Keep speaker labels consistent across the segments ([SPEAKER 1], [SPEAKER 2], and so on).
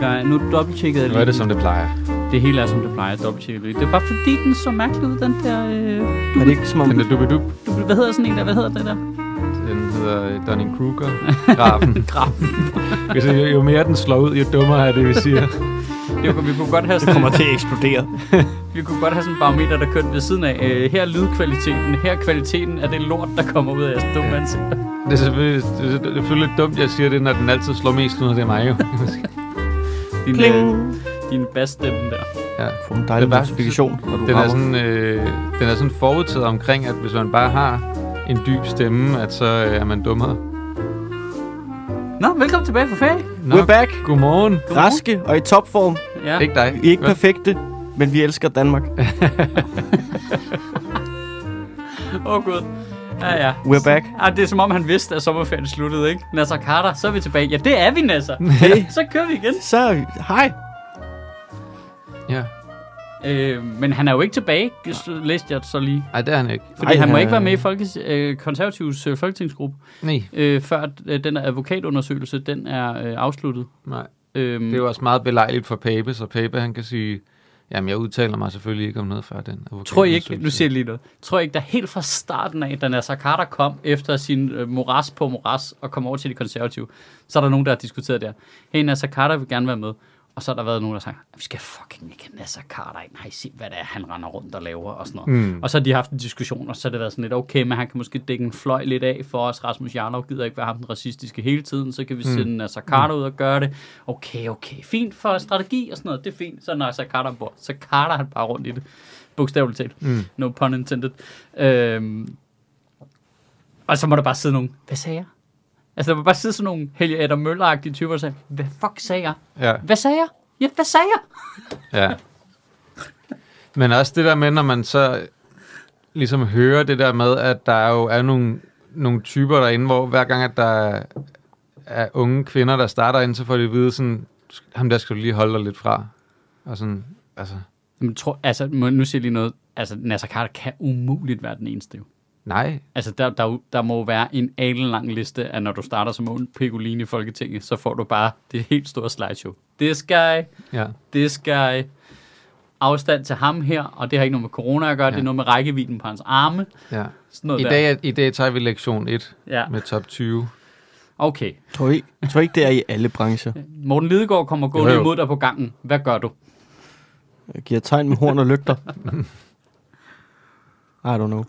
[SPEAKER 1] Guy. Nu dobbelttjekkede jeg
[SPEAKER 2] Nu er det, som det plejer.
[SPEAKER 1] Det hele er, som det plejer. Dobbelttjekket lige. Det var fordi, den så mærkelig ud, den der... Øh,
[SPEAKER 3] Er det ikke som om...
[SPEAKER 2] Den der dubidup,
[SPEAKER 1] du- hvad hedder sådan en der? Hvad hedder det der?
[SPEAKER 2] den hedder Dunning-Kruger-grafen.
[SPEAKER 1] Grafen.
[SPEAKER 2] Hvis jo- jo mere den slår ud, jo dummere er det, vi siger.
[SPEAKER 1] Det var, vi kunne godt have
[SPEAKER 3] Det
[SPEAKER 1] sådan,
[SPEAKER 3] kommer til at eksplodere.
[SPEAKER 1] vi kunne godt have sådan en barometer, der kørte ved siden af. Øh, her er lydkvaliteten, her er kvaliteten af det lort, der kommer ud af jeres dumme
[SPEAKER 2] Ja.
[SPEAKER 1] ansigt.
[SPEAKER 2] Det er selvfølgelig, det er selvfølgelig lidt dumt, jeg siger det, når den altid slår mest ud, og det er mig jo.
[SPEAKER 1] Din,
[SPEAKER 3] Pling.
[SPEAKER 1] øh, din bassstemme der.
[SPEAKER 2] ja.
[SPEAKER 3] Få en dejlig
[SPEAKER 2] Det er bare-
[SPEAKER 3] notifikation, når du
[SPEAKER 2] den, er
[SPEAKER 3] rammer.
[SPEAKER 2] sådan, øh, den er sådan forudtaget omkring, at hvis man bare har en dyb stemme, at så øh, er man dummere.
[SPEAKER 1] Nå, velkommen tilbage fra ferie.
[SPEAKER 2] Nå,
[SPEAKER 3] We're back.
[SPEAKER 2] Godmorgen.
[SPEAKER 3] Raske og i topform.
[SPEAKER 1] Ja.
[SPEAKER 2] Ikke dig.
[SPEAKER 3] Vi er ikke
[SPEAKER 2] Hvad?
[SPEAKER 3] perfekte, men vi elsker Danmark.
[SPEAKER 1] Åh, oh, gud. Ja, ja.
[SPEAKER 3] We're back.
[SPEAKER 1] Ah, det er som om, han vidste, at sommerferien sluttede, ikke? Nasser Carter, så er vi tilbage. Ja, det er vi, Nasser.
[SPEAKER 3] Hey.
[SPEAKER 1] så kører vi igen.
[SPEAKER 3] Så er vi... Hej.
[SPEAKER 2] Ja.
[SPEAKER 1] Øh, men han er jo ikke tilbage, s- læste jeg så lige.
[SPEAKER 2] Ej, det er han ikke.
[SPEAKER 1] Fordi
[SPEAKER 3] Ej,
[SPEAKER 1] Ej, han må
[SPEAKER 3] han
[SPEAKER 1] ikke
[SPEAKER 3] er-
[SPEAKER 1] være med i Folkes, øh, konservatives øh, folketingsgruppe,
[SPEAKER 2] Nej,
[SPEAKER 1] øh, før at, øh, den her advokatundersøgelse den er øh, afsluttet.
[SPEAKER 2] nej.
[SPEAKER 1] Øhm,
[SPEAKER 2] Det er jo også meget belejligt for Pape, så Pape han kan sige, jamen jeg udtaler mig selvfølgelig ikke om noget før den. advokat-
[SPEAKER 1] Tror I ikke, nu
[SPEAKER 2] undersøgelse."
[SPEAKER 1] siger jeg lige noget, tror I ikke, der helt fra starten af, da Nasser Carter kom efter sin øh, moras på moras og kom over til de konservative, så er der nogen, der har diskuteret der. Hey, Nasser Carter vil gerne være med. Og så har der været nogen, der har sagt, vi skal fucking ikke have Nasser Carter ind. Har I set, hvad det er, han render rundt og laver og sådan noget. Mm. Og så har de haft en diskussion, og så har det været sådan lidt, okay, men han kan måske dække en fløj lidt af for os. Rasmus Jarlov gider ikke være ham den racistiske hele tiden, så kan vi sende mm. Nasser Carter ud og gøre det. Okay, okay, fint for strategi og sådan noget, det er fint. Så er Nasser Carter ombord, så Carter han bare rundt i det. Bogstaveligt talt. Mm. No pun intended. Øhm, og så må der bare sidde nogen, hvad sagde jeg? Altså, der må bare sidde sådan nogle Helge Adam Møller-agtige typer og sige, hvad fuck sagde jeg?
[SPEAKER 2] Ja,
[SPEAKER 1] Hvad sagde jeg? Ja, hvad sagde jeg?
[SPEAKER 2] ja. Men også det der med, når man så ligesom hører det der med, at der jo er nogle, nogle typer derinde, hvor hver gang, at der er unge kvinder, der starter ind, så får de at vide sådan, ham der skal du lige holde dig lidt fra. Og sådan, altså,
[SPEAKER 1] Jamen, tror, altså, må- nu siger jeg lige noget. Altså, Nasser Carter kan umuligt være den eneste. Jo.
[SPEAKER 2] nej,
[SPEAKER 1] Altså, der, der, er jo- der må jo være en lang liste af, når du starter som ung piccoline i Folketinget, så får du bare det helt store slideshow. This guy,
[SPEAKER 2] ja.
[SPEAKER 1] this guy, afstand til ham her, og det har ikke noget med corona at gøre, ja. det er
[SPEAKER 2] Ja.
[SPEAKER 1] noget med rækkevidden på hans arme.
[SPEAKER 2] ja.
[SPEAKER 1] Sådan noget
[SPEAKER 2] I,
[SPEAKER 1] der.
[SPEAKER 2] dag, er- I dag tager vi lektion 1
[SPEAKER 1] Ja.
[SPEAKER 2] med top 20.
[SPEAKER 1] Okay.
[SPEAKER 3] Tror I, tror I ikke, det er i alle brancher?
[SPEAKER 1] Morten Lidegaard kommer gå
[SPEAKER 2] Jo,
[SPEAKER 1] ned
[SPEAKER 2] jo.
[SPEAKER 1] mod dig på gangen. Hvad gør du?
[SPEAKER 3] Jeg giver tegn med horn og lygter. I don't know.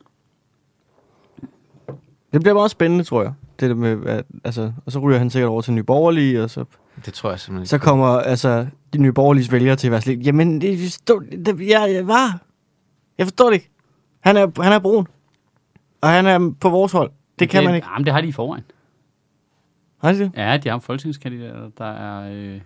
[SPEAKER 3] Det bliver meget spændende, tror jeg. Det der med, at, altså, og så ryger han sikkert over til Nye Borgerlige, og så,
[SPEAKER 2] Det tror jeg simpelthen
[SPEAKER 3] så kommer altså, de Nye Borgerliges vælgere til at være slik. Jamen, det, forstår, det, jeg, jeg, var, jeg forstår det ikke. Han er, han er brun, og han er på vores hold. Det, det kan man ikke.
[SPEAKER 1] Jamen, det har de i forvejen.
[SPEAKER 3] Har de det?
[SPEAKER 1] Ja, de har folketingskandidater, der er... Øh,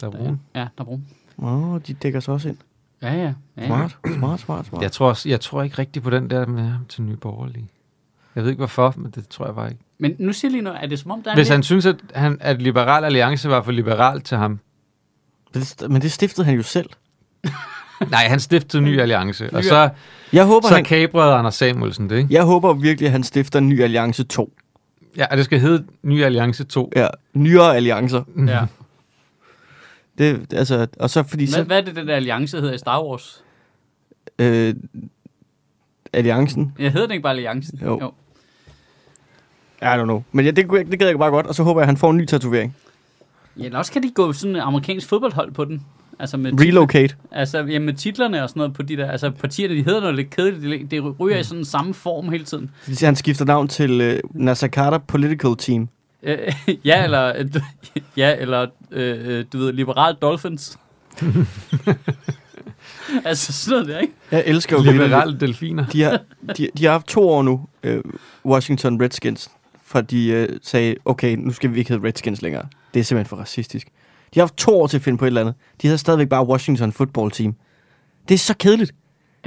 [SPEAKER 2] Der er brun.
[SPEAKER 1] ja, der er brun.
[SPEAKER 3] Nå, de dækker sig også ind.
[SPEAKER 1] Ja, ja. ja. ja.
[SPEAKER 3] Smart, smart, smart, smart.
[SPEAKER 2] Jeg tror, også- jeg tror ikke rigtigt på den der med ham til Nye Borgerlige. Jeg ved ikke hvorfor, men det tror jeg bare ikke.
[SPEAKER 1] Men nu siger jeg lige noget. Er det som om, der er
[SPEAKER 2] Hvis
[SPEAKER 1] lidt-
[SPEAKER 2] han synes, at, han, at Liberal Alliance var for liberal til ham.
[SPEAKER 3] Det, men det stiftede han jo selv.
[SPEAKER 2] Nej, han stiftede Ny Alliance, og
[SPEAKER 1] Ny-
[SPEAKER 2] så,
[SPEAKER 3] Jeg håber,
[SPEAKER 2] så
[SPEAKER 3] han,
[SPEAKER 2] kabrede Anders Samuelsen det, ikke?
[SPEAKER 3] Jeg håber virkelig, at han stifter en ny alliance 2.
[SPEAKER 2] Ja, og det skal hedde Ny Alliance 2.
[SPEAKER 3] Ja, nyere alliancer.
[SPEAKER 1] Ja.
[SPEAKER 3] Det, det- altså, og så fordi
[SPEAKER 1] Hvad,
[SPEAKER 3] så,
[SPEAKER 1] hvad er det, den der alliance hedder i Star Wars?
[SPEAKER 3] øh, alliancen,
[SPEAKER 1] Jeg hedder den ikke bare alliancen?
[SPEAKER 3] Jo. I don't know. Men ja, det, kunne jeg- det gad jeg bare godt, og så håber jeg, at han får en ny tatovering.
[SPEAKER 1] Ja, eller også kan de gå sådan et amerikansk fodboldhold på den. Altså med, tit,
[SPEAKER 3] Relocate.
[SPEAKER 1] altså, ja, med titlerne og sådan noget på de der... Altså partierne, de hedder noget lidt kedeligt. Det de
[SPEAKER 3] Mm.
[SPEAKER 1] ryger i sådan samme form hele tiden.
[SPEAKER 3] Fordi Han skifter navn til øh, Nasser Carter Political Team.
[SPEAKER 1] Øh, ja, eller, øh, du- ja, eller øh, øh, du ved, liberal Dolphins. altså sådan noget der, ikke?
[SPEAKER 3] Jeg elsker jo Liberal.
[SPEAKER 2] Liberale delfiner.
[SPEAKER 3] De har, de, de har haft to år nu, øh, Washington Redskins, for de øh, sagde, okay, nu skal vi ikke hedde Redskins længere. Det er simpelthen for racistisk. De har haft to år til at finde på et eller andet. De hedder stadigvæk bare Washington Football Team. Det er så kedeligt.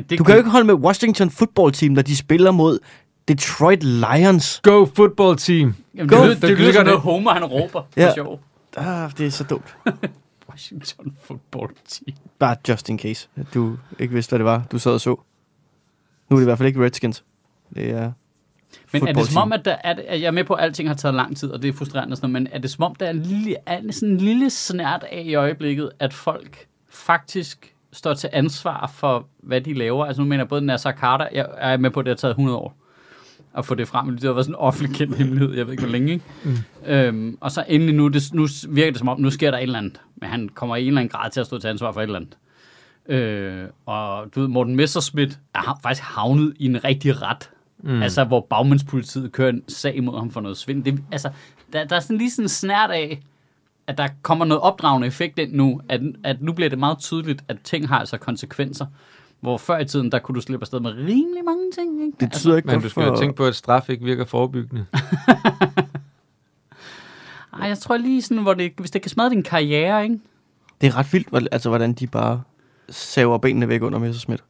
[SPEAKER 1] Det
[SPEAKER 3] Du kan jo ikke holde med Washington Football Team, når de spiller mod Detroit Lions.
[SPEAKER 2] Go football team!
[SPEAKER 1] Jamen,
[SPEAKER 3] Go!
[SPEAKER 1] det, lyder, det,
[SPEAKER 2] Det
[SPEAKER 1] lyder
[SPEAKER 2] lyder
[SPEAKER 1] som
[SPEAKER 2] godt.
[SPEAKER 1] noget Homer, han råber. Ja. Det
[SPEAKER 3] Ja.
[SPEAKER 1] er sjovt.
[SPEAKER 3] Ah, det er så dumt.
[SPEAKER 1] Washington Football Team.
[SPEAKER 3] Bare just in case, at du ikke vidste, hvad det var, du sad og så. Nu er det i hvert fald ikke Redskins. Det er
[SPEAKER 1] Men er det som
[SPEAKER 3] fodboldteam.
[SPEAKER 1] om, at, der er, det- at jeg er med på, at alting har taget lang tid, og det er frustrerende og sådan noget, men er det som om, der er en lille, er en- sådan en lille snært af i øjeblikket, at folk faktisk står til ansvar for, hvad de laver? Altså nu mener jeg både Nasser Carter, jeg er med på, at det har taget 100 år at få det frem, men det har været sådan en offentlig kendt hemmelighed, jeg ved ikke hvor længe. Ikke? Mm. Øhm, og så endelig nu, det, nu virker det som om, nu sker der et eller andet, men han kommer i en eller anden grad til at stå til ansvar for et eller andet. Øh, og du ved, Morten Messerschmidt er ha- faktisk havnet i en rigtig ret. Mm. Altså, hvor bagmandspolitiet kører en sag mod ham for noget svind. Det, altså, der, der er sådan lige sådan en snært af, at der kommer noget opdragende effekt ind nu, at, at nu bliver det meget tydeligt, at ting har altså konsekvenser. Hvor før i tiden, der kunne du slippe afsted med rimelig mange ting. Ikke? Altså,
[SPEAKER 3] Det tyder ikke
[SPEAKER 2] Altså, Men
[SPEAKER 3] godt
[SPEAKER 2] du skal jo
[SPEAKER 3] for-
[SPEAKER 2] tænke på, at straf ikke virker forebyggende.
[SPEAKER 1] Ej, jeg tror lige sådan, hvor det, hvis det kan smadre din karriere, ikke?
[SPEAKER 3] Det er ret vildt, hvor- altså, hvordan de bare saver benene væk under Messerschmidt.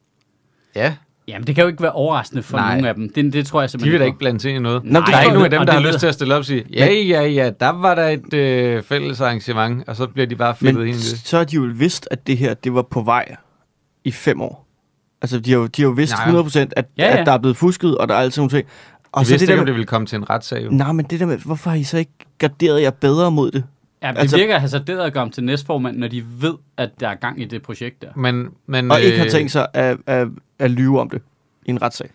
[SPEAKER 2] ja,
[SPEAKER 1] Jamen, det kan jo ikke være overraskende for
[SPEAKER 2] Nej.
[SPEAKER 1] nogen af dem. Det, det tror jeg
[SPEAKER 2] de
[SPEAKER 1] simpelthen
[SPEAKER 2] vil da
[SPEAKER 1] ikke
[SPEAKER 2] ikke
[SPEAKER 1] på.
[SPEAKER 2] blande sig ind i noget.
[SPEAKER 3] Nå, men det
[SPEAKER 2] der er
[SPEAKER 3] forstår
[SPEAKER 2] ikke nogen
[SPEAKER 1] jeg.
[SPEAKER 2] af dem, der
[SPEAKER 1] Og
[SPEAKER 2] har
[SPEAKER 1] det
[SPEAKER 2] lyst
[SPEAKER 1] ved-
[SPEAKER 2] til at stille op og sige, ja, ja, ja, der var der et øh, fælles arrangement, og så bliver de bare
[SPEAKER 3] Men
[SPEAKER 2] fedtet ind i det.
[SPEAKER 3] så har de jo vidst, at det her det var på vej i fem år. Altså, de har jo, de har jo vidst
[SPEAKER 2] Nej.
[SPEAKER 3] 100%, at,
[SPEAKER 1] Ja, ja.
[SPEAKER 3] at der er blevet fusket, og der er alt sådan nogle ting. Og
[SPEAKER 2] De
[SPEAKER 3] så
[SPEAKER 2] vidste
[SPEAKER 3] det
[SPEAKER 2] ikke,
[SPEAKER 3] der
[SPEAKER 2] om det
[SPEAKER 3] med,
[SPEAKER 2] ville komme til en retssag. Jo.
[SPEAKER 3] nej, men det der med, hvorfor har I så ikke garderet jer bedre mod det?
[SPEAKER 1] Ja, det
[SPEAKER 3] Altså-
[SPEAKER 1] virker hasarderet at gøre ham til næstformand, når de ved, at der er gang i det projekt der.
[SPEAKER 2] Men, men,
[SPEAKER 3] Og øh, ikke har tænkt sig at, at, at lyve om det i en retssag.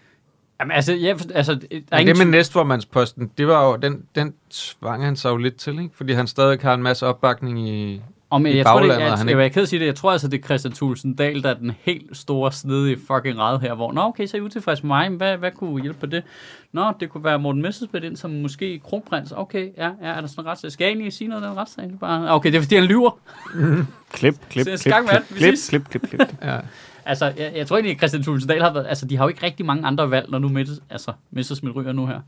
[SPEAKER 1] Jamen, altså, jeg, altså, der er
[SPEAKER 2] Men
[SPEAKER 1] ingen
[SPEAKER 2] det med
[SPEAKER 1] tvivl-
[SPEAKER 2] næstformandsposten, det var jo, den, den tvang han sig jo lidt til, ikke? fordi han stadig har en masse opbakning i...
[SPEAKER 1] Og men,
[SPEAKER 2] i
[SPEAKER 1] jeg tror, det, jeg,
[SPEAKER 2] baglandet, og
[SPEAKER 1] jeg,
[SPEAKER 2] han
[SPEAKER 1] jeg,
[SPEAKER 2] ikke-
[SPEAKER 1] jeg, er ked af at sige det, jeg tror altså, det er Christian Thulsen Dahl, der er den helt store, snedige fucking red her, hvor, nå okay, så er I utilfreds med mig, Men hvad, hvad kunne hjælpe på det? Nå, det kunne være Morten Messerschmidt ind som måske kronprins, okay, ja, ja er der sådan en retssag? Skal jeg egentlig sige noget om den retssag? Det er Bare, okay, det er fordi, han lyver.
[SPEAKER 3] Klip, klip,
[SPEAKER 1] Så jeg skal klip, gang med klip, alt, vi klip, ses.
[SPEAKER 3] klip, klip, klip.
[SPEAKER 2] Ja.
[SPEAKER 1] Altså, jeg, jeg tror egentlig, at Christian Thulsen Dahl har været, altså, de har jo ikke rigtig mange andre valg, når nu Mette, altså, Messerschmidt ryger nu her.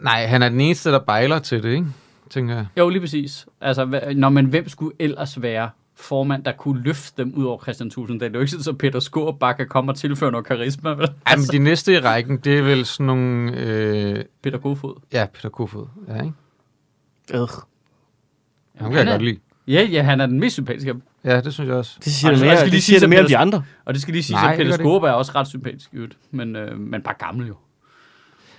[SPEAKER 2] Nej, han er den eneste, der bejler til det, ikke? tænker jeg.
[SPEAKER 1] Jo, lige præcis. Altså, hva- når man, hvem skulle ellers være formand, der kunne løfte dem ud over Christian Tusind? Det er jo ikke sådan, så Peter Skorp bare kan komme og tilføre noget karisma. Vel? Altså,
[SPEAKER 2] Jamen,
[SPEAKER 3] Altså-
[SPEAKER 2] de næste i rækken, det er vel sådan nogle... Øh,
[SPEAKER 1] Peter Godfod.
[SPEAKER 2] ja, Peter Kofod. Ja, ikke? Ham
[SPEAKER 1] Jamen,
[SPEAKER 2] kan jeg
[SPEAKER 1] han
[SPEAKER 2] godt
[SPEAKER 1] er-
[SPEAKER 2] lide.
[SPEAKER 1] Ja, ja, han er den mest sympatiske. af dem.
[SPEAKER 2] Ja, det synes jeg også.
[SPEAKER 3] Det siger
[SPEAKER 1] Og
[SPEAKER 3] det
[SPEAKER 1] så-
[SPEAKER 3] mere,
[SPEAKER 1] jeg skal lige
[SPEAKER 3] det
[SPEAKER 1] sige
[SPEAKER 3] siger det
[SPEAKER 1] til
[SPEAKER 3] mere om de
[SPEAKER 1] Peter-
[SPEAKER 3] andre.
[SPEAKER 1] Og det skal lige sige,
[SPEAKER 2] Nej,
[SPEAKER 1] at Peter
[SPEAKER 2] det gør det
[SPEAKER 1] Skorp er også ret sympatisk, i øvrigt. men, øh, men bare gammel jo.
[SPEAKER 2] Ja, det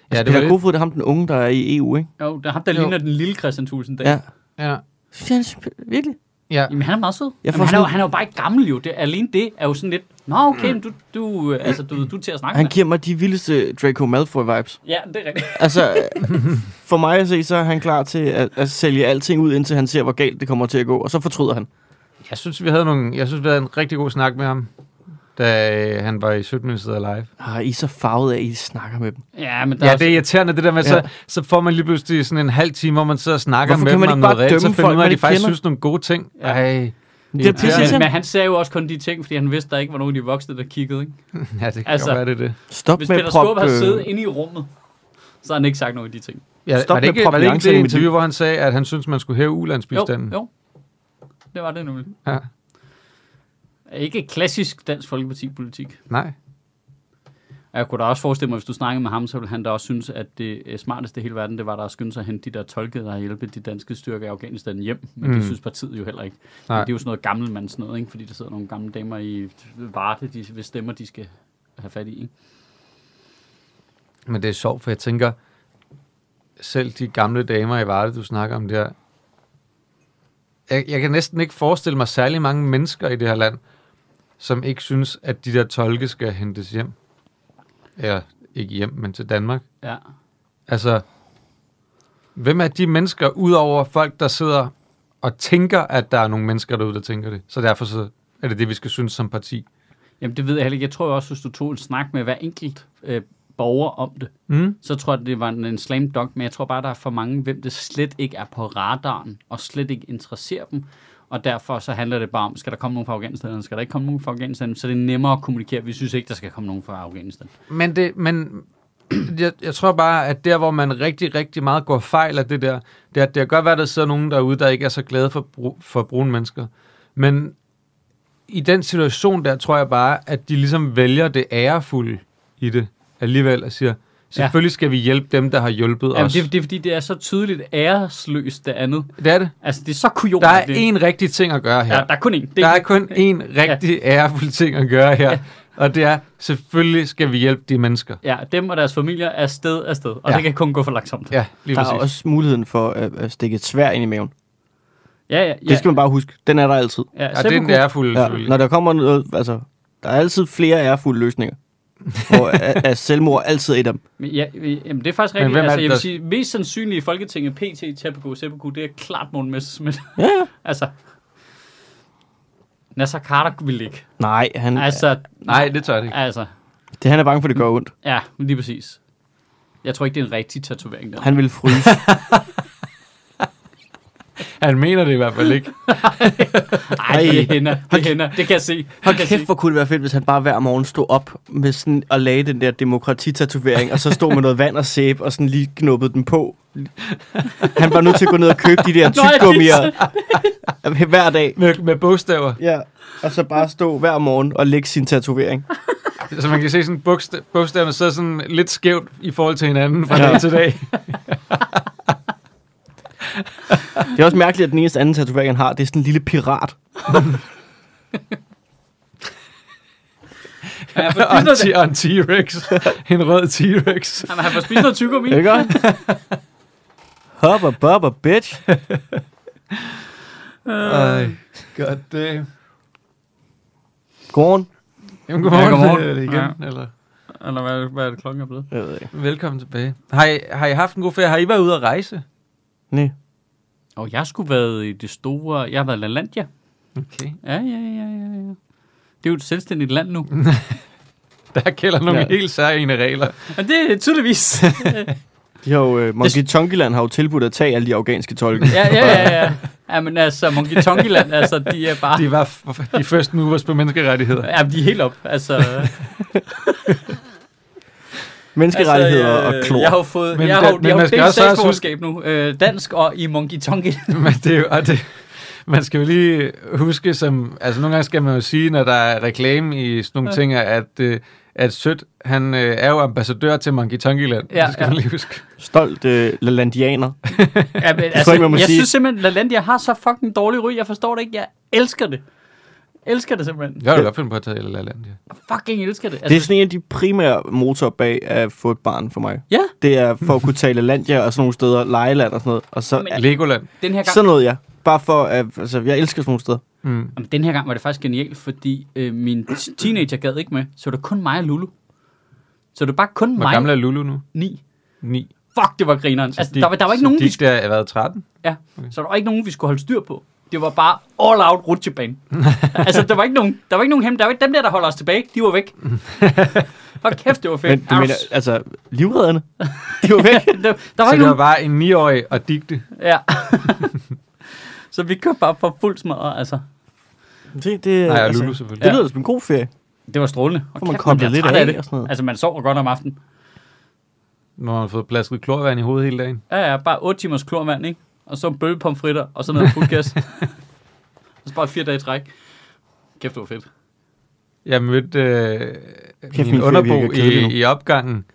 [SPEAKER 2] var
[SPEAKER 3] Altså, Peter
[SPEAKER 2] det.
[SPEAKER 3] Kofod, det er ham, den unge, der er i EU, ikke?
[SPEAKER 1] Jo, der er ham, der
[SPEAKER 2] Jo.
[SPEAKER 1] ligner den lille Christian Tusind Dahl.
[SPEAKER 3] Ja.
[SPEAKER 1] Ja.
[SPEAKER 2] Ja,
[SPEAKER 3] Synes jeg, han er symp- Virkelig?
[SPEAKER 2] ja.
[SPEAKER 1] Jamen, han er meget sød.
[SPEAKER 3] Jeg får
[SPEAKER 1] Jamen, han, er jo,
[SPEAKER 3] sådan-
[SPEAKER 1] han er jo bare ikke gammel jo. Det, alene det er jo sådan lidt, nå okay, men du, du, øh, altså, du, du er til at snakke
[SPEAKER 3] Han
[SPEAKER 1] med.
[SPEAKER 3] giver mig de vildeste Draco Malfoy-vibes.
[SPEAKER 1] Ja, det er rigtigt.
[SPEAKER 3] Altså, for mig at se, så er han klar til at, at sælge alting ud, indtil han ser, hvor galt det kommer til at gå, og så fortryder han.
[SPEAKER 2] Jeg synes, vi havde, nogle, jeg synes, vi havde en rigtig god snak med ham, da øh, han var i 17. sted live.
[SPEAKER 3] Ah, I er så farvet af, at I snakker med dem.
[SPEAKER 1] Ja, men der
[SPEAKER 2] Ja,
[SPEAKER 1] er
[SPEAKER 2] det er irriterende, det der med, ja. så,
[SPEAKER 3] Ja.
[SPEAKER 2] så får man lige pludselig sådan en halv time, hvor man sidder og snakker
[SPEAKER 3] Hvorfor
[SPEAKER 2] med
[SPEAKER 3] kan
[SPEAKER 2] dem
[SPEAKER 3] man
[SPEAKER 2] om
[SPEAKER 3] ikke
[SPEAKER 2] noget
[SPEAKER 3] bare
[SPEAKER 2] rigtigt, så
[SPEAKER 3] dømme
[SPEAKER 2] finder
[SPEAKER 3] folk,
[SPEAKER 2] man,
[SPEAKER 3] man
[SPEAKER 2] at de
[SPEAKER 3] ikke
[SPEAKER 2] faktisk
[SPEAKER 3] kender?
[SPEAKER 2] synes nogle gode ting.
[SPEAKER 1] Ja.
[SPEAKER 2] Ej,
[SPEAKER 3] Det er
[SPEAKER 2] irriterende.
[SPEAKER 3] pisse
[SPEAKER 1] Men,
[SPEAKER 3] irriterende.
[SPEAKER 1] men han sagde jo også kun de ting, fordi han vidste, der ikke var nogen af de voksne, der kiggede. Ikke?
[SPEAKER 2] Ja, det kan altså,
[SPEAKER 1] Altså,
[SPEAKER 2] godt være, det er det.
[SPEAKER 3] Stop
[SPEAKER 1] Hvis
[SPEAKER 3] med
[SPEAKER 1] Peter
[SPEAKER 3] at proppe...
[SPEAKER 1] Skåbe havde siddet
[SPEAKER 3] øh,
[SPEAKER 1] inde i rummet, så havde han ikke sagt nogen af de ting.
[SPEAKER 2] Ja,
[SPEAKER 3] Stop
[SPEAKER 2] var det
[SPEAKER 3] med
[SPEAKER 2] ikke, var det ikke
[SPEAKER 3] propaganda i
[SPEAKER 2] det
[SPEAKER 3] mit
[SPEAKER 2] interview, hvor han sagde, at han synes man skulle hæve ulandsbistanden?
[SPEAKER 1] Jo, jo. Det var det nemlig.
[SPEAKER 2] Ja.
[SPEAKER 1] Ikke klassisk Dansk Folkeparti-politik.
[SPEAKER 2] Nej.
[SPEAKER 1] Jeg kunne da også forestille mig, hvis du snakkede med ham, så ville han da også synes, at det øh, smarteste i hele verden, det var der at skynde sig at hente de der tolkede, der har hjulpet de danske styrker i Afghanistan hjem. Men mm.
[SPEAKER 2] Mm.
[SPEAKER 1] det synes partiet jo heller ikke.
[SPEAKER 2] Nej.
[SPEAKER 1] Men det er jo sådan noget gammel mand sådan noget, ikke? fordi der sidder nogle gamle damer i Varde, de, hvis stemmer de skal have fat i. Ikke?
[SPEAKER 2] Men det er sjovt, for jeg tænker, selv de gamle damer i Varde, du snakker om der, jeg, jeg kan næsten ikke forestille mig særlig mange mennesker i det her land, som ikke synes, at de der tolke skal hentes hjem. Eller ikke hjem, men til Danmark.
[SPEAKER 1] Ja.
[SPEAKER 2] Altså, hvem er de mennesker, udover folk, der sidder og tænker, at der er nogle mennesker derude, der tænker det? Så derfor så er det det, vi skal synes som parti.
[SPEAKER 1] Jamen det ved jeg heller ikke. Jeg tror jo også, hvis du tog en snak med hver enkelt øh, borger om det,
[SPEAKER 2] Mm?
[SPEAKER 1] så tror jeg, det var en, en slam dunk, men jeg tror bare, der er for mange, hvem det slet ikke er på radaren, og slet ikke interesserer dem, og derfor så handler det bare om, skal der komme nogen fra Afghanistan, eller skal der ikke komme nogen fra Afghanistan, så det er nemmere at kommunikere, vi synes ikke, der skal komme nogen fra Afghanistan.
[SPEAKER 2] Men, det, men jeg, jeg tror bare, at der, hvor man rigtig, rigtig meget går fejl af det der, det er, at det kan godt være, at der sidder nogen derude, der ikke er så glade for, bru- for brune mennesker. Men i den situation der, tror jeg bare, at de ligesom vælger det ærefulde i det alligevel og siger, selvfølgelig skal vi hjælpe dem, der har hjulpet
[SPEAKER 1] Jamen,
[SPEAKER 2] os.
[SPEAKER 1] det, er- det er fordi, det er så tydeligt æresløst det andet.
[SPEAKER 2] det er det.
[SPEAKER 1] Altså, det er så kujon.
[SPEAKER 2] Der er
[SPEAKER 1] det.
[SPEAKER 2] én rigtig ting at gøre her.
[SPEAKER 1] Ja, der er kun én. Det
[SPEAKER 2] Der er
[SPEAKER 1] er,
[SPEAKER 2] kun én rigtig ærefuld ting at gøre her. Og det er, selvfølgelig skal vi hjælpe de mennesker.
[SPEAKER 1] Ja, dem og deres familier er sted af sted, og ja.
[SPEAKER 2] Ja.
[SPEAKER 1] det kan kun gå for langsomt.
[SPEAKER 2] Ja, lige
[SPEAKER 3] Der er
[SPEAKER 2] præcis.
[SPEAKER 3] også muligheden for at, at stikke et svær ind i maven.
[SPEAKER 1] ja, ja.
[SPEAKER 3] Det skal man bare huske. Den er der altid.
[SPEAKER 1] ja,
[SPEAKER 2] Ja, det er en
[SPEAKER 1] seppuku.
[SPEAKER 2] ærefuld,
[SPEAKER 3] Ja,
[SPEAKER 2] selvfølgelig.
[SPEAKER 3] når der kommer noget, altså, der er altid flere ærefulde løsninger. Og er, er selvmord altid et af dem.
[SPEAKER 1] Men Ja, øh, jamen, det er faktisk
[SPEAKER 2] Men
[SPEAKER 1] rigtigt.
[SPEAKER 2] hvem er
[SPEAKER 1] Altså,
[SPEAKER 2] det,
[SPEAKER 1] jeg vil
[SPEAKER 2] der-
[SPEAKER 1] sige, mest sandsynlige i Folketinget, PT, Teppegaard, Seppuku, det er klart Morten Messerschmidt.
[SPEAKER 3] Ja, ja.
[SPEAKER 1] altså, Nasser Carter vil ikke.
[SPEAKER 3] Nej, han, altså,
[SPEAKER 1] Altså,
[SPEAKER 2] Nej, det tør det ikke.
[SPEAKER 1] altså,
[SPEAKER 3] det, han er bange for, at det gør ondt.
[SPEAKER 1] ja, lige præcis. Jeg tror ikke, det er en rigtig tatovering. Der.
[SPEAKER 3] Han vil fryse.
[SPEAKER 2] Han mener det i hvert fald ikke.
[SPEAKER 1] Ej, det er hænder. Det er hænder. Det kan jeg se. Det kan
[SPEAKER 3] Hold
[SPEAKER 1] jeg se.
[SPEAKER 3] kæft, hvor kunne det være fedt, hvis han bare hver morgen stod op med sådan, og lagde den der demokratitatovering, og så stod med noget vand og sæbe, og sådan lige knuppede den på. Han var nødt til at gå ned og købe de der
[SPEAKER 1] Nå, ja, det er
[SPEAKER 3] tyggegummier hver dag.
[SPEAKER 2] Med, med bogstaver.
[SPEAKER 3] Ja, og så bare stå hver morgen og lægge sin tatovering.
[SPEAKER 2] Så man kan se sådan bogsta- bogstaverne sidder sådan lidt skævt i forhold til hinanden fra
[SPEAKER 3] Ja.
[SPEAKER 2] dag til dag.
[SPEAKER 3] Det er også mærkeligt, at den eneste anden tatovering, han har, det er sådan en lille pirat.
[SPEAKER 1] Han får
[SPEAKER 2] Og
[SPEAKER 1] spist
[SPEAKER 2] en,
[SPEAKER 1] noget,
[SPEAKER 2] ti- og en T-Rex. en rød T-Rex.
[SPEAKER 1] jamen, han får spist noget tyggegummi.
[SPEAKER 3] Ikke godt? Hopper, bopper, bitch.
[SPEAKER 1] Øh.
[SPEAKER 2] Ej, god damn.
[SPEAKER 3] Godmorgen.
[SPEAKER 2] Jamen, godmorgen,
[SPEAKER 1] Ja, godmorgen.
[SPEAKER 2] ja, godmorgen. Øh, igen. Ja. Eller,
[SPEAKER 1] Eller hvad, er det- hvad er det klokken er blevet?
[SPEAKER 3] Jeg ved ikke.
[SPEAKER 2] velkommen tilbage. Har I, har I haft en god ferie? Har I været ude at rejse?
[SPEAKER 3] Nej.
[SPEAKER 1] Og jeg skulle været i det store... Jeg har været i Lalandia.
[SPEAKER 2] Okay.
[SPEAKER 1] Ja, ja, ja, ja, ja. Det er jo et selvstændigt land nu.
[SPEAKER 2] Der gælder nogle
[SPEAKER 3] Ja.
[SPEAKER 2] ja. helt særlige regler.
[SPEAKER 1] Men det er tydeligvis...
[SPEAKER 3] De har jo, uh, Monkey Tonkiland har jo tilbudt at tage alle de afghanske tolke.
[SPEAKER 1] ja, ja, ja, ja. Ja, men altså, Monkey Tonkiland, altså, de er bare...
[SPEAKER 2] De var f- de første movers på menneskerettigheder.
[SPEAKER 1] Ja, men de er helt op. Altså,
[SPEAKER 3] Menneskerettigheder
[SPEAKER 1] altså,
[SPEAKER 3] og klor.
[SPEAKER 1] Jeg har jo fået,
[SPEAKER 2] Men
[SPEAKER 1] jeg har,
[SPEAKER 2] det-
[SPEAKER 1] jo-
[SPEAKER 2] men
[SPEAKER 1] jeg har
[SPEAKER 2] man
[SPEAKER 1] jo
[SPEAKER 2] skal
[SPEAKER 1] delt
[SPEAKER 2] også have-
[SPEAKER 1] statsborgerskab nu. Øh, dansk og i Monkey Tonky.
[SPEAKER 2] Men det, er jo- og det, man skal jo lige huske, som, altså nogle gange skal man jo sige, når der er reklame i sådan nogle
[SPEAKER 1] Ja.
[SPEAKER 2] ja. ting, at, øh, at Sødt, han øh, er jo ambassadør til Monkey Tonkyland.
[SPEAKER 1] Ja,
[SPEAKER 2] Ja, det skal
[SPEAKER 1] ja.
[SPEAKER 2] ja. man lige huske.
[SPEAKER 3] Stolt uh, lalandianer.
[SPEAKER 1] Ja, men,
[SPEAKER 3] tror ikke, man
[SPEAKER 1] Altså,
[SPEAKER 3] må
[SPEAKER 1] jeg
[SPEAKER 3] sige.
[SPEAKER 1] synes simpelthen, LaLandia har så fucking dårlig ryg. Jeg forstår det ikke. Jeg elsker det. Elsker det simpelthen.
[SPEAKER 2] Jeg har jo godt finde på at tage La La Land, ja.
[SPEAKER 1] Fucking elsker det. Altså,
[SPEAKER 3] Det er sådan en af de primære motorer bag at få et barn for mig.
[SPEAKER 1] ja,
[SPEAKER 3] Det er for at kunne tale Landia og sådan nogle steder, lejeland og sådan noget. Og så,
[SPEAKER 1] Men-
[SPEAKER 3] Men,
[SPEAKER 2] Legoland.
[SPEAKER 1] den her gang.
[SPEAKER 3] sådan noget, ja. Bare for, at, altså, jeg elsker sådan nogle steder.
[SPEAKER 2] Mm.
[SPEAKER 1] Jamen, den her gang var det faktisk genialt, fordi øh, min t- teenager gad ikke med. Så det var kun mig og Lulu. Så det var bare kun
[SPEAKER 2] Hvor
[SPEAKER 1] mig.
[SPEAKER 2] gammel er Lulu nu?
[SPEAKER 1] Ni.
[SPEAKER 2] 9.
[SPEAKER 1] Fuck, det var grineren. Altså, der, var- der var ikke nogen, vi
[SPEAKER 2] de, der har været 13.
[SPEAKER 1] Ja, okay. så der var ikke nogen, vi skulle holde styr på. Det var bare all out rutsjebane. altså, der var ikke nogen, der var ikke nogen hem, der var ikke dem der, der holder os tilbage. De var væk. Hold kæft, det var
[SPEAKER 3] Men
[SPEAKER 1] fedt.
[SPEAKER 3] du mener, altså, livredderne? De var
[SPEAKER 1] der,
[SPEAKER 3] væk.
[SPEAKER 1] der var
[SPEAKER 2] Så
[SPEAKER 1] ikke
[SPEAKER 2] det var
[SPEAKER 1] nogen.
[SPEAKER 2] bare en 9-årig og digte.
[SPEAKER 1] Ja. så vi kørte bare for fuld smadret, altså.
[SPEAKER 3] Se, det,
[SPEAKER 2] Nej, og
[SPEAKER 3] altså,
[SPEAKER 2] Lulu selvfølgelig.
[SPEAKER 3] det lyder da som en god ferie.
[SPEAKER 1] Det var strålende. Og
[SPEAKER 3] Får man koblet lidt af og sådan noget.
[SPEAKER 1] Altså, man sover godt om aftenen.
[SPEAKER 2] Når man har fået plasket klorvand i hovedet hele dagen.
[SPEAKER 1] Ja, ja, bare 8 timers klorvand, ikke? Og så en bøllepomfritter, og så noget fuldgas. og så bare fire dage i træk. Kæft, det var fedt.
[SPEAKER 2] Jeg mødte øh,
[SPEAKER 3] min
[SPEAKER 2] min
[SPEAKER 3] ferie virker
[SPEAKER 2] underbo
[SPEAKER 3] kedelig nu.
[SPEAKER 2] i, i opgangen,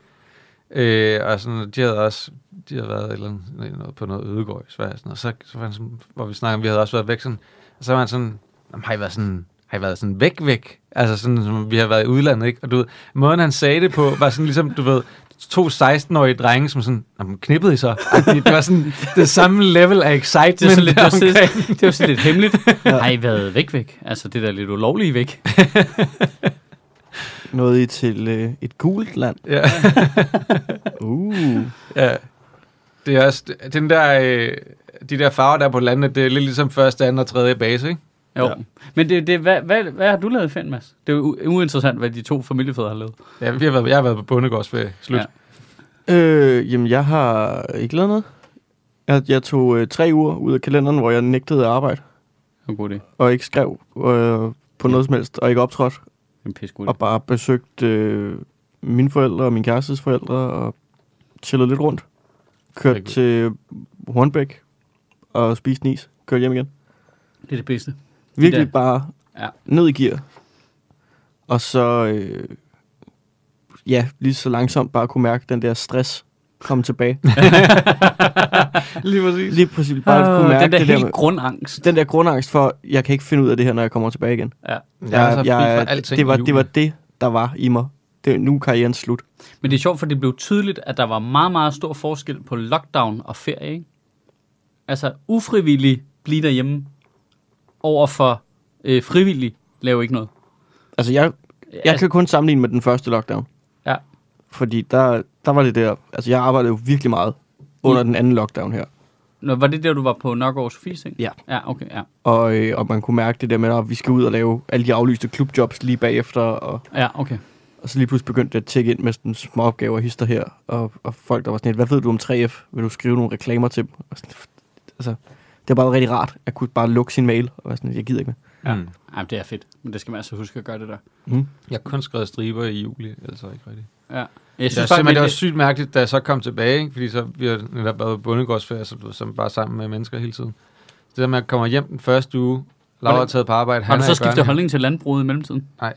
[SPEAKER 2] øh, og sådan, de havde også de havde været et eller andet, noget, på noget ødegård i Sverige, sådan, og så, så var han sådan, hvor vi snakkede, om, vi havde også været væk, sådan, og så var han sådan, "Jamen, har I været sådan, har I været sådan væk, væk? Altså sådan, som vi har været i udlandet, ikke? Og du ved, måden han sagde det på, var sådan ligesom, du ved, to 16-årige drenge, som sådan, jamen knippede I så? Altså, Det, det var sådan det samme level af excitement.
[SPEAKER 1] Det er sådan lidt, det var sådan,
[SPEAKER 2] deromkring.
[SPEAKER 1] det var sådan lidt hemmeligt. Har I været væk væk? Altså, det der lidt ulovlige væk.
[SPEAKER 3] Noget i til øh, et gult land.
[SPEAKER 2] Ja.
[SPEAKER 3] Uh.
[SPEAKER 2] Ja. Det er også, den der, øh, de der farver, der er på landet, det er lidt ligesom første, anden og tredje base, ikke?
[SPEAKER 1] Jo. Ja.
[SPEAKER 3] Ja.
[SPEAKER 1] Men det, det, hvad, hvad, hvad har du lavet, Finn, Mads? Det er jo u- uinteressant, hvad de to familiefædre har lavet.
[SPEAKER 2] Ja, vi har været, jeg har været på bondegårdsferie. Slut.
[SPEAKER 1] Ja.
[SPEAKER 2] Ja.
[SPEAKER 3] Øh, jamen, jeg har ikke lavet noget. Jeg, jeg tog øh, tre uger ud af kalenderen, hvor jeg nægtede at arbejde,
[SPEAKER 1] Det var en god idé. Det
[SPEAKER 3] og ikke skrev øh, på noget som helst, og ikke optrådte,
[SPEAKER 1] er En pisse god idé.
[SPEAKER 3] og bare besøgte øh, mine forældre og min kærestes forældre, og chillede lidt rundt. Kørte
[SPEAKER 2] Rigtig
[SPEAKER 3] til Hornbæk og spiste nis. Kørte hjem igen.
[SPEAKER 1] Det er det bedste.
[SPEAKER 3] Virkelig
[SPEAKER 1] der-
[SPEAKER 3] bare
[SPEAKER 1] Ja.
[SPEAKER 3] ja. ned i gear. Og så, øh, ja, lige så langsomt bare kunne mærke den der stress komme tilbage.
[SPEAKER 2] Lige præcis.
[SPEAKER 3] Lige præcis, bare oh, kunne mærke
[SPEAKER 1] Ah, den der
[SPEAKER 3] det
[SPEAKER 1] helt
[SPEAKER 3] der, med-
[SPEAKER 1] grundangst.
[SPEAKER 3] den der grundangst for, jeg kan ikke finde ud af det her, når jeg kommer tilbage igen.
[SPEAKER 1] Ja.
[SPEAKER 2] Jeg, jeg er så fri for alting
[SPEAKER 3] det, var,
[SPEAKER 2] i
[SPEAKER 3] det var det, der var i mig. Det, nu er karrieren slut.
[SPEAKER 1] Men det er sjovt, for det blev tydeligt, at der var meget, meget stor forskel på lockdown og ferie. Ikke? Altså ufrivillig blive derhjemme over for øh, frivillig lave ikke noget.
[SPEAKER 3] Altså, jeg, jeg kan kun sammenligne med den første lockdown.
[SPEAKER 1] Ja.
[SPEAKER 3] Fordi der, der var det der... Altså, jeg arbejdede jo virkelig meget under den anden lockdown her.
[SPEAKER 1] Nå, var det der, du var på Nørgaard Sofies ting?
[SPEAKER 3] Ja.
[SPEAKER 1] Ja, okay, ja.
[SPEAKER 3] Og, øh, og man kunne mærke det der med, at vi skal ud og lave alle de aflyste klubjobs lige bagefter, og,
[SPEAKER 1] Ja, okay.
[SPEAKER 3] og så lige pludselig begyndte det at tjekke ind med sådan små opgaver og hister her, og, og folk, der var sådan lidt, hvad ved du om 3F? Vil du skrive nogle reklamer til dem? Og sådan, altså, det var bare rigtig rart. Jeg kunne bare lukke sin mail, og være sådan, jeg gider ikke
[SPEAKER 1] Ja.
[SPEAKER 2] Ja. Mm.
[SPEAKER 1] Jamen, det er fedt. Men det skal man altså huske at gøre det der.
[SPEAKER 3] mere. Mm.
[SPEAKER 2] Jeg har kun skrevet striber i juli, altså ikke rigtigt.
[SPEAKER 1] Ja.
[SPEAKER 2] Jeg
[SPEAKER 1] Jeg
[SPEAKER 2] synes
[SPEAKER 1] synes
[SPEAKER 2] det, var,
[SPEAKER 1] faktisk,
[SPEAKER 2] men det var
[SPEAKER 1] det,
[SPEAKER 2] sygt mærkeligt, da jeg så kom tilbage, ikke? fordi så vi har netop været på bundegårdsferie, så du som bare sammen med mennesker hele tiden. Det der med at komme hjem den første uge, Laura er
[SPEAKER 1] Hvordan-
[SPEAKER 2] taget på arbejde,
[SPEAKER 1] har
[SPEAKER 2] han
[SPEAKER 1] du
[SPEAKER 2] er
[SPEAKER 1] så
[SPEAKER 2] i
[SPEAKER 1] skiftet
[SPEAKER 2] børnehave.
[SPEAKER 1] holdning til landbruget i mellemtiden?
[SPEAKER 2] Nej,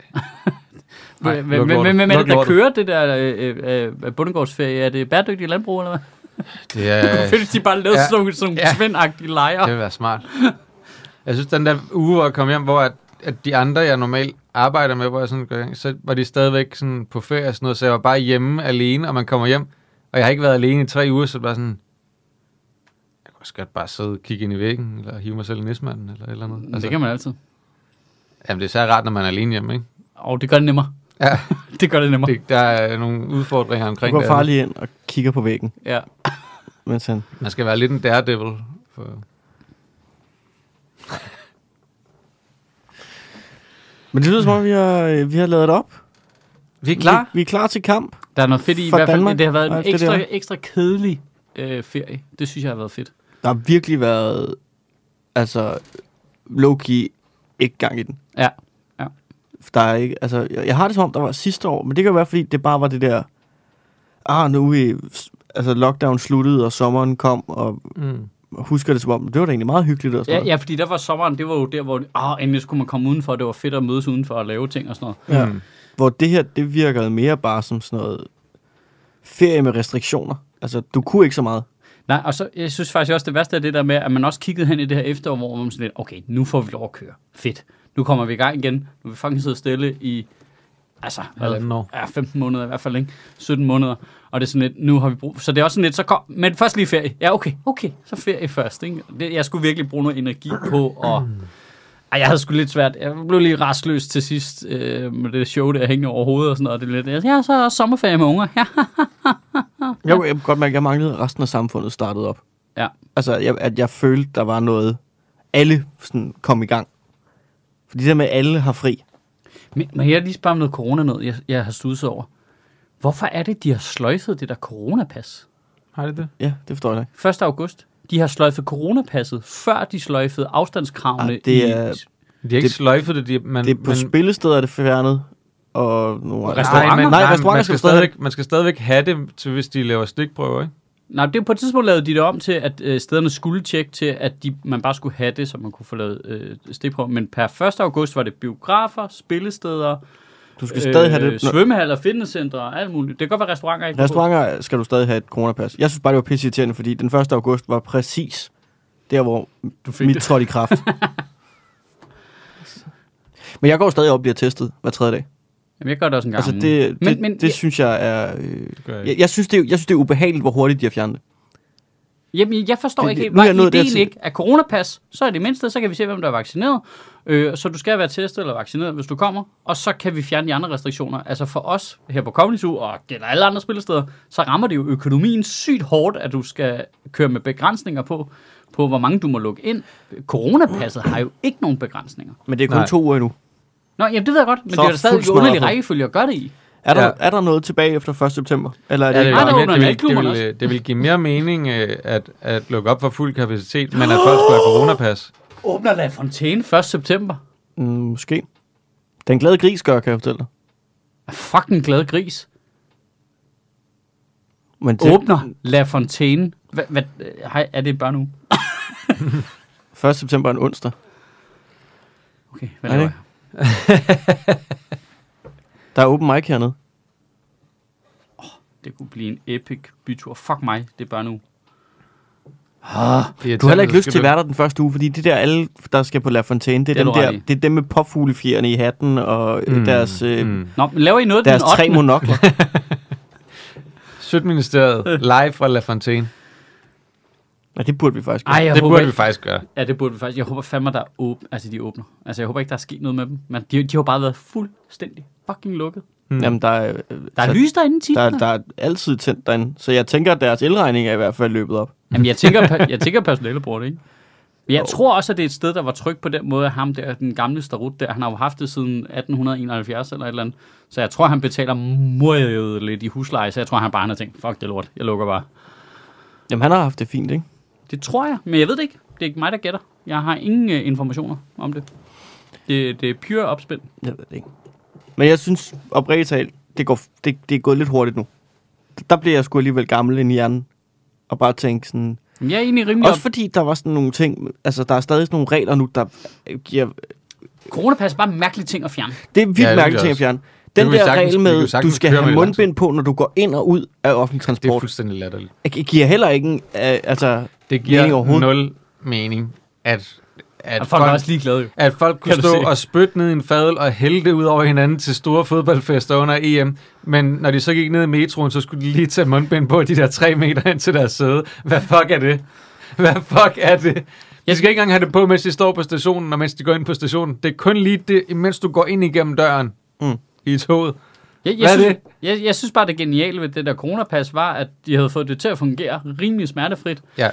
[SPEAKER 2] Nej,
[SPEAKER 1] Hvem
[SPEAKER 2] luk
[SPEAKER 1] hvem-
[SPEAKER 2] lortet.
[SPEAKER 1] hvem- hvem er
[SPEAKER 2] Luk
[SPEAKER 1] det, der
[SPEAKER 2] lortet.
[SPEAKER 1] kører det der øh, øh, øh, bundegårdsferie? Er det bæredygtigt landbrug, eller hvad? Det
[SPEAKER 2] det
[SPEAKER 1] kunne
[SPEAKER 2] er,
[SPEAKER 1] fedt, hvis de bare lavede
[SPEAKER 2] Øh, Ja.
[SPEAKER 1] ja. sådan nogle- sådan nogle
[SPEAKER 2] Ja.
[SPEAKER 1] svindagtige lejre.
[SPEAKER 2] Det vil være smart. Jeg synes, den der uge, hvor jeg kom hjem, hvor at, at de andre, jeg normalt arbejder med, hvor jeg sådan går i gang, så var de stadigvæk sådan på ferie og sådan noget, så jeg var bare hjemme alene, og man kommer hjem, og jeg har ikke været alene i tre uger, så det var sådan, jeg kunne også godt bare sidde og kigge ind i væggen, eller hive mig selv i nismanden, eller et eller andet.
[SPEAKER 1] Altså, det kan man altid.
[SPEAKER 2] Jamen, det er særlig rart, når man er alene hjemme, ikke?
[SPEAKER 1] Og det gør det nemmere.
[SPEAKER 2] Ja,
[SPEAKER 1] Det gør det nemmere.
[SPEAKER 2] det, der er nogle udfordringer
[SPEAKER 3] Du
[SPEAKER 2] omkring
[SPEAKER 3] går
[SPEAKER 2] det.
[SPEAKER 3] farlig ind og kigger på væggen,
[SPEAKER 1] Ja.
[SPEAKER 3] mens han...
[SPEAKER 2] Man skal være lidt en daredevil. For...
[SPEAKER 3] Men det lyder som om, vi har, øh, vi har lavet det op.
[SPEAKER 2] Vi er klar.
[SPEAKER 3] Vi, vi er klar til kamp.
[SPEAKER 1] Der er noget fedt i, i
[SPEAKER 3] For
[SPEAKER 1] hvert fald,
[SPEAKER 3] Danmark
[SPEAKER 1] at det har været
[SPEAKER 3] og
[SPEAKER 1] en
[SPEAKER 3] alt det
[SPEAKER 1] ekstra,
[SPEAKER 3] der.
[SPEAKER 1] ekstra kedelig øh, ferie. Det synes jeg har været fedt.
[SPEAKER 3] Der har virkelig været, altså, low-key ikke gang i den.
[SPEAKER 1] Ja.
[SPEAKER 3] Der er ikke, altså, jeg, jeg har det som om, der var sidste år, men det kan være, fordi det bare var det der, ah, nu er vi, altså, lockdown sluttede, og sommeren kom, og
[SPEAKER 2] Mm.
[SPEAKER 3] husker det som om, det var da egentlig meget hyggeligt og sådan
[SPEAKER 1] Ja,
[SPEAKER 3] noget.
[SPEAKER 1] ja, fordi der var sommeren, det var jo der, hvor åh, endelig skulle man komme udenfor, det var fedt at mødes udenfor og lave ting og sådan noget.
[SPEAKER 3] Ja.
[SPEAKER 2] Mm.
[SPEAKER 3] Hvor det her, det virkede mere bare som sådan noget ferie med restriktioner. Altså, du kunne ikke så meget.
[SPEAKER 1] Nej, og så, jeg synes faktisk også, det værste er det der med, at man også kiggede hen i det her efterår, hvor man sådan lidt, okay, nu får vi lov at køre. Fedt. Nu kommer vi i gang igen. Nu vil vi fucking sidde stille i, altså,
[SPEAKER 2] Halvanden år.
[SPEAKER 1] Ja, 15 måneder i hvert fald, ikke? 17 måneder. Og det er sådan lidt, nu har vi brug Så det er også sådan lidt, så kom, men først lige ferie. Ja, okay, okay, så ferie først, ikke? Det, jeg skulle virkelig bruge noget energi på, og... Ej, jeg havde sgu lidt svært. Jeg blev lige restløs til sidst øh, med det show, der hængende over hovedet og sådan noget. Og det er lidt, ja, så er der også sommerferie med unger. Ja.
[SPEAKER 3] Jeg, jeg kunne godt mærke, at jeg manglede, at resten af samfundet startede op.
[SPEAKER 1] ja.
[SPEAKER 3] Altså, jeg, at jeg følte, der var noget, alle sådan kom i gang. Fordi det der med, at alle har fri.
[SPEAKER 1] Men, men jeg lige spørge om noget corona noget, jeg, jeg har studset over. Hvorfor er det, de har sløjfet det der coronapas?
[SPEAKER 2] Har det det?
[SPEAKER 3] Ja, det forstår jeg da ikke.
[SPEAKER 1] 1. august. De har sløjfet coronapasset, før de sløjfede afstandskravene.
[SPEAKER 3] Ah, det
[SPEAKER 1] i,
[SPEAKER 3] er-
[SPEAKER 2] De har ikke
[SPEAKER 3] Det-
[SPEAKER 2] det, sløjfet det, de, man,
[SPEAKER 3] Det er på
[SPEAKER 2] man,
[SPEAKER 3] spillesteder, er det fjernet. Og nogle
[SPEAKER 1] Og restauranter?
[SPEAKER 3] Nej, men, nej, restauranter
[SPEAKER 2] man skal,
[SPEAKER 3] skal stadig...
[SPEAKER 2] stadigvæk, man skal stadigvæk have det, til, hvis de laver stikprøver, ikke?
[SPEAKER 1] Nej, det er på et tidspunkt lavede de det om til, at øh, stederne skulle tjekke til, at de, man bare skulle have det, så man kunne få lavet øh, stikprøver. Men per 1. august var det biografer, spillesteder,
[SPEAKER 3] Du skal stadig
[SPEAKER 1] øh,
[SPEAKER 3] have det. Nå,
[SPEAKER 1] svømmehaller, fitnesscentre og alt muligt. Det kan godt være restauranter ikke.
[SPEAKER 3] Restauranter skal du stadig have et coronapas. Jeg synes bare, det var pisseirriterende, fordi den 1. august var præcis der, hvor
[SPEAKER 1] Du fik
[SPEAKER 3] mit
[SPEAKER 1] det.
[SPEAKER 3] trådte i kraft. Men jeg går stadig op og bliver testet hver tredje dag.
[SPEAKER 1] Jamen, jeg gør det også en gang.
[SPEAKER 3] Altså,
[SPEAKER 1] om
[SPEAKER 3] det,
[SPEAKER 1] ugen.
[SPEAKER 3] det, men, men, det, synes jeg er... Øh,
[SPEAKER 2] Det gør jeg
[SPEAKER 3] jeg,
[SPEAKER 2] ikke.
[SPEAKER 3] jeg, synes, det, er- jeg synes, det er ubehageligt, hvor hurtigt de har fjernet det.
[SPEAKER 1] Jamen, jeg forstår
[SPEAKER 3] Det-
[SPEAKER 1] det, ikke
[SPEAKER 3] det-
[SPEAKER 1] helt,
[SPEAKER 3] nu er
[SPEAKER 1] var
[SPEAKER 3] jeg nået dertil.
[SPEAKER 1] ideen ikke, at coronapas, så er det mindste, så kan vi se, hvem der er vaccineret, øh, så du skal være testet eller vaccineret, hvis du kommer, og så kan vi fjerne de andre restriktioner. Altså for os her på Comedy Zoo, og gælder alle andre spillesteder, så rammer det jo økonomien sygt hårdt, at du skal køre med begrænsninger på, på hvor mange du må lukke ind. Coronapasset har jo ikke nogen begrænsninger.
[SPEAKER 3] Men det er kun
[SPEAKER 2] Nej.
[SPEAKER 3] to uger endnu.
[SPEAKER 1] Nå, jamen det ved jeg godt, men
[SPEAKER 3] Så
[SPEAKER 1] så det er da stadig
[SPEAKER 3] fuld
[SPEAKER 1] en underlig
[SPEAKER 3] smadret på.
[SPEAKER 1] rækkefølge at gøre det i.
[SPEAKER 3] Er der,
[SPEAKER 2] Ja.
[SPEAKER 3] er der noget tilbage efter 1. september? Eller er det,
[SPEAKER 2] Ja, det,
[SPEAKER 1] Nej,
[SPEAKER 2] vil-
[SPEAKER 1] der
[SPEAKER 2] det,
[SPEAKER 1] åbner
[SPEAKER 2] vil- det,
[SPEAKER 1] natklubberne
[SPEAKER 2] vil, det, det vil give mere mening øh, at, at lukke op for fuld kapacitet, men at folk skulle have coronapas.
[SPEAKER 1] Åbner La Fontaine 1. september.
[SPEAKER 3] Mm, måske. Den glade gris gør, kan jeg fortælle dig.
[SPEAKER 1] Er fucking glad gris.
[SPEAKER 3] Men til
[SPEAKER 1] åbner La Fontaine. Hvad, hvad, øh, hej, er det bare nu?
[SPEAKER 3] 1. september er en onsdag.
[SPEAKER 1] Okay, hvad
[SPEAKER 3] Er
[SPEAKER 1] laver
[SPEAKER 3] det?
[SPEAKER 1] jeg?
[SPEAKER 3] Der er open mic hernede.
[SPEAKER 1] Det kunne blive en epic bytur. Fuck mig, det er bare nu. Ah,
[SPEAKER 2] irriterende,
[SPEAKER 3] Du har heller ikke
[SPEAKER 2] så
[SPEAKER 3] lyst
[SPEAKER 2] skal
[SPEAKER 3] til at
[SPEAKER 2] du-
[SPEAKER 3] være der den første uge, fordi det der alle, der skal på La Fontaine,
[SPEAKER 1] Det
[SPEAKER 3] det
[SPEAKER 1] er
[SPEAKER 3] er,
[SPEAKER 1] du
[SPEAKER 3] dem,
[SPEAKER 1] ret
[SPEAKER 3] der,
[SPEAKER 1] i.
[SPEAKER 3] det er dem med popfuglefjerne i hatten og mm. deres, øh, mm.
[SPEAKER 2] Mm.
[SPEAKER 1] Nå, men laver I noget
[SPEAKER 3] deres
[SPEAKER 1] den 8.
[SPEAKER 3] tre monokler.
[SPEAKER 2] Sødministeriet, live fra La Fontaine.
[SPEAKER 3] Nej, det burde vi faktisk gøre.
[SPEAKER 1] Ej, jeg
[SPEAKER 2] det
[SPEAKER 1] håber
[SPEAKER 2] burde
[SPEAKER 1] ikke.
[SPEAKER 2] vi faktisk gøre.
[SPEAKER 1] Ja, det burde vi faktisk. Jeg håber fandme, der er åb- altså, de åbner. Altså, jeg håber ikke, der er sket noget med dem. Men de, de har bare været fuldstændig fucking lukket.
[SPEAKER 2] Mm.
[SPEAKER 3] Jamen, der er,
[SPEAKER 1] Der er lys derinde tit.
[SPEAKER 3] Der, der er altid tændt derinde, så jeg tænker, at deres elregning er i hvert fald løbet op.
[SPEAKER 1] Jamen, jeg tænker, per- jeg tænker personale bruger det, ikke? Men jeg tror også, at det er et sted, der var trygt på den måde, at ham der, den gamle starut der, han har jo haft det siden 1871 eller et eller andet. Så jeg tror, han betaler meget lidt i husleje, så jeg tror, han bare han har tænkt, fuck det lort, jeg lukker bare.
[SPEAKER 3] Jamen, han har haft det fint, ikke?
[SPEAKER 1] Det tror jeg, men jeg ved det ikke. Det er ikke mig, der gætter. Jeg har ingen øh, informationer om det. Det, det er pure opspind.
[SPEAKER 3] Jeg ved det ikke. Men jeg synes oprigtigt talt, det, går, det, det er gået lidt hurtigt nu. Der bliver jeg sgu alligevel gammel ind i hjernen. Og bare tænke sådan...
[SPEAKER 1] Men jeg er egentlig rimelig...
[SPEAKER 3] Også fordi der var sådan nogle ting... Altså, der er stadig sådan nogle regler nu, der øh, giver...
[SPEAKER 1] op- Coronapas er bare en mærkelig ting at fjerne.
[SPEAKER 3] Det er vildt
[SPEAKER 2] Ja, det
[SPEAKER 3] ja,
[SPEAKER 2] er
[SPEAKER 3] mærkeligt
[SPEAKER 2] det
[SPEAKER 3] ting at
[SPEAKER 2] også.
[SPEAKER 3] fjerne.
[SPEAKER 2] Det
[SPEAKER 3] Den
[SPEAKER 2] kunne vi
[SPEAKER 3] der
[SPEAKER 2] sagtens-
[SPEAKER 3] regel
[SPEAKER 2] vi kunne
[SPEAKER 3] med,
[SPEAKER 2] sagtens
[SPEAKER 3] du skal
[SPEAKER 2] køre med
[SPEAKER 3] have
[SPEAKER 2] det lang
[SPEAKER 3] mundbind på, når du går ind og ud af offentlig
[SPEAKER 2] Det er
[SPEAKER 3] transport,
[SPEAKER 2] fuldstændig latterligt.
[SPEAKER 3] gi- giver heller ikke... en, Øh, altså,
[SPEAKER 2] Det
[SPEAKER 3] Mening
[SPEAKER 2] giver
[SPEAKER 3] overhovedet.
[SPEAKER 2] nul mening, at, at,
[SPEAKER 1] Og folk er også ligeglade jo.
[SPEAKER 2] at folk kunne
[SPEAKER 1] Kan du
[SPEAKER 2] stå
[SPEAKER 1] se?
[SPEAKER 2] og spytte ned i en fadel og hælde det ud over hinanden til store fodboldfester under EM. Men når de så gik ned i metroen, så skulle de lige tage mundbind på de der tre meter ind til deres sæde. Hvad fuck er det? Hvad fuck er det? Jeg skal ikke engang have det på, mens de står på stationen, og mens de går ind på stationen. Det er kun lige det, mens du går ind igennem døren
[SPEAKER 3] Mm.
[SPEAKER 2] i toget.
[SPEAKER 1] Jeg, jeg,
[SPEAKER 2] Hvad er
[SPEAKER 1] synes,
[SPEAKER 2] det?
[SPEAKER 1] Jeg, jeg synes bare, det geniale ved det der coronapas var, at de havde fået det til at fungere rimelig smertefrit.
[SPEAKER 2] Ja.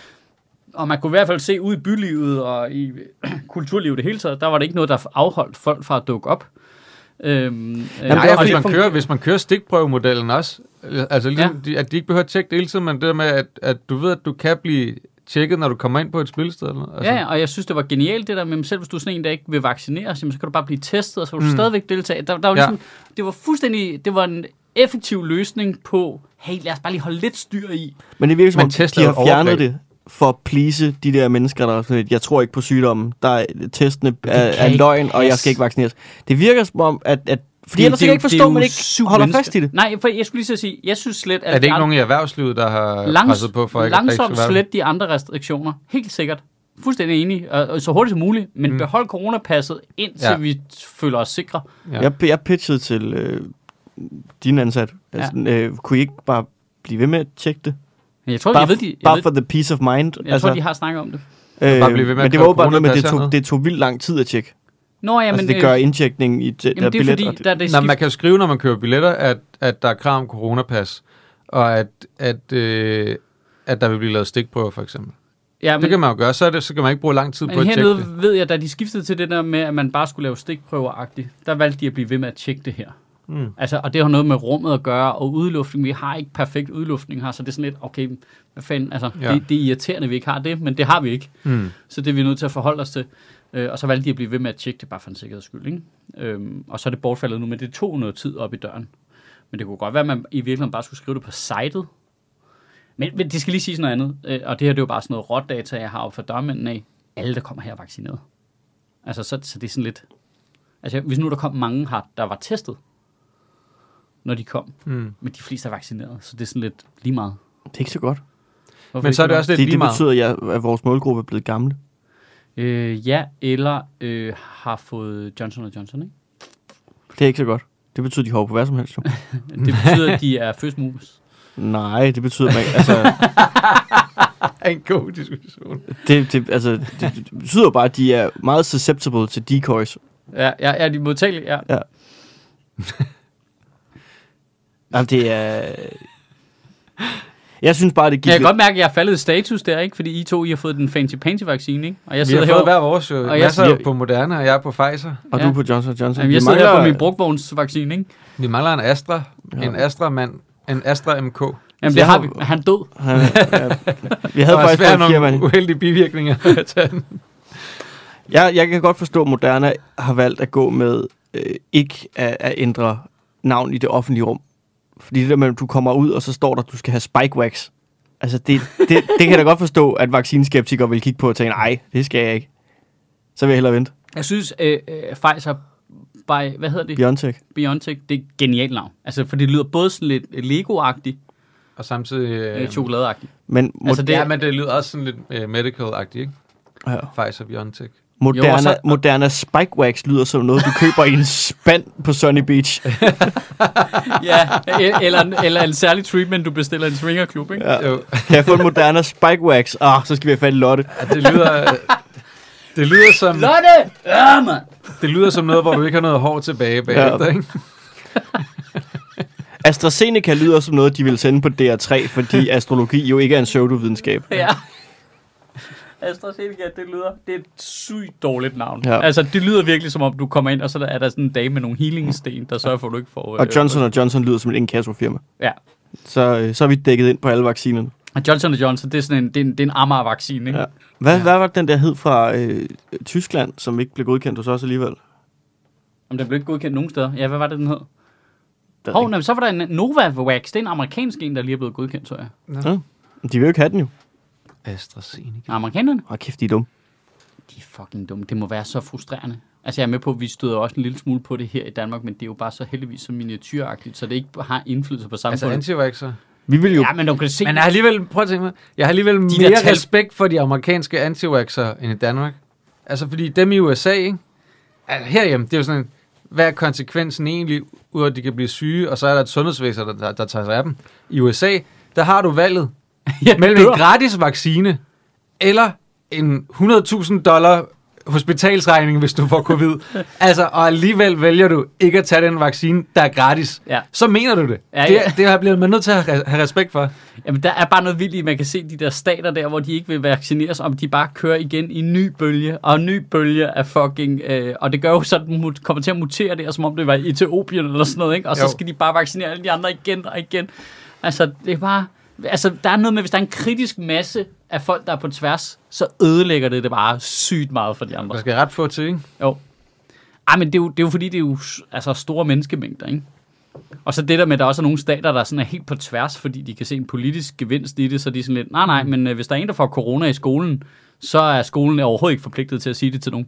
[SPEAKER 1] Og man kunne i hvert fald se ud i bylivet og i kulturlivet det hele taget, der var det ikke noget, der afholdt folk fra at dukke op. Øhm, øh,
[SPEAKER 3] det er
[SPEAKER 2] Nej,
[SPEAKER 3] også
[SPEAKER 2] og hvis
[SPEAKER 3] fordi-
[SPEAKER 2] man, kører, hvis man kører stikprøvemodellen også, øh, altså ligesom, ja. de, at de ikke behøver at tjekke det hele tiden, men det der med, at, at du ved, at du kan blive tjekket, når du kommer ind på et spilsted. Eller, noget. altså,
[SPEAKER 1] Ja, ja, og jeg synes, det var genialt det der med, selv hvis du er sådan en, der ikke vil vaccineres, jamen, så kan du bare blive testet, og så kan du mm. stadigvæk deltage. Der, der var
[SPEAKER 2] Ja.
[SPEAKER 1] ligesom, ja. Det var fuldstændig, det var en effektiv løsning på, hey, lad os bare lige holde lidt styr i.
[SPEAKER 3] Men det virker som
[SPEAKER 2] Men
[SPEAKER 3] om,
[SPEAKER 2] Tesla
[SPEAKER 3] de
[SPEAKER 2] er jo
[SPEAKER 3] har
[SPEAKER 2] et
[SPEAKER 3] fjernet
[SPEAKER 2] overgreb.
[SPEAKER 3] det for at please de der mennesker, der er sådan lidt, jeg tror ikke på sygdommen, der er, testene er,
[SPEAKER 1] kan
[SPEAKER 3] er
[SPEAKER 1] ikke
[SPEAKER 3] løgn, og jeg
[SPEAKER 1] passe.
[SPEAKER 3] skal ikke vaccineres. Det virker som om, at, at fordi
[SPEAKER 1] Det-
[SPEAKER 3] ellers
[SPEAKER 1] det
[SPEAKER 3] kan
[SPEAKER 1] er jo-
[SPEAKER 3] jeg
[SPEAKER 1] det
[SPEAKER 3] ikke forstå,
[SPEAKER 1] er
[SPEAKER 3] at
[SPEAKER 1] jo
[SPEAKER 3] man ikke
[SPEAKER 1] syv
[SPEAKER 3] holder
[SPEAKER 1] mennesker.
[SPEAKER 3] fast i det.
[SPEAKER 1] Nej, for jeg skulle lige så sige, jeg synes slet, at
[SPEAKER 2] Er det ikke
[SPEAKER 1] andre-
[SPEAKER 2] nogen i erhvervslivet, der har Langs,
[SPEAKER 1] Langs,
[SPEAKER 2] presset på for, ikke, at der ikke
[SPEAKER 1] langsomt
[SPEAKER 2] skal være det?
[SPEAKER 1] slet de andre restriktioner. Helt sikkert. Fuldstændig enig. Og, og så hurtigt som muligt. Men mm. behold coronapasset, indtil ja.
[SPEAKER 2] Ja.
[SPEAKER 1] vi føler os sikre.
[SPEAKER 2] Ja.
[SPEAKER 3] Jeg, jeg pitchede til øh, din ansat,
[SPEAKER 1] Ja.
[SPEAKER 3] altså, øh, kunne I ikke bare blive ved med at tjekke det?
[SPEAKER 1] Men jeg tror,
[SPEAKER 3] Bare,
[SPEAKER 1] jeg ved, de, jeg,
[SPEAKER 3] bare
[SPEAKER 1] ved,
[SPEAKER 3] for the peace of mind. altså.
[SPEAKER 1] jeg tror, de har snakket om det.
[SPEAKER 3] øh,
[SPEAKER 2] Bare blive ved med at
[SPEAKER 3] men det
[SPEAKER 2] kræve
[SPEAKER 3] var jo bare noget med, det
[SPEAKER 2] coronapas
[SPEAKER 3] tog,
[SPEAKER 2] hernede.
[SPEAKER 3] det tog vildt lang tid at tjekke.
[SPEAKER 1] Nå, ja, men...
[SPEAKER 3] Jamen, altså, det
[SPEAKER 1] øh,
[SPEAKER 3] gør indtjekningen i det, der
[SPEAKER 1] jamen, det er
[SPEAKER 3] billet.
[SPEAKER 1] fordi,
[SPEAKER 3] og det,
[SPEAKER 1] der, der er
[SPEAKER 2] Nå, man
[SPEAKER 1] skift-
[SPEAKER 2] kan jo skrive, når man køber billetter, at, at der er krav om coronapas, og at, at, øh, at der vil blive lavet stikprøver, for eksempel.
[SPEAKER 1] ja,
[SPEAKER 2] Jamen, det kan man jo gøre, så, er det, så kan man ikke bruge lang tid på at
[SPEAKER 1] men
[SPEAKER 2] tjekke det.
[SPEAKER 1] hernede ved jeg, da de skiftede til det der med, at man bare skulle lave stikprøveragtigt, der valgte de at blive ved med at tjekke det her. Mm. Altså, og det har noget med rummet at gøre, og udluftning. Vi har ikke perfekt udluftning her, så det er sådan lidt, okay, hvad fanden, altså, ja.
[SPEAKER 2] Ja.
[SPEAKER 1] det, det er irriterende, at vi ikke har det, men det har vi ikke.
[SPEAKER 2] Mm.
[SPEAKER 1] Så det er vi nødt til at forholde os til. Øh, og så valgte de at blive ved med at tjekke det, bare for en sikkerheds skyld. Ikke? Øhm, og så er det bortfaldet nu, men det tog noget tid op i døren. Men det kunne godt være, at man i virkeligheden bare skulle skrive det på sitet. Men, men det skal lige sige noget andet. Øh, og det her det er jo bare sådan noget råt data, jeg har op for dørmændene af. Alle, der kommer her, er vaccineret. Altså, så, så det er sådan lidt... Altså, hvis nu der kom mange her, der var testet, når de kom.
[SPEAKER 2] Mm.
[SPEAKER 1] Men de fleste er vaccineret, så det er sådan lidt lige meget.
[SPEAKER 3] det er ikke så godt.
[SPEAKER 1] Hvorfor
[SPEAKER 2] Men så er det
[SPEAKER 1] lige
[SPEAKER 2] også lidt
[SPEAKER 3] Fordi
[SPEAKER 2] lige
[SPEAKER 3] det
[SPEAKER 2] meget.
[SPEAKER 3] betyder, at, jeg, at vores målgruppe er blevet gamle.
[SPEAKER 1] meget? Øh, ja, eller øh, har fået Johnson Johnson, ikke?
[SPEAKER 3] Det er ikke så godt. Det betyder, at de hopper på hvad som helst, jo.
[SPEAKER 1] Det betyder, at de er first movers.
[SPEAKER 3] Nej, det betyder, at man, altså,
[SPEAKER 2] En god diskussion.
[SPEAKER 3] det, det, altså, det, det betyder bare, at de er meget susceptible til decoys.
[SPEAKER 1] Ja, ja, ja de er modtagelige, ja.
[SPEAKER 3] Jamen, det er... Jeg synes bare, det
[SPEAKER 1] Jeg
[SPEAKER 3] gik
[SPEAKER 1] kan
[SPEAKER 3] lidt...
[SPEAKER 1] godt mærke, at jeg er faldet i status der, ikke? Fordi I to, I har fået den fancy-pansy-vaccine, ikke? Og jeg
[SPEAKER 2] Vi har
[SPEAKER 1] sidder
[SPEAKER 2] fået
[SPEAKER 1] herovre,
[SPEAKER 2] hver vores jo.
[SPEAKER 1] Og jeg-
[SPEAKER 2] Masser er jo på Moderna, og jeg er på Pfizer.
[SPEAKER 3] Og
[SPEAKER 1] Ja.
[SPEAKER 3] du er på Johnson Johnson.
[SPEAKER 1] jamen,
[SPEAKER 3] Vi
[SPEAKER 1] jeg sidder her på
[SPEAKER 3] mangler-
[SPEAKER 1] min brugvognsvaccine, ikke?
[SPEAKER 2] Vi mangler en Astra. Ja. En Astra-mand. En Astra MK.
[SPEAKER 1] Jamen,
[SPEAKER 3] Jeg
[SPEAKER 1] det har
[SPEAKER 3] har-
[SPEAKER 1] vi. Han er død.
[SPEAKER 3] Han- ja. Vi havde
[SPEAKER 2] der var
[SPEAKER 3] faktisk
[SPEAKER 2] svært
[SPEAKER 3] fået
[SPEAKER 2] nogle
[SPEAKER 3] fire mand.
[SPEAKER 2] uheldige bivirkninger ved at tage den.
[SPEAKER 3] Jeg, jeg kan godt forstå, at Moderna har valgt at gå med øh, ikke at, at ændre navn i det offentlige rum. Fordi det der med, at du kommer ud, og så står der, at du skal have spike wax. Altså, det, det, det kan jeg da godt forstå, at vaccineskeptikere vil kigge på og tænke, nej, det skal jeg ikke. Så vil jeg hellere vente.
[SPEAKER 1] Jeg synes, øh, øh, Pfizer by, hvad hedder det?
[SPEAKER 3] Biontech.
[SPEAKER 1] Biontech, det er et genialt navn. Altså, for det lyder både sådan lidt Lego-agtigt,
[SPEAKER 2] og samtidig... Øh,
[SPEAKER 1] Øh, chokoladeagtigt.
[SPEAKER 3] Men mo-
[SPEAKER 1] Altså,
[SPEAKER 3] altså,
[SPEAKER 1] det-
[SPEAKER 2] det, ja, men det lyder også sådan lidt øh, medical-agtigt, ikke?
[SPEAKER 3] ja.
[SPEAKER 2] Pfizer-BioNTech.
[SPEAKER 1] Altså,
[SPEAKER 3] Moderna,
[SPEAKER 1] Jo, og
[SPEAKER 3] jo,
[SPEAKER 1] så-
[SPEAKER 3] så, Moderna Spike Wax lyder som noget, du køber i en spand på Sunny Beach.
[SPEAKER 1] ja, e- eller, en- eller en særlig treatment, du bestiller i en swingerklub, ikke?
[SPEAKER 3] Ja.
[SPEAKER 2] Jo,
[SPEAKER 3] Kan jeg få en Moderna Spike Wax? Ah, så skal vi have fat i Lotte.
[SPEAKER 2] at det lyder... Det lyder, som,
[SPEAKER 1] Lotte! Ja, mand!
[SPEAKER 2] det lyder som noget, hvor du ikke har noget hår tilbage bagefter, ikke?
[SPEAKER 3] AstraZeneca lyder som noget, de vil sende på DR3, fordi astrologi jo ikke er en pseudovidenskab.
[SPEAKER 1] Ja. AstraZeneca, det lyder, det er et sygt dårligt navn. Ja.
[SPEAKER 3] Ja.
[SPEAKER 1] Altså, det lyder virkelig som om, du kommer ind, og så er der sådan en dame med nogle healingsten, der sørger for, at du ikke får... øh,
[SPEAKER 3] Og Johnson Johnson lyder som et inkassofirma.
[SPEAKER 1] Ja.
[SPEAKER 3] Så, øh, så er vi dækket ind på alle vaccinerne.
[SPEAKER 1] Og Johnson Johnson, det er sådan en, det er en, det er en Amager-vaccine, ikke? Ja.
[SPEAKER 3] Ja. Hvad, ja. hvad var det, den der hed fra øh, Tyskland, som ikke blev godkendt hos os alligevel?
[SPEAKER 1] Om den blev ikke godkendt nogen steder. Ja, hvad var det, den hed?
[SPEAKER 3] Der er
[SPEAKER 1] Hov, nej, men så var der en Novavax. Det er en amerikansk en, der lige er blevet godkendt, tror jeg.
[SPEAKER 3] ikke- De vil jo ikke have den jo.
[SPEAKER 2] AstraZeneca.
[SPEAKER 1] Amerikanerne?
[SPEAKER 3] Åh, kæft, de er dumme.
[SPEAKER 1] De er fucking dumme. Det må være så frustrerende. Altså, jeg er med på, at vi støder også en lille smule på det her i Danmark, men det er jo bare så heldigvis så miniatyragtigt, så det ikke har indflydelse på
[SPEAKER 2] Altså
[SPEAKER 1] samfundet.
[SPEAKER 2] antivaxer.
[SPEAKER 3] Vi vil jo...
[SPEAKER 1] ja, men du kan se...
[SPEAKER 2] Men jeg har alligevel, prøv at tænke mig, jeg har alligevel
[SPEAKER 1] der
[SPEAKER 2] mere
[SPEAKER 1] tal-
[SPEAKER 2] respekt for de amerikanske antivaxer end i Danmark. Altså, fordi dem i USA, ikke? Altså, herhjemme, det er jo sådan, en- hvad er konsekvensen egentlig, ud af at de kan blive syge, og så er der et sundhedsvæsen, der, der, der tager sig af dem. I USA, der har du valget
[SPEAKER 1] jeg
[SPEAKER 2] mellem en
[SPEAKER 1] dør.
[SPEAKER 2] gratis vaccine, eller en 100.000 dollar hospitalsregning, hvis du får covid. altså, og alligevel vælger du ikke at tage den vaccine, der er gratis.
[SPEAKER 1] Ja.
[SPEAKER 2] Så mener du det.
[SPEAKER 1] Ja, ja.
[SPEAKER 2] Det, det har- bliver man nødt til at have have respekt for.
[SPEAKER 1] Jamen, der er bare noget vildt i, man kan se de der stater der, hvor de ikke vil vaccineres, om de bare kører igen i en ny bølge, og en ny bølge af fucking... Øh, og det gør jo så, at den mut- kommer til at mutere det, og som om det var i Etiopien eller sådan noget, ikke? Og så
[SPEAKER 2] Jo.
[SPEAKER 1] skal de bare vaccinere alle de andre igen og igen. Altså, det er bare... Altså, der er noget med, hvis der er en kritisk masse af folk, der er på tværs, så ødelægger det det bare sygt meget for de andre.
[SPEAKER 2] Der skal ret få til, ikke?
[SPEAKER 1] Jo. Ej, men det er jo, det er jo fordi, det er jo s- altså, store menneskemængder, ikke? Og så det der med, at der også er nogle stater, der sådan er helt på tværs, fordi de kan se en politisk gevinst i det, så de er sådan lidt, nej, nej, men øh, hvis der er en, der får corona i skolen, så er skolen overhovedet ikke forpligtet til at sige det til nogen.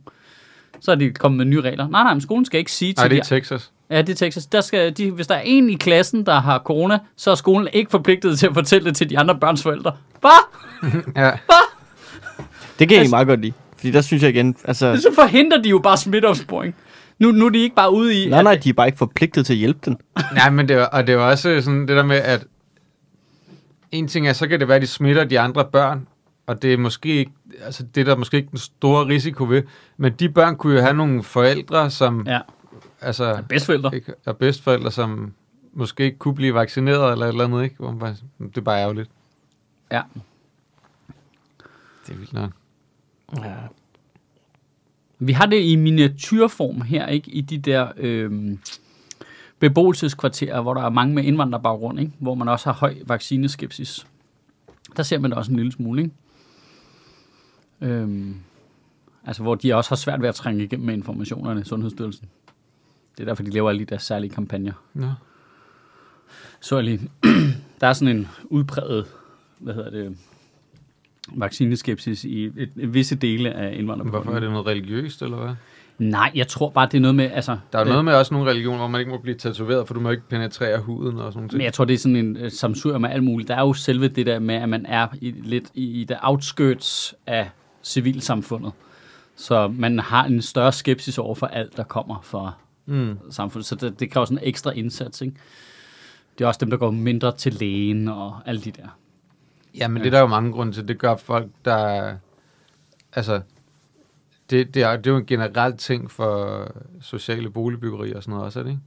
[SPEAKER 1] Så er de kommet med nye regler. Nej, nej, men skolen skal ikke sige til
[SPEAKER 2] Nej, det er
[SPEAKER 1] de...
[SPEAKER 2] Texas.
[SPEAKER 1] Ja, det er Texas. Der skal de, hvis der er en i klassen, der har corona, så er skolen ikke forpligtet til at fortælle det til de andre børns forældre. Hvad?
[SPEAKER 2] Ja.
[SPEAKER 3] Det kan jeg
[SPEAKER 1] Altså-
[SPEAKER 3] altså, meget godt lide. Fordi der synes jeg igen, altså...
[SPEAKER 1] Så forhindrer de jo bare smitteopsporing. Nu, nu er de ikke bare ude i...
[SPEAKER 3] Nej, nej, de er bare ikke forpligtet til at hjælpe den.
[SPEAKER 2] Nej, men det er, og det er jo også sådan det der med, at en ting er, så kan det være, at de smitter de andre børn, og det er måske ikke, altså det er der måske ikke den store risiko ved, men de børn kunne jo have nogle forældre, som, ja.
[SPEAKER 1] Ja,
[SPEAKER 2] altså,
[SPEAKER 1] bedstforældre.
[SPEAKER 2] ikke, og bedstforældre, som måske ikke kunne blive vaccineret eller et eller andet, ikke? Hvor man bare, det er bare ærgerligt.
[SPEAKER 1] Ja.
[SPEAKER 2] Det er vildt nok.
[SPEAKER 3] Ja.
[SPEAKER 1] Vi har det i miniatyrform her, ikke? I de der øhm, beboelseskvarterer, hvor der er mange med indvandrerbaggrund, ikke? Hvor man også har høj vaccineskepsis. Der ser man det også en lille smule, ikke? Øhm, altså, hvor de også har svært ved at trænge igennem med informationerne i Sundhedsstyrelsen. Det er derfor, de laver alle de der særlige kampagner.
[SPEAKER 2] Nå.
[SPEAKER 1] Så jeg lige. Der er sådan en udpræget, hvad hedder det, vaccineskepsis i et, et visse dele af indvandrerbaggrund.
[SPEAKER 2] Hvorfor er det noget religiøst, eller hvad?
[SPEAKER 1] Nej, jeg tror bare, det er noget med, altså...
[SPEAKER 2] Der er jo
[SPEAKER 1] øh,
[SPEAKER 2] noget med også nogle religioner, hvor man ikke må blive tatoveret, for du må ikke penetrere huden og sådan noget.
[SPEAKER 1] Men jeg tror, det er sådan en øh, samsurium med alt muligt. Der er jo selve det der med, at man er i, lidt i, i det outskirts af civilsamfundet. Så man har en større skepsis over for alt, der kommer fra
[SPEAKER 2] Mm.
[SPEAKER 1] samfundet. Så det, det kræver sådan en ekstra indsats, ikke? Det er også dem, der går mindre til lægen og alle de der.
[SPEAKER 2] Altså- Jamen, det er der jo mange grunde til. Det gør folk, der... Altså, det, det, er, det er jo en generel ting for sociale boligbyggerier og sådan noget også, er det ikke?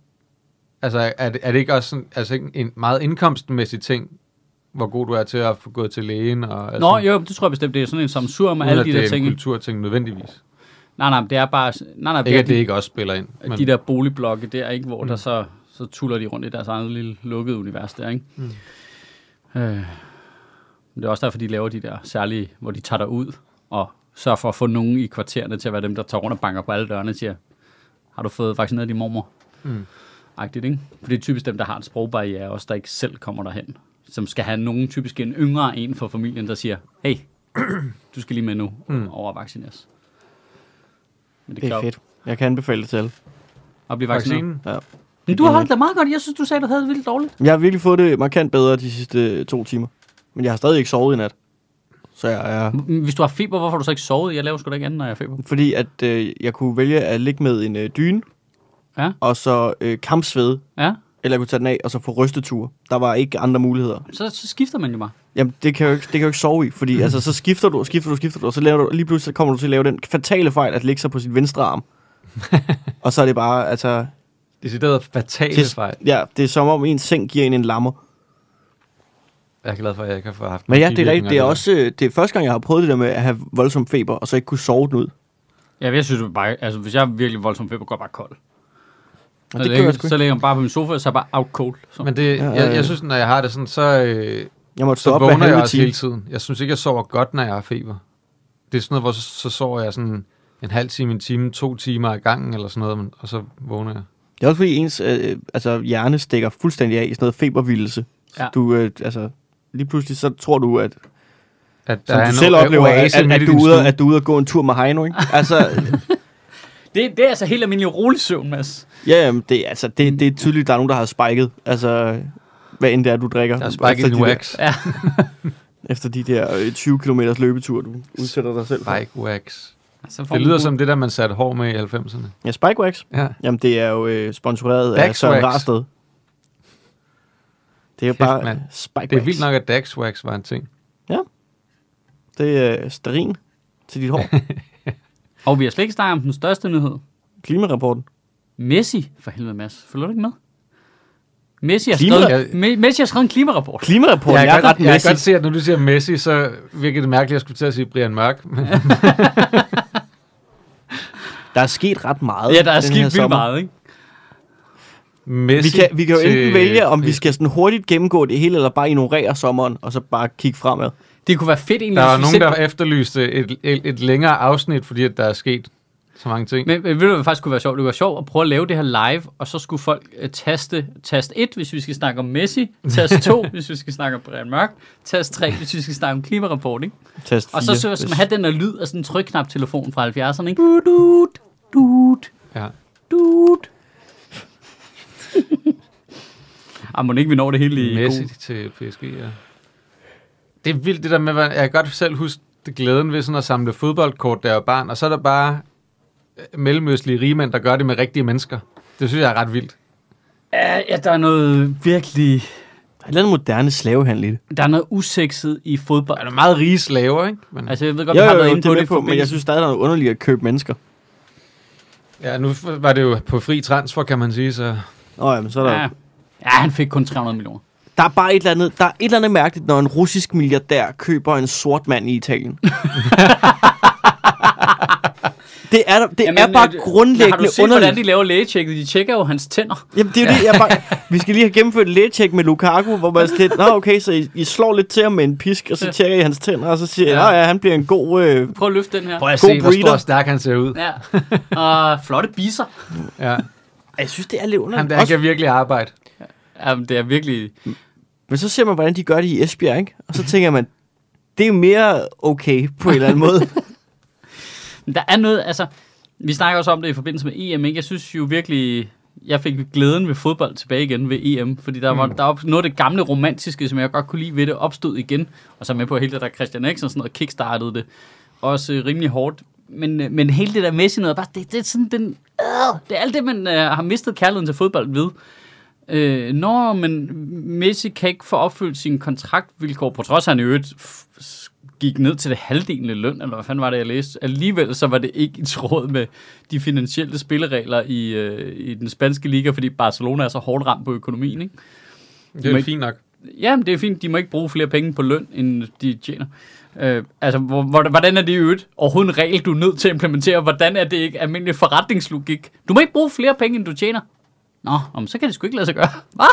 [SPEAKER 2] Altså, er det, er det ikke også sådan, altså, ikke en meget indkomstmæssig ting, hvor god du er til at få gået til lægen? Og, altså,
[SPEAKER 1] Nå, jo, det tror jeg bestemt, det er sådan en samsurium af
[SPEAKER 2] uden
[SPEAKER 1] alle
[SPEAKER 2] at
[SPEAKER 1] de
[SPEAKER 2] det
[SPEAKER 1] der
[SPEAKER 2] er en
[SPEAKER 1] ting. ikke?
[SPEAKER 2] kulturting nødvendigvis.
[SPEAKER 1] Nej, nej, men det er bare... Nej, nej,
[SPEAKER 2] Ikke,
[SPEAKER 1] er
[SPEAKER 2] at det
[SPEAKER 1] de-
[SPEAKER 2] ikke også spiller ind.
[SPEAKER 1] men... de der boligblokke der, ikke? hvor mm. der så, så tuller de rundt i deres eget lille lukkede univers der. Ikke? Mm. Øh, men det er også derfor, de laver de der særlige, hvor de tager dig ud og sørger for at få nogen i kvartererne til at være dem, der tager rundt og banker på alle dørene og siger, har du fået vaccineret din mormor?
[SPEAKER 2] Mm.
[SPEAKER 1] Agtigt, ikke? For det er typisk dem, der har en sprogbarriere, også der ikke selv kommer derhen. Som skal have nogen, typisk en yngre en fra familien, der siger, hey, du skal lige med nu mm. over at vaccineres. Men
[SPEAKER 3] Det er fedt. Jeg kan anbefale det til alle.
[SPEAKER 1] At blive vaccineret.
[SPEAKER 2] Vaccinen?
[SPEAKER 3] Ja.
[SPEAKER 1] Men du har holdt dig meget godt. Jeg synes, du sagde, du havde det vildt dårligt.
[SPEAKER 3] Jeg har virkelig fået det markant bedre de sidste øh, to timer. Men jeg har stadig ikke sovet i nat. Så jeg er...
[SPEAKER 1] M- Hvis du har feber, hvorfor har du så ikke sovet? Jeg laver sgu da ikke andet, når jeg har feber.
[SPEAKER 3] Fordi at øh, jeg kunne vælge at ligge med en øh, dyne,
[SPEAKER 1] Ja.
[SPEAKER 3] og så øh, kampsvede,
[SPEAKER 1] Ja,
[SPEAKER 3] eller jeg kunne tage den af, og så få rysteture. Der var ikke andre muligheder.
[SPEAKER 1] så, så skifter man jo bare.
[SPEAKER 3] Jamen, det kan jeg jo ikke, det kan jeg jo ikke sove i, fordi altså, så skifter du, skifter du, skifter du, og så laver du, lige pludselig kommer du til at lave den fatale fejl, at ligge sig på sit venstre arm. og så er det bare, altså...
[SPEAKER 2] Decideret fatale fejl.
[SPEAKER 3] ja, det er som om en seng giver en en lammer.
[SPEAKER 2] Jeg er glad for, at jeg ikke har haft
[SPEAKER 3] Men ja,
[SPEAKER 2] de
[SPEAKER 3] det er rigtigt.
[SPEAKER 2] virkninger
[SPEAKER 3] Det er
[SPEAKER 2] der.
[SPEAKER 3] også øh, det er første gang, jeg har prøvet det der med at have voldsom feber, og så ikke kunne sove den ud.
[SPEAKER 1] Ja, jeg synes jo bare, altså hvis jeg er virkelig voldsom feber, går jeg bare kold.
[SPEAKER 3] Og
[SPEAKER 1] Så
[SPEAKER 3] det gør
[SPEAKER 1] ligger-
[SPEAKER 3] jeg sgu
[SPEAKER 1] Så
[SPEAKER 3] ikke.
[SPEAKER 1] ligger man bare på min sofa, og så er jeg bare out cold. Så.
[SPEAKER 2] Men det,
[SPEAKER 3] Ja,
[SPEAKER 2] jeg,
[SPEAKER 3] øh.
[SPEAKER 2] jeg synes, når jeg har det sådan, så, øh,
[SPEAKER 3] Jeg måtte stå
[SPEAKER 2] så
[SPEAKER 3] op hver
[SPEAKER 2] vågner jeg
[SPEAKER 3] halve
[SPEAKER 2] også
[SPEAKER 3] time.
[SPEAKER 2] hele tiden. Jeg synes ikke, jeg sover godt, når jeg har feber. Det er sådan noget, hvor så, så sover jeg sådan en halv time, en time, to timer ad gangen, eller sådan noget, men- og så vågner jeg.
[SPEAKER 3] Det er også fordi ens øh, altså, hjerne stikker fuldstændig af i sådan noget febervildelse.
[SPEAKER 1] Ja.
[SPEAKER 3] Ja. Du, øh, altså, lige pludselig så tror du, at,
[SPEAKER 2] At
[SPEAKER 3] som
[SPEAKER 2] en
[SPEAKER 3] du selv
[SPEAKER 2] o-
[SPEAKER 3] oplever, at,
[SPEAKER 2] oase
[SPEAKER 3] at,
[SPEAKER 2] midt
[SPEAKER 3] at,
[SPEAKER 2] i
[SPEAKER 3] du
[SPEAKER 2] din
[SPEAKER 3] er ude,
[SPEAKER 2] stue.
[SPEAKER 3] at du er ude at gå en tur med Heino, ikke? Altså,
[SPEAKER 1] Det, det er altså helt almindelig rolig søvn, Mads.
[SPEAKER 3] ja, jamen, det, altså det, det er tydeligt, der er nogen, der har spiket. Altså, hvad end det er, du drikker.
[SPEAKER 2] Der er spike
[SPEAKER 3] efter,
[SPEAKER 2] in
[SPEAKER 3] de der,
[SPEAKER 2] wax.
[SPEAKER 3] efter de der øh, 20 km løbetur, du udsætter dig selv for.
[SPEAKER 2] Spike wax.
[SPEAKER 1] Så får
[SPEAKER 2] Det
[SPEAKER 1] man
[SPEAKER 2] lyder
[SPEAKER 1] ud.
[SPEAKER 2] som det der, man satte hår med i 90'erne.
[SPEAKER 3] Ja, spike wax.
[SPEAKER 2] Ja.
[SPEAKER 3] Jamen, det er jo øh, sponsoreret af
[SPEAKER 2] Dax
[SPEAKER 3] Søren
[SPEAKER 2] Wax.
[SPEAKER 3] Rarsted. Det er jo
[SPEAKER 2] Kæft,
[SPEAKER 3] bare
[SPEAKER 2] mand.
[SPEAKER 3] spike
[SPEAKER 2] Det er
[SPEAKER 3] wax.
[SPEAKER 2] vildt nok, at Dax wax var en ting.
[SPEAKER 3] Det er øh, sterin til dit hår.
[SPEAKER 1] Og vi har slet ikke snakket om den største nyhed.
[SPEAKER 3] Klimarapporten.
[SPEAKER 1] Messi, for helvede Mads. Følger du ikke med? Messi har,
[SPEAKER 3] Klima-
[SPEAKER 1] skrevet, Me- Messi har skrevet en klimarapport.
[SPEAKER 3] Klimarapporten, jeg,
[SPEAKER 2] kan
[SPEAKER 3] jeg er
[SPEAKER 2] godt,
[SPEAKER 3] ret
[SPEAKER 2] jeg kan
[SPEAKER 3] mæssig.
[SPEAKER 2] godt se, at når du siger Messi, så virker det mærkeligt, at jeg skulle til at sige Brian Mørk. Men
[SPEAKER 3] Der er sket ret meget.
[SPEAKER 1] Ja, der er
[SPEAKER 3] den her
[SPEAKER 1] skidt vildt
[SPEAKER 3] sommer.
[SPEAKER 1] meget, ikke?
[SPEAKER 2] Messi
[SPEAKER 3] Vi kan, vi kan jo
[SPEAKER 2] til-
[SPEAKER 3] enten vælge, om vi skal sådan hurtigt gennemgå det hele, eller bare ignorere sommeren, og så bare kigge fremad.
[SPEAKER 1] Det kunne være fedt egentlig,
[SPEAKER 2] Der var
[SPEAKER 1] hvis vi
[SPEAKER 2] nogen,
[SPEAKER 1] selv-
[SPEAKER 2] der efterlyste et, et, et længere afsnit, fordi at der er sket så mange ting.
[SPEAKER 1] Men, men ved du, hvad faktisk kunne være sjovt? Det kunne være sjovt at prøve at lave det her live, og så skulle folk øh, taste tast 1, hvis vi skal snakke om Messi, tast 2, hvis vi skal snakke om Brian Mørk, tast 3, hvis vi skal snakke om klimarapporten, ikke?
[SPEAKER 3] Test
[SPEAKER 1] Og
[SPEAKER 3] 4,
[SPEAKER 1] så skal man
[SPEAKER 3] hvis-
[SPEAKER 1] have den der lyd af sådan en trykknap-telefon fra 70'erne, ikke? Dut, dut, dut,
[SPEAKER 2] Ja.
[SPEAKER 1] dut. Ej, Ah, må ikke vi når det hele i
[SPEAKER 2] Messi
[SPEAKER 1] god...
[SPEAKER 2] til PSG, ja. Det er vildt det der med, hvad- jeg kan godt selv huske det glæden ved sådan at samle fodboldkort, der var barn, og så er der bare øh, mellemøstlige rigemænd, der gør det med rigtige mennesker. Det synes jeg er ret vildt.
[SPEAKER 1] Ja, ja, der er noget virkelig...
[SPEAKER 3] Der er et eller andet moderne slavehandel i det.
[SPEAKER 1] Der er noget usekset i fodbold.
[SPEAKER 2] Der er meget rige slaver, ikke? Men,
[SPEAKER 1] Altså, jeg ved godt,
[SPEAKER 3] Jo,
[SPEAKER 1] vi har
[SPEAKER 3] jo,
[SPEAKER 1] været
[SPEAKER 3] jo,
[SPEAKER 1] inde
[SPEAKER 3] det
[SPEAKER 1] på
[SPEAKER 3] er
[SPEAKER 1] det,
[SPEAKER 3] med på, men jeg synes stadig, der er noget underligt at købe mennesker.
[SPEAKER 2] ja, nu f- var det jo på fri transfer, kan man sige, så...
[SPEAKER 3] Nå, jamen, så er der...
[SPEAKER 1] Ja. ja, han fik kun 300 millioner.
[SPEAKER 3] Der er bare et eller andet, der er et eller andet mærkeligt, når en russisk milliardær køber en sort mand i Italien. det er, der- det Jamen, er bare
[SPEAKER 1] øh,
[SPEAKER 3] grundlæggende
[SPEAKER 1] Har du set,
[SPEAKER 3] underligt.
[SPEAKER 1] hvordan de laver lægetjekket? De tjekker jo hans tænder.
[SPEAKER 3] Jamen, det er jo det, jeg bare... Vi skal lige have gennemført et lægetjek med Lukaku, hvor man er sådan lidt, Nå, okay, så I, I slår lidt til ham med en pisk, og så tjekker I hans tænder, og så siger
[SPEAKER 1] Ja.
[SPEAKER 3] ja. ja, han bliver en god... Øh...
[SPEAKER 1] Prøv at løfte den her.
[SPEAKER 2] Prøv at
[SPEAKER 3] God
[SPEAKER 2] se, hvor stor
[SPEAKER 3] breeder.
[SPEAKER 2] og stærk han ser ud.
[SPEAKER 1] Ja. Og flotte biser.
[SPEAKER 2] Ja.
[SPEAKER 3] Jeg synes, det er lidt underligt.
[SPEAKER 2] Han, der, han kan virkelig arbejde.
[SPEAKER 1] Jamen, det er virkelig...
[SPEAKER 3] Men så ser man, hvordan de gør det i Esbjerg, ikke? Og så tænker man, det er mere okay på en eller anden måde.
[SPEAKER 1] Men der er noget, altså... Vi snakker også om det i forbindelse med EM, ikke? Jeg synes jo virkelig... Jeg fik glæden ved fodbold tilbage igen ved EM, fordi der var,
[SPEAKER 3] Mm.
[SPEAKER 1] der var noget af det gamle romantiske, som jeg godt kunne lide ved det, opstod igen. Og så er jeg med på at hele det der Christian Eriksen og sådan noget, kickstartede det. Også øh, rimelig hårdt. Men, øh, men hele det der Messi noget, er bare, det, det er sådan den... Øh, det er alt det, man øh, har mistet kærligheden til fodbold ved. Øh, Nå, men Messi kan ikke få opfyldt sine kontraktvilkår, på trods af, at han i øvrigt f- s- gik ned til det halvdelende løn, eller hvad fanden var det, jeg læste. Alligevel så var det ikke i tråd med de finansielle spilleregler i, øh, i den spanske liga, fordi Barcelona er så hårdt ramt på økonomien. Ikke?
[SPEAKER 2] Det er
[SPEAKER 1] Men-
[SPEAKER 2] fint nok.
[SPEAKER 1] Jamen, det er fint, de må ikke bruge flere penge på løn, end de tjener. Øh, altså, hvor, hvor, hvordan er det i øvrigt overhovedet en regel, du er nødt til at implementere? Hvordan er det ikke almindelig forretningslogik? Du må ikke bruge flere penge, end du tjener. Nå, om, så kan det sgu ikke lade sig gøre. Hva?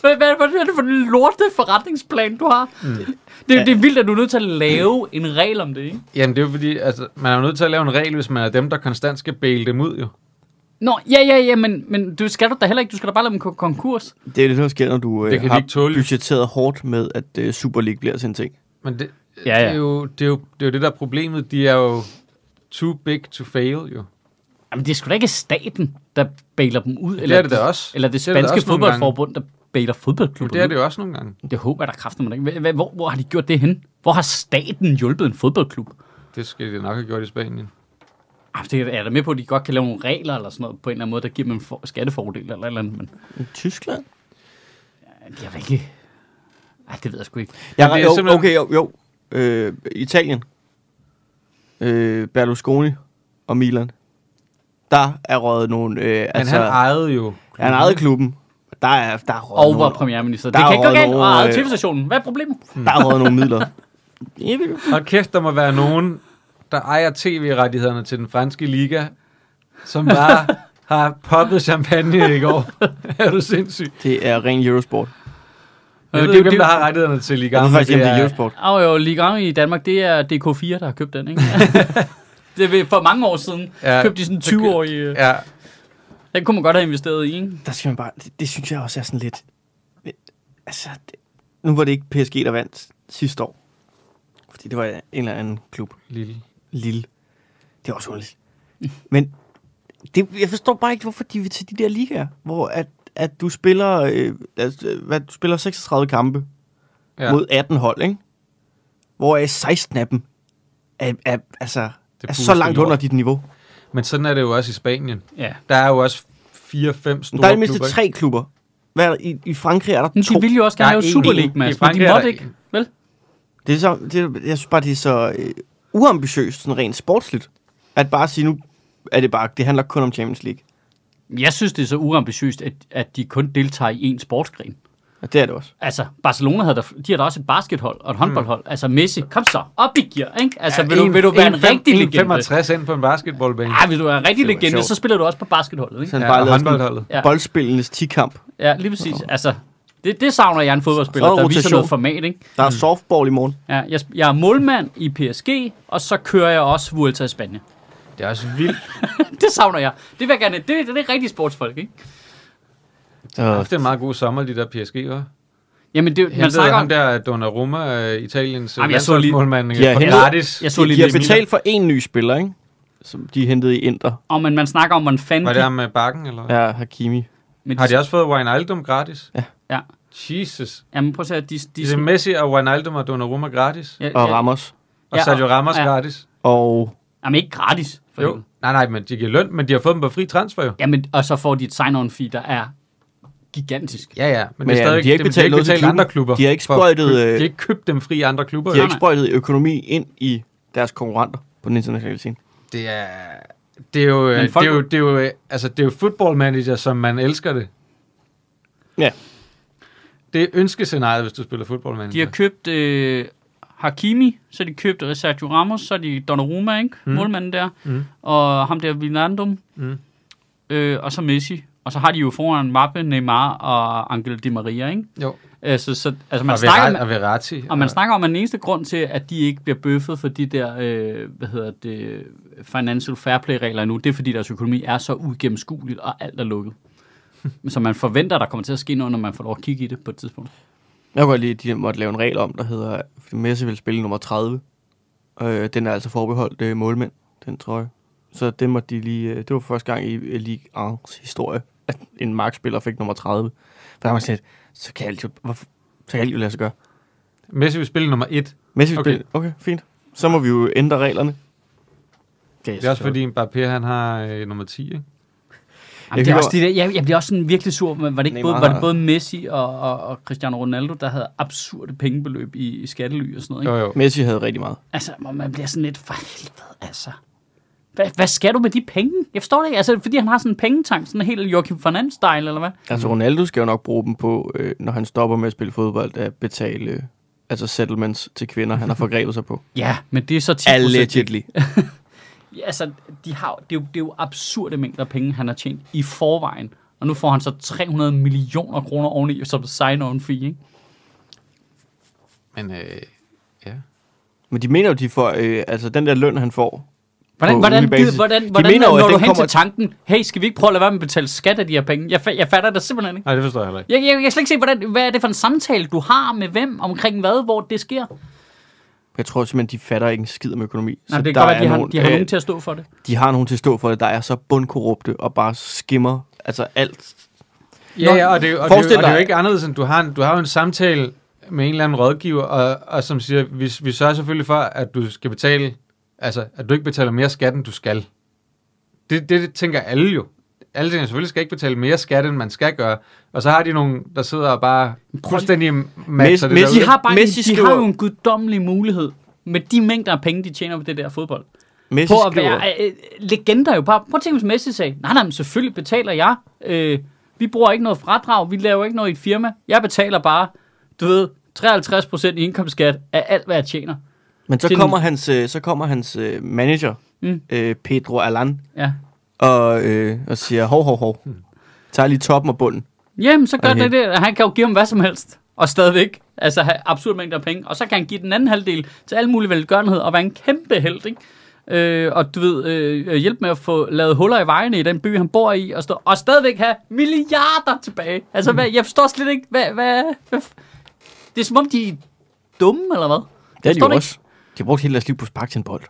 [SPEAKER 1] Hvad? Hvad, hvad er det for en lorte forretningsplan, du har? Mm. Det, det er vildt, at du er nødt til at lave en regel om det, ikke?
[SPEAKER 2] Jamen, det er jo fordi, altså, man er jo nødt til at lave en regel, hvis man er dem, der konstant skal bæle dem ud, jo.
[SPEAKER 1] Nå, ja, ja, ja, men, men du skal du da heller ikke. Du skal da bare lade dem gå konkurs.
[SPEAKER 3] Det er det, der sker, når du
[SPEAKER 2] Det
[SPEAKER 3] øh,
[SPEAKER 2] kan de
[SPEAKER 3] har
[SPEAKER 2] ikke tåle.
[SPEAKER 3] budgetteret hårdt med, at øh, Super League bliver sådan en ting.
[SPEAKER 2] Men det,
[SPEAKER 1] Ja,
[SPEAKER 2] ja,
[SPEAKER 1] ja.
[SPEAKER 2] ja. Det, er jo, det, er jo, det er jo det, der er problemet. De er jo too big to fail, jo.
[SPEAKER 1] Jamen, det er sgu da ikke staten. der bailer dem ud.
[SPEAKER 2] Eller det er det da også.
[SPEAKER 1] Eller det
[SPEAKER 2] er da
[SPEAKER 1] spanske det
[SPEAKER 2] også nogle
[SPEAKER 1] fodboldforbund, der bailer
[SPEAKER 2] gange.
[SPEAKER 1] fodboldklubber
[SPEAKER 2] Det er det
[SPEAKER 1] ud.
[SPEAKER 2] jo også nogle gange.
[SPEAKER 1] Det håber jeg, der kræfter mig ikke. Hva- hva- Hvor, hvor har de gjort det hen? Hvor har staten hjulpet en fodboldklub?
[SPEAKER 2] Det skal de nok have gjort i Spanien.
[SPEAKER 1] Ah, det er jeg er da med på, at de godt kan lave nogle regler eller sådan noget, på en eller anden måde, der giver dem en for- skattefordel eller et eller andet, men
[SPEAKER 3] I Tyskland?
[SPEAKER 1] jeg ved ikke. Ej, det ved jeg sgu ikke.
[SPEAKER 3] Ja,
[SPEAKER 2] det er
[SPEAKER 3] jo,
[SPEAKER 2] simpelthen-
[SPEAKER 3] okay, jo, jo. Øh, Italien. Øh, Berlusconi og Milan. Der er røget nogle... Øh,
[SPEAKER 2] Men
[SPEAKER 3] altså,
[SPEAKER 2] han ejede jo.
[SPEAKER 3] han ejede klubben. Der er, der er røget
[SPEAKER 1] Og var
[SPEAKER 3] nogle,
[SPEAKER 1] premierminister.
[SPEAKER 3] Der
[SPEAKER 1] det
[SPEAKER 3] er
[SPEAKER 1] kan ikke gå
[SPEAKER 3] jo
[SPEAKER 1] galt.
[SPEAKER 3] nogle,
[SPEAKER 1] Og eget
[SPEAKER 3] øh,
[SPEAKER 1] tv-stationen. Hvad er problemet?
[SPEAKER 3] der er røget nogle midler.
[SPEAKER 2] Og kæft, der må være nogen, der ejer tv-rettighederne til den franske liga, som bare har poppet champagne i går. er du sindssyg?
[SPEAKER 3] Det er ren Eurosport.
[SPEAKER 2] Jeg
[SPEAKER 1] Øh,
[SPEAKER 2] ved
[SPEAKER 1] det-
[SPEAKER 2] ikke,
[SPEAKER 1] det-
[SPEAKER 2] hvem der har rettighederne til ligaen.
[SPEAKER 3] Jeg ved
[SPEAKER 2] men
[SPEAKER 3] faktisk ikke, om det er
[SPEAKER 2] er-
[SPEAKER 3] Eurosport.
[SPEAKER 1] Og jo, Ligang i Danmark, det er DK4, der har købt den, ikke? det er ved- for mange år siden.
[SPEAKER 2] Ja.
[SPEAKER 1] Ja, købte de sådan en 20-årig... øh,
[SPEAKER 2] Ja,
[SPEAKER 1] Den kunne man godt have investeret i, ikke?
[SPEAKER 3] Der skal man bare... Det, det synes jeg også er sådan lidt... Altså, det, nu var det ikke PSG, der vandt sidste år. Fordi det var en eller anden klub.
[SPEAKER 2] lille.
[SPEAKER 3] lille. Det er også underligt. Men det, jeg forstår bare ikke, hvorfor de vil til de der ligaer, hvor at, at du spiller øh, altså, øh, hvad, du spiller 36 kampe ja.
[SPEAKER 2] Ja,
[SPEAKER 3] mod 18 hold, ikke? Hvor er 16 af dem er, er, altså, er så
[SPEAKER 2] puste
[SPEAKER 3] langt
[SPEAKER 2] lort.
[SPEAKER 3] under dit niveau.
[SPEAKER 2] Men sådan er det jo også i Spanien.
[SPEAKER 1] Ja.
[SPEAKER 2] Der er jo også fire-fem store
[SPEAKER 3] Men der er i det mindste
[SPEAKER 2] klubber, ikke?
[SPEAKER 3] tre klubber. Hvad er der, i, I Frankrig er der
[SPEAKER 1] Men de
[SPEAKER 3] to.
[SPEAKER 1] ville jo også gerne
[SPEAKER 2] Der er
[SPEAKER 1] lave
[SPEAKER 2] en
[SPEAKER 1] Superliga,
[SPEAKER 2] i- i
[SPEAKER 1] Mads, men
[SPEAKER 2] Frankrig
[SPEAKER 1] de
[SPEAKER 2] er
[SPEAKER 1] måtte
[SPEAKER 2] der
[SPEAKER 1] ikke, vel?
[SPEAKER 3] Det er så, det, er- jeg synes bare, det er så øh, uambitiøst, sådan rent sportsligt, at bare sige, nu er det bare, det handler kun om Champions League.
[SPEAKER 1] Jeg synes, det er så uambitiøst, at, at de kun deltager i én sportsgren.
[SPEAKER 3] Og det er det også.
[SPEAKER 1] Altså, Barcelona havde der, de har da også et baskethold og et håndboldhold. Altså, Messi, kom så, op i gear, ikke? Altså, ja, vil, du, vil du være en, rigtig legende? Ah.
[SPEAKER 2] 65 ind på en basketballbane.
[SPEAKER 1] Ja, hvis du er en rigtig
[SPEAKER 3] Det var
[SPEAKER 1] legende,
[SPEAKER 3] sjovt.
[SPEAKER 1] så spiller du også på basketholdet, ikke?
[SPEAKER 3] Så han
[SPEAKER 2] Ja,
[SPEAKER 3] bare
[SPEAKER 2] og
[SPEAKER 3] lavet sådan
[SPEAKER 2] håndboldholdet.
[SPEAKER 1] Ja.
[SPEAKER 3] ja. boldspillendes 10-kamp.
[SPEAKER 1] Ja, lige præcis. Altså, det, det savner jeg en fodboldspiller,
[SPEAKER 3] Så er der
[SPEAKER 1] der viser
[SPEAKER 3] rotation.
[SPEAKER 1] noget format, ikke?
[SPEAKER 3] Der er softball i morgen.
[SPEAKER 1] Ja, jeg, sp- jeg er målmand i PSG, og så kører jeg også Vuelta i Spanien.
[SPEAKER 2] Det er også vildt.
[SPEAKER 1] Det savner jeg. Det vil jeg gerne. Det, det, det er rigtig sportsfolk, ikke?
[SPEAKER 2] Ja, Det er en meget god sommer, de der PSG, var.
[SPEAKER 1] Jamen, det, man
[SPEAKER 2] Hentede
[SPEAKER 1] snakker
[SPEAKER 2] ham
[SPEAKER 1] om...
[SPEAKER 2] der Donnarumma, øh, Italiens
[SPEAKER 1] Jamen,
[SPEAKER 2] Jamen,
[SPEAKER 1] jeg så lige-
[SPEAKER 2] landsholdsmålmand,
[SPEAKER 3] Ja,
[SPEAKER 2] øh, på
[SPEAKER 3] hentede-
[SPEAKER 2] gratis.
[SPEAKER 1] Jeg så
[SPEAKER 3] De,
[SPEAKER 1] lige
[SPEAKER 3] de har
[SPEAKER 1] lidt Emilia.
[SPEAKER 3] betalt for en ny spiller, ikke? Som de hentede i Inter.
[SPEAKER 1] Og man, man snakker om, man fandt
[SPEAKER 2] Var det ham med bakken, eller? Ja.
[SPEAKER 3] Ja, Hakimi.
[SPEAKER 1] Men
[SPEAKER 2] Har de også fået Wijnaldum gratis?
[SPEAKER 1] Ja.
[SPEAKER 2] Jesus.
[SPEAKER 1] Jamen, prøv at se, at de...
[SPEAKER 2] De
[SPEAKER 1] de
[SPEAKER 2] det er Messi og Wijnaldum og Donnarumma gratis.
[SPEAKER 1] ja,
[SPEAKER 3] Og
[SPEAKER 1] ja.
[SPEAKER 3] Ramos.
[SPEAKER 2] Og
[SPEAKER 1] Ja,
[SPEAKER 2] Sergio Ramos
[SPEAKER 1] ja.
[SPEAKER 2] gratis.
[SPEAKER 3] Og
[SPEAKER 1] Jamen, ikke gratis. For
[SPEAKER 2] Jo.
[SPEAKER 1] jo.
[SPEAKER 2] Nej, nej, men de giver løn, men de har fået dem på fri transfer jo.
[SPEAKER 1] Jamen, og så får de et sign-on-fee, der er gigantisk.
[SPEAKER 2] Ja, ja. Men,
[SPEAKER 3] Men
[SPEAKER 2] det er
[SPEAKER 3] ja,
[SPEAKER 2] stadig,
[SPEAKER 3] de har ikke
[SPEAKER 2] det-
[SPEAKER 3] betalt noget til klubben.
[SPEAKER 2] andre klubber.
[SPEAKER 3] De har ikke
[SPEAKER 2] for at
[SPEAKER 3] sprøjtet,
[SPEAKER 2] købe-
[SPEAKER 3] øh,
[SPEAKER 2] De har ikke købt dem fri i andre klubber.
[SPEAKER 3] de har
[SPEAKER 2] jo.
[SPEAKER 3] ikke sprøjtet økonomi ind i deres konkurrenter på den internationale scene.
[SPEAKER 2] Det er... Det er jo, øh,
[SPEAKER 1] Men folk-
[SPEAKER 2] det er jo, det er jo, øh, altså, det er jo football manager, som man elsker det.
[SPEAKER 3] Ja.
[SPEAKER 2] Det er ønskescenariet, hvis du spiller football manager.
[SPEAKER 1] De har købt øh, Hakimi, så har de købt Sergio Ramos, så har de Donnarumma, ikke? Mm. Målmanden der. Mm. Og ham der Wijnaldum.
[SPEAKER 2] Mm.
[SPEAKER 1] Øh, og så Messi. Og så har de jo foran Mbappe, Neymar og Angel Di Maria, ikke?
[SPEAKER 2] jo.
[SPEAKER 1] Øh, så, så, altså, man
[SPEAKER 2] og,
[SPEAKER 1] snakker,
[SPEAKER 2] Verratti, og Verratti.
[SPEAKER 1] Og man snakker om, at den eneste grund til, at de ikke bliver bøffet for de der, øh, hvad hedder det, financial fair play regler nu, det er fordi deres økonomi er så uigennemskueligt, og alt er lukket. Så man forventer, der kommer til at ske noget, når man får lov at kigge i det på et tidspunkt.
[SPEAKER 3] Jeg kunne godt lide, at de måtte lave en regel om, der hedder, at Messi vil spille nummer 30. Øh, den er altså forbeholdt øh, målmænd, den trøje. Så det måtte de lige... Øh, det var første gang i øh, Ligue 1's historie, at en markspiller fik nummer 30. Der var man sådan lidt, så kan alt jo, hvorfor, så kan alt jo lade sig gøre.
[SPEAKER 2] Messi vil spille nummer et.
[SPEAKER 3] Messi
[SPEAKER 2] Okay.
[SPEAKER 3] okay. okay, fint. Så må vi jo ændre reglerne.
[SPEAKER 2] Det er også fordi Mbappé, han har øh, nummer 10, ikke?
[SPEAKER 1] Jamen, det er
[SPEAKER 3] hylder-
[SPEAKER 1] også det der, jeg, jeg bliver også sådan virkelig sur, men var det ikke både,
[SPEAKER 3] Neymar
[SPEAKER 1] var det
[SPEAKER 3] har-
[SPEAKER 1] både Messi og, og, og Cristiano Ronaldo, der havde absurde pengebeløb i, i skattely og sådan
[SPEAKER 3] Mm.
[SPEAKER 1] noget? Ikke?
[SPEAKER 2] Jo, jo.
[SPEAKER 3] Messi havde rigtig meget.
[SPEAKER 1] Altså, hvor man bliver sådan lidt for helvede, altså. Hvad, hvad skal du med de penge? Jeg forstår det ikke. Altså, fordi han har sådan en pengetank, sådan en helt Joachim Fernandes-style, eller hvad?
[SPEAKER 2] Mm.
[SPEAKER 3] Altså Ronaldo skal jo nok bruge dem på, øh, når han stopper med at spille fodbold, at betale øh, altså settlements til kvinder, han har forgrebet sig på.
[SPEAKER 1] Ja, men det er så 10
[SPEAKER 3] Allegedly.
[SPEAKER 1] Ja, altså, de har, det, er jo, det er jo absurde mængder penge, han har tjent i forvejen. Og nu får han så 300 millioner kroner oveni som sign-on fee, ikke?
[SPEAKER 2] Men øh, ja.
[SPEAKER 3] Men de mener jo, de får, øh, altså den der løn, han får.
[SPEAKER 1] Hvordan,
[SPEAKER 3] På
[SPEAKER 1] hvordan,
[SPEAKER 3] ugentlig
[SPEAKER 1] hvordan,
[SPEAKER 3] basis.
[SPEAKER 1] hvordan,
[SPEAKER 3] De
[SPEAKER 1] hvordan
[SPEAKER 3] mener jo,
[SPEAKER 1] når
[SPEAKER 3] at
[SPEAKER 1] du hen
[SPEAKER 3] den
[SPEAKER 1] kommer...
[SPEAKER 3] kommer-
[SPEAKER 1] til tanken, hey, skal vi ikke prøve at lade være med at betale skat af de her penge? Jeg, fa- jeg fatter det simpelthen ikke.
[SPEAKER 2] Nej, det forstår jeg heller ikke.
[SPEAKER 1] Jeg, jeg, jeg kan slet ikke se, hvordan, hvad er det for en samtale, du har med hvem, omkring hvad, hvor det sker.
[SPEAKER 3] Jeg tror simpelthen, de fatter ikke en skid om økonomi.
[SPEAKER 1] Nej, det kan godt være, de har, de har
[SPEAKER 3] øh,
[SPEAKER 1] nogen til at stå for det.
[SPEAKER 3] de har nogen til at stå for det, der er så bundkorrupte og bare skimmer altså alt.
[SPEAKER 2] Ja, ja, og det, er jo- og, det, er
[SPEAKER 3] forestil
[SPEAKER 2] jo- og det er jo
[SPEAKER 3] dig-
[SPEAKER 2] ikke anderledes, end du har en, du har jo en samtale med en eller anden rådgiver, og, og som siger, vi, vi sørger selvfølgelig for, at du skal betale, altså, at du ikke betaler mere skat, end du skal. Det, det, det tænker alle jo. Alle tænker, selvfølgelig skal ikke betale mere skat, end man skal gøre. Og så har de nogen, der sidder og bare fuldstændig maxer det
[SPEAKER 3] Messi-
[SPEAKER 2] derude.
[SPEAKER 1] De har, bare
[SPEAKER 3] Messi
[SPEAKER 1] Messi en, de
[SPEAKER 3] skriver-
[SPEAKER 1] har jo en guddommelig mulighed med de mængder af penge, de tjener på det der fodbold.
[SPEAKER 3] Messi
[SPEAKER 1] På at
[SPEAKER 3] skriver-
[SPEAKER 1] være øh, øh, legender jo bare. Prøv at tænke, hvis Messi sagde, nej, nej, men selvfølgelig betaler jeg. Øh, vi bruger ikke noget fradrag, vi laver ikke noget i et firma. Jeg betaler bare, du ved, 53% i indkomstskat af alt, hvad jeg tjener.
[SPEAKER 3] Men så
[SPEAKER 1] til-
[SPEAKER 3] kommer hans, øh, så kommer hans øh, manager,
[SPEAKER 1] Mm.
[SPEAKER 3] øh, Pedro Allan,
[SPEAKER 1] Ja.
[SPEAKER 3] og, øh, og siger, hov, hov, hov. Tager lige toppen og bunden.
[SPEAKER 1] Jamen, så gør
[SPEAKER 3] Okay.
[SPEAKER 1] okay. det det. Han kan jo give ham hvad som helst. Og stadigvæk. Altså have absurd mængder af penge. Og så kan han give den anden halvdel til alle mulige velgørenhed og være en kæmpe held, ikke? Øh, og du ved, øh, øh, hjælpe med at få lavet huller i vejene i den by, han bor i, og, stå, og stadigvæk have milliarder tilbage. Altså, hvad, jeg forstår slet ikke, hvad, hvad, hvad... f- Det er som om, de er dumme, eller hvad?
[SPEAKER 3] Det er de
[SPEAKER 1] Forstår
[SPEAKER 3] jo
[SPEAKER 1] det ikke.
[SPEAKER 3] også. De har brugt hele deres liv på at sparke til en bold.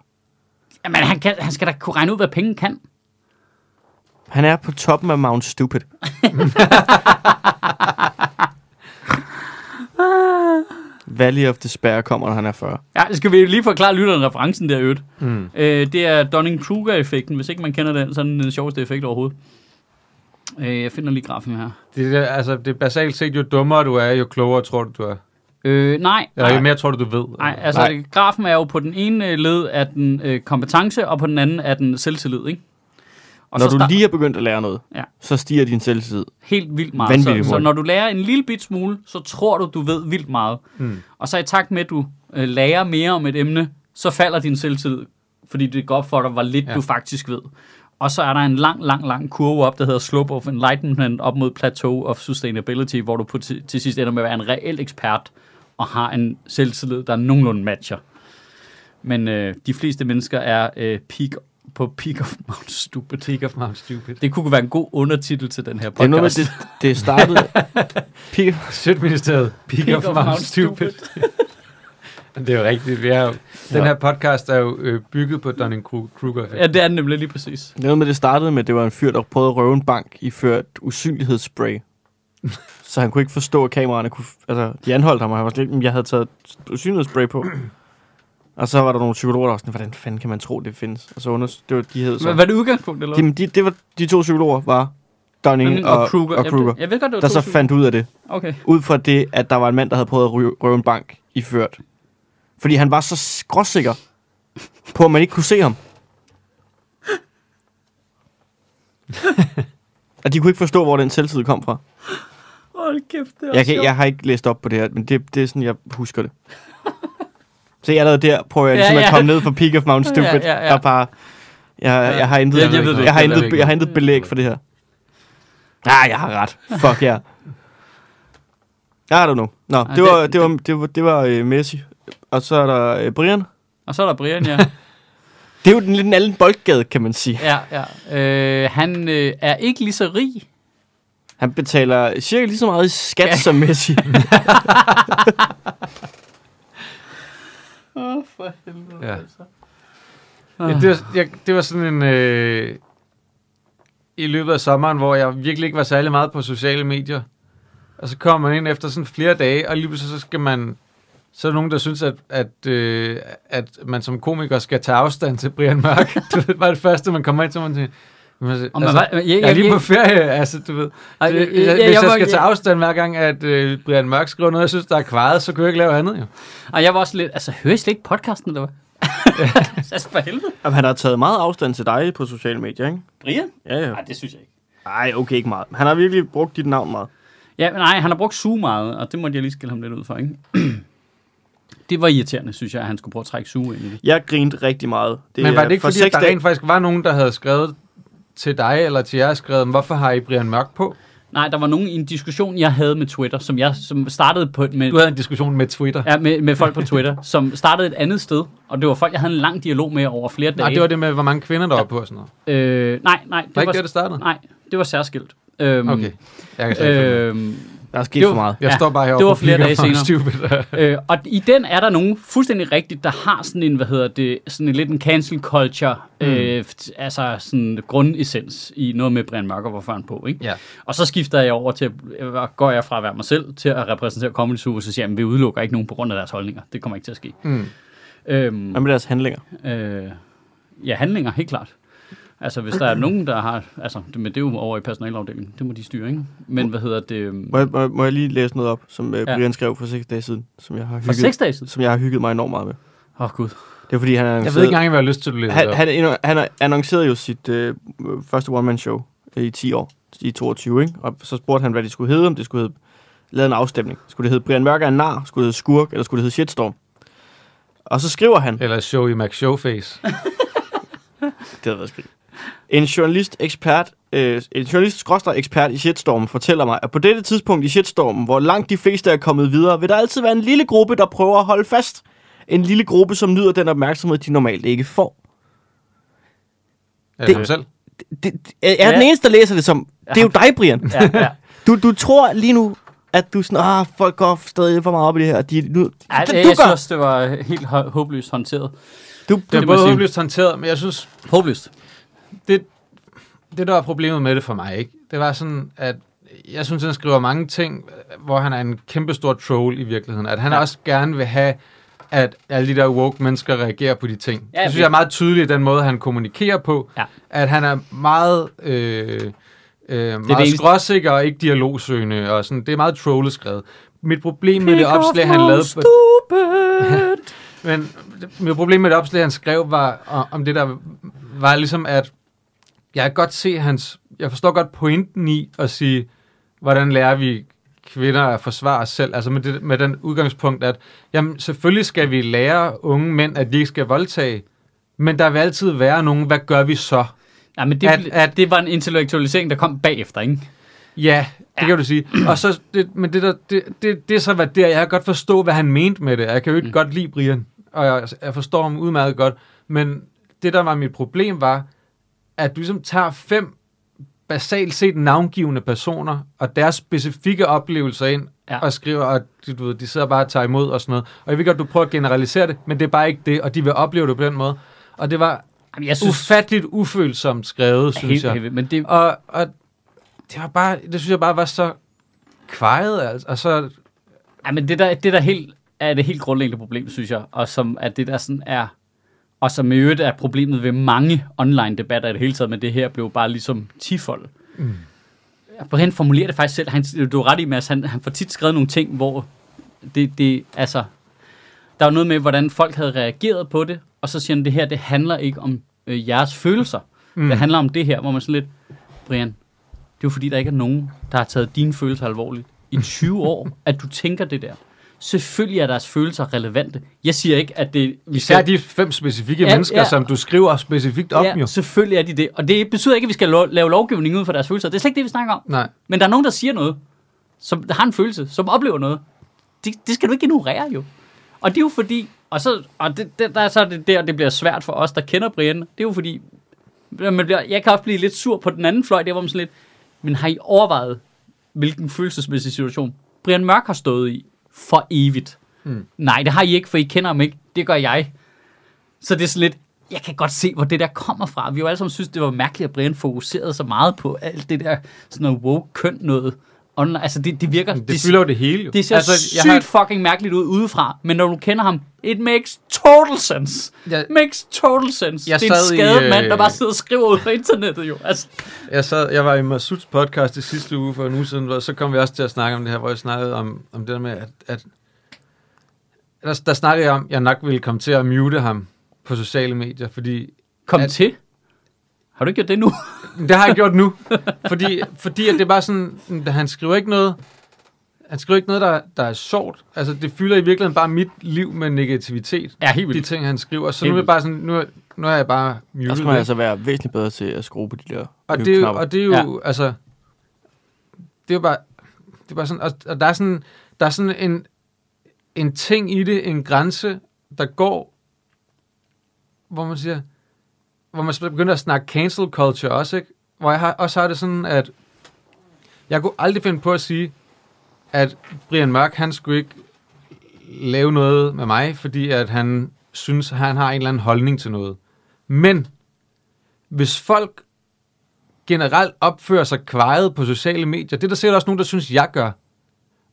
[SPEAKER 1] Jamen, han, kan, han skal da kunne regne ud, hvad penge kan.
[SPEAKER 3] Han er på toppen af Mount Stupid. Valley of Despair kommer, når han er 40.
[SPEAKER 1] Ja, det skal vi lige forklare lytteren referencen der i øvrigt. Mm. Øh, det er Dunning-Kruger-effekten, hvis ikke man kender den, så er den den sjoveste effekt overhovedet. Øh, jeg finder lige grafen her.
[SPEAKER 2] Det, er- altså, det er basalt set, jo dummere du er, jo klogere tror du, du er.
[SPEAKER 1] Øh, nej,
[SPEAKER 2] Eller jo
[SPEAKER 1] nej,
[SPEAKER 2] mere tror du, du ved.
[SPEAKER 1] nej, altså
[SPEAKER 3] Nej.
[SPEAKER 1] nej. grafen er jo på den ene øh, led af den øh, kompetence, og på den anden af den selvtillid, ikke? Og
[SPEAKER 3] Og når
[SPEAKER 1] så
[SPEAKER 3] du
[SPEAKER 1] start-
[SPEAKER 3] lige er begyndt at lære noget,
[SPEAKER 1] Ja.
[SPEAKER 3] så stiger din selvtillid.
[SPEAKER 1] helt vildt meget. Så,
[SPEAKER 3] Vanvittigt
[SPEAKER 1] så
[SPEAKER 3] hurtigt.
[SPEAKER 1] når du lærer en lille bit smule, så tror du, du ved vildt meget. Mm. Og så i takt med, at du øh, lærer mere om et emne, så falder din selvtillid, fordi det går op for dig, hvor lidt ja. du faktisk ved. Og så er der en lang, lang, lang kurve op, der hedder Slope of Enlightenment, op mod Plateau of Sustainability, hvor du på til, til sidst ender med at være en reel ekspert, og har en selvtillid, der nogenlunde matcher. Men øh, de fleste mennesker er øh, peak, på peak of Mount Stupid.
[SPEAKER 2] Take off my stupid.
[SPEAKER 1] Det kunne være en god undertitel til den her podcast.
[SPEAKER 3] Det er noget med, det, det startede... Pig,
[SPEAKER 2] Sødministeriet. Peak, Peak of, Mount, Stupid. Men det er jo rigtigt. Vi er jo, den her podcast er jo øh, bygget på Dunning-Kruger.
[SPEAKER 1] Ja, det er den nemlig lige præcis.
[SPEAKER 3] Det er noget med, det startede med, det var en fyr, der prøvede at røve en bank i ført usynlighedsspray. så han kunne ikke forstå, at kameraerne kunne... Altså, de anholdt ham, og han var slet ikke, "Men jeg havde taget usynlighedsspray på. Og så var der nogle psykologer, der var sådan, hvordan fanden kan man tro, det findes? Og så under, det var, de hed
[SPEAKER 1] Hvad
[SPEAKER 3] så...
[SPEAKER 1] var det udgangspunkt, eller
[SPEAKER 3] Jamen, de, det var, de to psykologer var Dunning og, og Kruger, og
[SPEAKER 1] Jamen,
[SPEAKER 3] Kruger
[SPEAKER 1] det- Jeg ved godt, det var
[SPEAKER 3] der
[SPEAKER 1] to
[SPEAKER 3] så
[SPEAKER 1] syv-
[SPEAKER 3] fandt ud af det.
[SPEAKER 1] Okay.
[SPEAKER 3] Ud fra det, at der var en mand, der havde prøvet at røve, røve en bank i ført. Fordi han var så skråsikker på, at man ikke kunne se ham. og de kunne ikke forstå, hvor den selvtid kom fra.
[SPEAKER 1] Hold kæft, det er
[SPEAKER 3] Jeg, kan, jeg har ikke læst op på det her, men det, det er sådan, jeg husker det. Så jeg allerede der prøver jeg
[SPEAKER 1] Ja,
[SPEAKER 3] ligesom ja,
[SPEAKER 1] ja.
[SPEAKER 3] at komme ned fra Peak of Mount Stupid. Ja, ja, ja. Der er bare... Jeg, jeg har intet,
[SPEAKER 1] Ja, jeg ved det
[SPEAKER 3] jeg,
[SPEAKER 1] ikke.
[SPEAKER 3] har
[SPEAKER 2] Jeg ved det
[SPEAKER 3] intet,
[SPEAKER 2] ikke.
[SPEAKER 3] jeg har intet belæg for det her. Ah, jeg har ret. Fuck ja. Yeah. I don't know. Nå,
[SPEAKER 1] Ej,
[SPEAKER 3] det var,
[SPEAKER 1] det-
[SPEAKER 3] det var, det var, det var øh, Messi. Og så er der øh, Brian.
[SPEAKER 1] Og så er der Brian, ja.
[SPEAKER 3] Det er jo den lidt en anden boldgade, kan man sige.
[SPEAKER 1] ja, ja. Øh, han øh, er ikke lige så rig.
[SPEAKER 3] Han betaler cirka lige så meget i skat
[SPEAKER 1] Ja.
[SPEAKER 3] som Messi.
[SPEAKER 1] Åh, oh, for helvede.
[SPEAKER 2] Ja. Ja, det, var, jeg, det var sådan en... Øh, I løbet af sommeren, hvor jeg virkelig ikke var særlig meget på sociale medier. Og så kommer man ind efter sådan flere dage, og lige pludselig så skal man... Så er der nogen, der synes, at, at, øh, at man som komiker skal tage afstand til Brian Mørk. det var det første, man kommer ind til, man tænker... Man, siger, altså,
[SPEAKER 1] Og man, var, jeg, jeg,
[SPEAKER 2] Jeg er lige på
[SPEAKER 1] jeg,
[SPEAKER 2] ferie, altså, du ved.
[SPEAKER 1] Ej,
[SPEAKER 2] Det,
[SPEAKER 1] jeg- jeg-
[SPEAKER 2] jeg,
[SPEAKER 1] jeg-
[SPEAKER 2] hvis jeg
[SPEAKER 1] jeg må-
[SPEAKER 2] skal tage
[SPEAKER 1] jeg-
[SPEAKER 2] afstand hver gang, at øh, Brian Mørk skriver noget, jeg synes, der er kvaret, så kan jeg ikke lave andet, jo.
[SPEAKER 1] og jeg var også lidt, altså, hører I slet ikke podcasten, eller hvad? altså, for helvede.
[SPEAKER 3] Jamen, han har taget meget afstand til dig på sociale medier, ikke?
[SPEAKER 1] Brian?
[SPEAKER 3] Ja, ja.
[SPEAKER 1] Nej, det synes jeg ikke.
[SPEAKER 3] Nej, okay, ikke meget. Han har virkelig brugt dit navn meget.
[SPEAKER 1] Ja, men nej, han har brugt suge meget, og det måtte jeg lige skille ham lidt ud for, ikke? det var irriterende, synes jeg, at han skulle prøve at trække suge ind i det.
[SPEAKER 3] Jeg grinte rigtig meget.
[SPEAKER 2] Det Men var
[SPEAKER 3] er
[SPEAKER 2] det ikke
[SPEAKER 3] for
[SPEAKER 2] fordi,
[SPEAKER 3] seks
[SPEAKER 2] at der
[SPEAKER 3] dage-
[SPEAKER 2] rent faktisk var nogen, der havde skrevet til dig eller til jer skrevet, hvorfor har I Brian Mørk på?
[SPEAKER 1] Nej, der var nogen i en diskussion, jeg havde med Twitter, som jeg som startede på med...
[SPEAKER 2] Du havde en diskussion med Twitter. Ja,
[SPEAKER 1] Ja, med, med folk på Twitter, som startede et andet sted, og det var folk, jeg havde en lang dialog med over flere dage.
[SPEAKER 2] Nej, det var det med, hvor mange kvinder, der var på og sådan noget.
[SPEAKER 1] Øh, nej, nej. Det
[SPEAKER 2] Var ikke der, det startede?
[SPEAKER 1] Nej, det var særskilt. Øhm,
[SPEAKER 2] Okay. Jeg kan slet ikke følge med.
[SPEAKER 1] Øhm,
[SPEAKER 3] Der er sket
[SPEAKER 1] Det
[SPEAKER 3] for
[SPEAKER 1] var-
[SPEAKER 3] meget.
[SPEAKER 2] Jeg
[SPEAKER 1] Ja,
[SPEAKER 2] ja, står bare
[SPEAKER 1] det
[SPEAKER 2] herovre
[SPEAKER 1] var
[SPEAKER 2] og
[SPEAKER 1] flere
[SPEAKER 2] kigger
[SPEAKER 1] dage
[SPEAKER 2] for
[SPEAKER 1] senere.
[SPEAKER 2] Stupid.
[SPEAKER 1] Øh, og i den er der nogen fuldstændig rigtigt, der har sådan en, hvad hedder det, sådan en lidt en cancel culture, mm. øh, f- altså sådan grundessens i noget med Brian Mørk og hvorfor han på, ikke?
[SPEAKER 2] Ja.
[SPEAKER 1] Og så skifter jeg over til, at, går jeg fra at være mig selv til at repræsentere Comedy Zoo, og så siger jeg, "Jamen, vi udelukker ikke nogen på grund af deres holdninger. Det kommer ikke til at ske.
[SPEAKER 2] Mm.
[SPEAKER 1] Øhm,
[SPEAKER 3] Hvad med deres handlinger?
[SPEAKER 1] øh, ja, handlinger, helt klart. Altså, hvis der er nogen, der har... Altså, det, men det er jo over i personalafdelingen. Det må de styre, ikke? Men hvad hedder det... øhm,
[SPEAKER 3] Må jeg, må, jeg- må jeg lige læse noget op, som øh,
[SPEAKER 1] Ja.
[SPEAKER 3] Brian skrev for seks dage siden, som jeg har
[SPEAKER 1] For
[SPEAKER 3] hygget,
[SPEAKER 1] seks dage siden?
[SPEAKER 3] som jeg har hygget mig enormt meget med.
[SPEAKER 1] Åh, oh, gud.
[SPEAKER 3] Det er fordi, han
[SPEAKER 2] Jeg
[SPEAKER 3] annoncerede,
[SPEAKER 2] ved ikke engang, hvad jeg har lyst til at læse
[SPEAKER 3] han,
[SPEAKER 2] op.
[SPEAKER 3] han, han, han annoncerede jo sit øh, første one-man-show øh, i 10 år, i 22, ikke? Og så spurgte han, hvad det skulle hedde, om det skulle hedde lavet en afstemning. Skulle det hedde Brian Mørk er en nar, skulle det hedde Skurk, eller skulle det hedde Shitstorm? Og så skriver han,
[SPEAKER 2] Eller show i Max Showface.
[SPEAKER 3] Det havde været skridt. En journalist ekspert, øh, en journalist skråstrej ekspert i shitstormen fortæller mig, at på dette tidspunkt i shitstormen, hvor langt de fleste er kommet videre, vil der altid være en lille gruppe, der prøver at holde fast. En lille gruppe, som nyder den opmærksomhed, de normalt ikke får.
[SPEAKER 2] Eller
[SPEAKER 3] Det-
[SPEAKER 2] ham selv.
[SPEAKER 3] Det, det, jeg er ja. den
[SPEAKER 1] Ja.
[SPEAKER 3] eneste, der læser det som, det er jo dig, Brian.
[SPEAKER 1] Ja, ja.
[SPEAKER 3] Du, du tror lige nu, at du sådan, ah, folk går stadig for meget op i det her. og De, nu,
[SPEAKER 1] Ej,
[SPEAKER 3] det,
[SPEAKER 1] det,
[SPEAKER 3] du
[SPEAKER 1] jeg
[SPEAKER 3] gør.
[SPEAKER 1] synes, det var helt hå- håbløst håndteret.
[SPEAKER 3] Du,
[SPEAKER 2] Det er
[SPEAKER 1] må jeg
[SPEAKER 2] både
[SPEAKER 1] sige.
[SPEAKER 2] håbløst håndteret, men jeg synes,
[SPEAKER 1] Håbløst.
[SPEAKER 2] det, det der var problemet med det for mig, ikke? det var sådan, at jeg synes, han skriver mange ting, hvor han er en kæmpestor troll i virkeligheden. At han
[SPEAKER 1] Ja.
[SPEAKER 2] ja. også gerne vil have, at alle de der woke mennesker reagerer på de ting.
[SPEAKER 1] Ja,
[SPEAKER 2] Ja, det synes
[SPEAKER 1] det-
[SPEAKER 2] jeg er meget tydeligt i den måde, han kommunikerer på.
[SPEAKER 1] Ja.
[SPEAKER 2] At han er meget, øh, øh,
[SPEAKER 1] det
[SPEAKER 2] meget
[SPEAKER 1] eneste-
[SPEAKER 2] skråsikker og ikke dialogsøgende. Og sådan. Det er meget trollet skrevet. Mit problem med det
[SPEAKER 1] Pick off
[SPEAKER 2] opslag, han
[SPEAKER 1] my
[SPEAKER 2] lavede... på-
[SPEAKER 1] Stupid.
[SPEAKER 2] Men det- mit problem med det opslag, han skrev, var o- om det der var ligesom, at jeg kan godt se hans... Jeg forstår godt pointen i at sige, hvordan lærer vi kvinder at forsvare os selv? Altså med, det, med den udgangspunkt, at jamen, selvfølgelig skal vi lære unge mænd, at de ikke skal voldtage, men der vil altid være nogen, hvad gør vi så?
[SPEAKER 1] Ja, men det, at,
[SPEAKER 2] At-
[SPEAKER 1] at,
[SPEAKER 2] at-
[SPEAKER 1] det var en intellektualisering, der kom bagefter, ikke?
[SPEAKER 2] Ja, det ja. kan du sige. Og så, det, men det, der, det, det, det så var der, jeg kan godt forstå, hvad han mente med det. Jeg kan jo ikke mm. godt lide Brian, og jeg, jeg forstår ham udmærket godt. Men det, der var mit problem, var, at du ligesom tager fem basalt set navngivende personer og deres specifikke oplevelser ind,
[SPEAKER 1] Ja.
[SPEAKER 2] ja. og skriver, og du, du ved, de sidder bare og tager imod og sådan noget. Og jeg ved godt, du prøver at generalisere det, men det er bare ikke det, og de vil opleve det på den måde. Og det var
[SPEAKER 1] Jamen, jeg synes,
[SPEAKER 2] ufatteligt ufølsomt skrevet, synes
[SPEAKER 1] helt,
[SPEAKER 2] jeg.
[SPEAKER 1] helt, vildt, men det,
[SPEAKER 2] Og, og det var bare, det synes jeg bare var så kvejet, altså. Og så,
[SPEAKER 1] ja, men det der, det der helt, er det helt grundlæggende problem, synes jeg, og som er det der sådan er, og som i øvrigt er problemet ved mange online debatter i det hele taget, men det her blev bare ligesom tifold. Mm. Brian formulerer det faktisk selv, han, du er ret i, Mads, han, han får tit skrevet nogle ting, hvor det, det altså, der var noget med, hvordan folk havde reageret på det, og så siger han, det her, det handler ikke om øh, jeres følelser. Mm. Det handler om det her, hvor man sådan lidt, Brian, det er jo fordi, der ikke er nogen, der har taget dine følelser alvorligt i 20 år, at du tænker det der. Selvfølgelig er deres følelser relevante. Jeg siger ikke, at det... Vi
[SPEAKER 2] især de fem specifikke
[SPEAKER 1] Ja,
[SPEAKER 2] ja, mennesker,
[SPEAKER 1] ja.
[SPEAKER 2] ja. som du skriver specifikt op,
[SPEAKER 1] ja,
[SPEAKER 2] jo.
[SPEAKER 1] selvfølgelig er de det. Og det betyder ikke, at vi skal lo- lave lovgivning ud for deres følelser. Det er slet ikke det, vi snakker om.
[SPEAKER 2] Nej.
[SPEAKER 1] Men der er nogen, der siger noget, som der har en følelse, som oplever noget. Det, det skal du ikke ignorere jo. Og det er jo fordi, og, så, og det, det, der er så det der, det bliver svært for os, der kender Brian. Det er jo fordi, man bliver, jeg kan også blive lidt sur på den anden fløj, der hvor man sådan lidt, men har I overvejet, hvilken følelsesmæssig situation Brian Mørk har stået i for evigt?
[SPEAKER 2] Hmm.
[SPEAKER 1] Mm. Nej, det har I ikke, for I kender ham ikke. Det gør jeg. Så det er sådan lidt, jeg kan godt se, hvor det der kommer fra. Vi jo alle sammen synes, det var mærkeligt, at Brian fokuserede så meget på alt det der sådan noget woke køn noget. Online. Altså, det, det virker...
[SPEAKER 2] Det fylder jo det hele, jo.
[SPEAKER 1] Det ser altså,
[SPEAKER 2] jeg
[SPEAKER 1] sygt har... fucking mærkeligt ud udefra, men når du kender ham, it makes total sense.
[SPEAKER 2] Jeg-
[SPEAKER 1] It makes total sense.
[SPEAKER 2] Jeg
[SPEAKER 1] det er en
[SPEAKER 2] sad i,
[SPEAKER 1] skadet
[SPEAKER 2] øh,
[SPEAKER 1] mand, der bare sidder og skriver ud på internettet jo. Altså,
[SPEAKER 2] jeg, sad, jeg var i Masuds podcast i sidste uge for en uge siden, hvor så kom vi også til at snakke om det her, hvor jeg snakkede om, om det der med, at, at der, der snakkede jeg om, at jeg nok ville komme til at mute ham på sociale medier, fordi
[SPEAKER 1] kom
[SPEAKER 2] At-
[SPEAKER 1] til. Har du ikke gjort det nu?
[SPEAKER 2] Men Det har jeg gjort nu. Fordi, fordi at det er bare sådan, mm, han skriver ikke noget, han skriver ikke noget, der, der er sjovt. Altså, det fylder i virkeligheden bare mit liv med negativitet.
[SPEAKER 1] Ja, helt
[SPEAKER 2] De
[SPEAKER 1] vildt.
[SPEAKER 2] ting, han skriver. Så
[SPEAKER 1] Helt
[SPEAKER 2] nu er
[SPEAKER 1] vildt.
[SPEAKER 2] det bare sådan, nu, er- nu er jeg bare muted.
[SPEAKER 3] Der skal man
[SPEAKER 2] ikke?
[SPEAKER 3] altså være væsentligt bedre til at skrue på de der øh,
[SPEAKER 2] og, det er jo,
[SPEAKER 3] knapper.
[SPEAKER 2] og det er jo, ja. altså, det er jo bare, det er bare sådan, og, og der er sådan, der er sådan en, en ting i det, en grænse, der går, hvor man siger, hvor man så begynder at snakke cancel culture også, ikke? Hvor jeg har, også har det sådan, at jeg kunne aldrig finde på at sige, at Brian Mørk, han skulle ikke lave noget med mig, fordi at han synes, at han har en eller anden holdning til noget. Men hvis folk generelt opfører sig kvejet på sociale medier, det er der sikkert også nogen, der synes, jeg gør.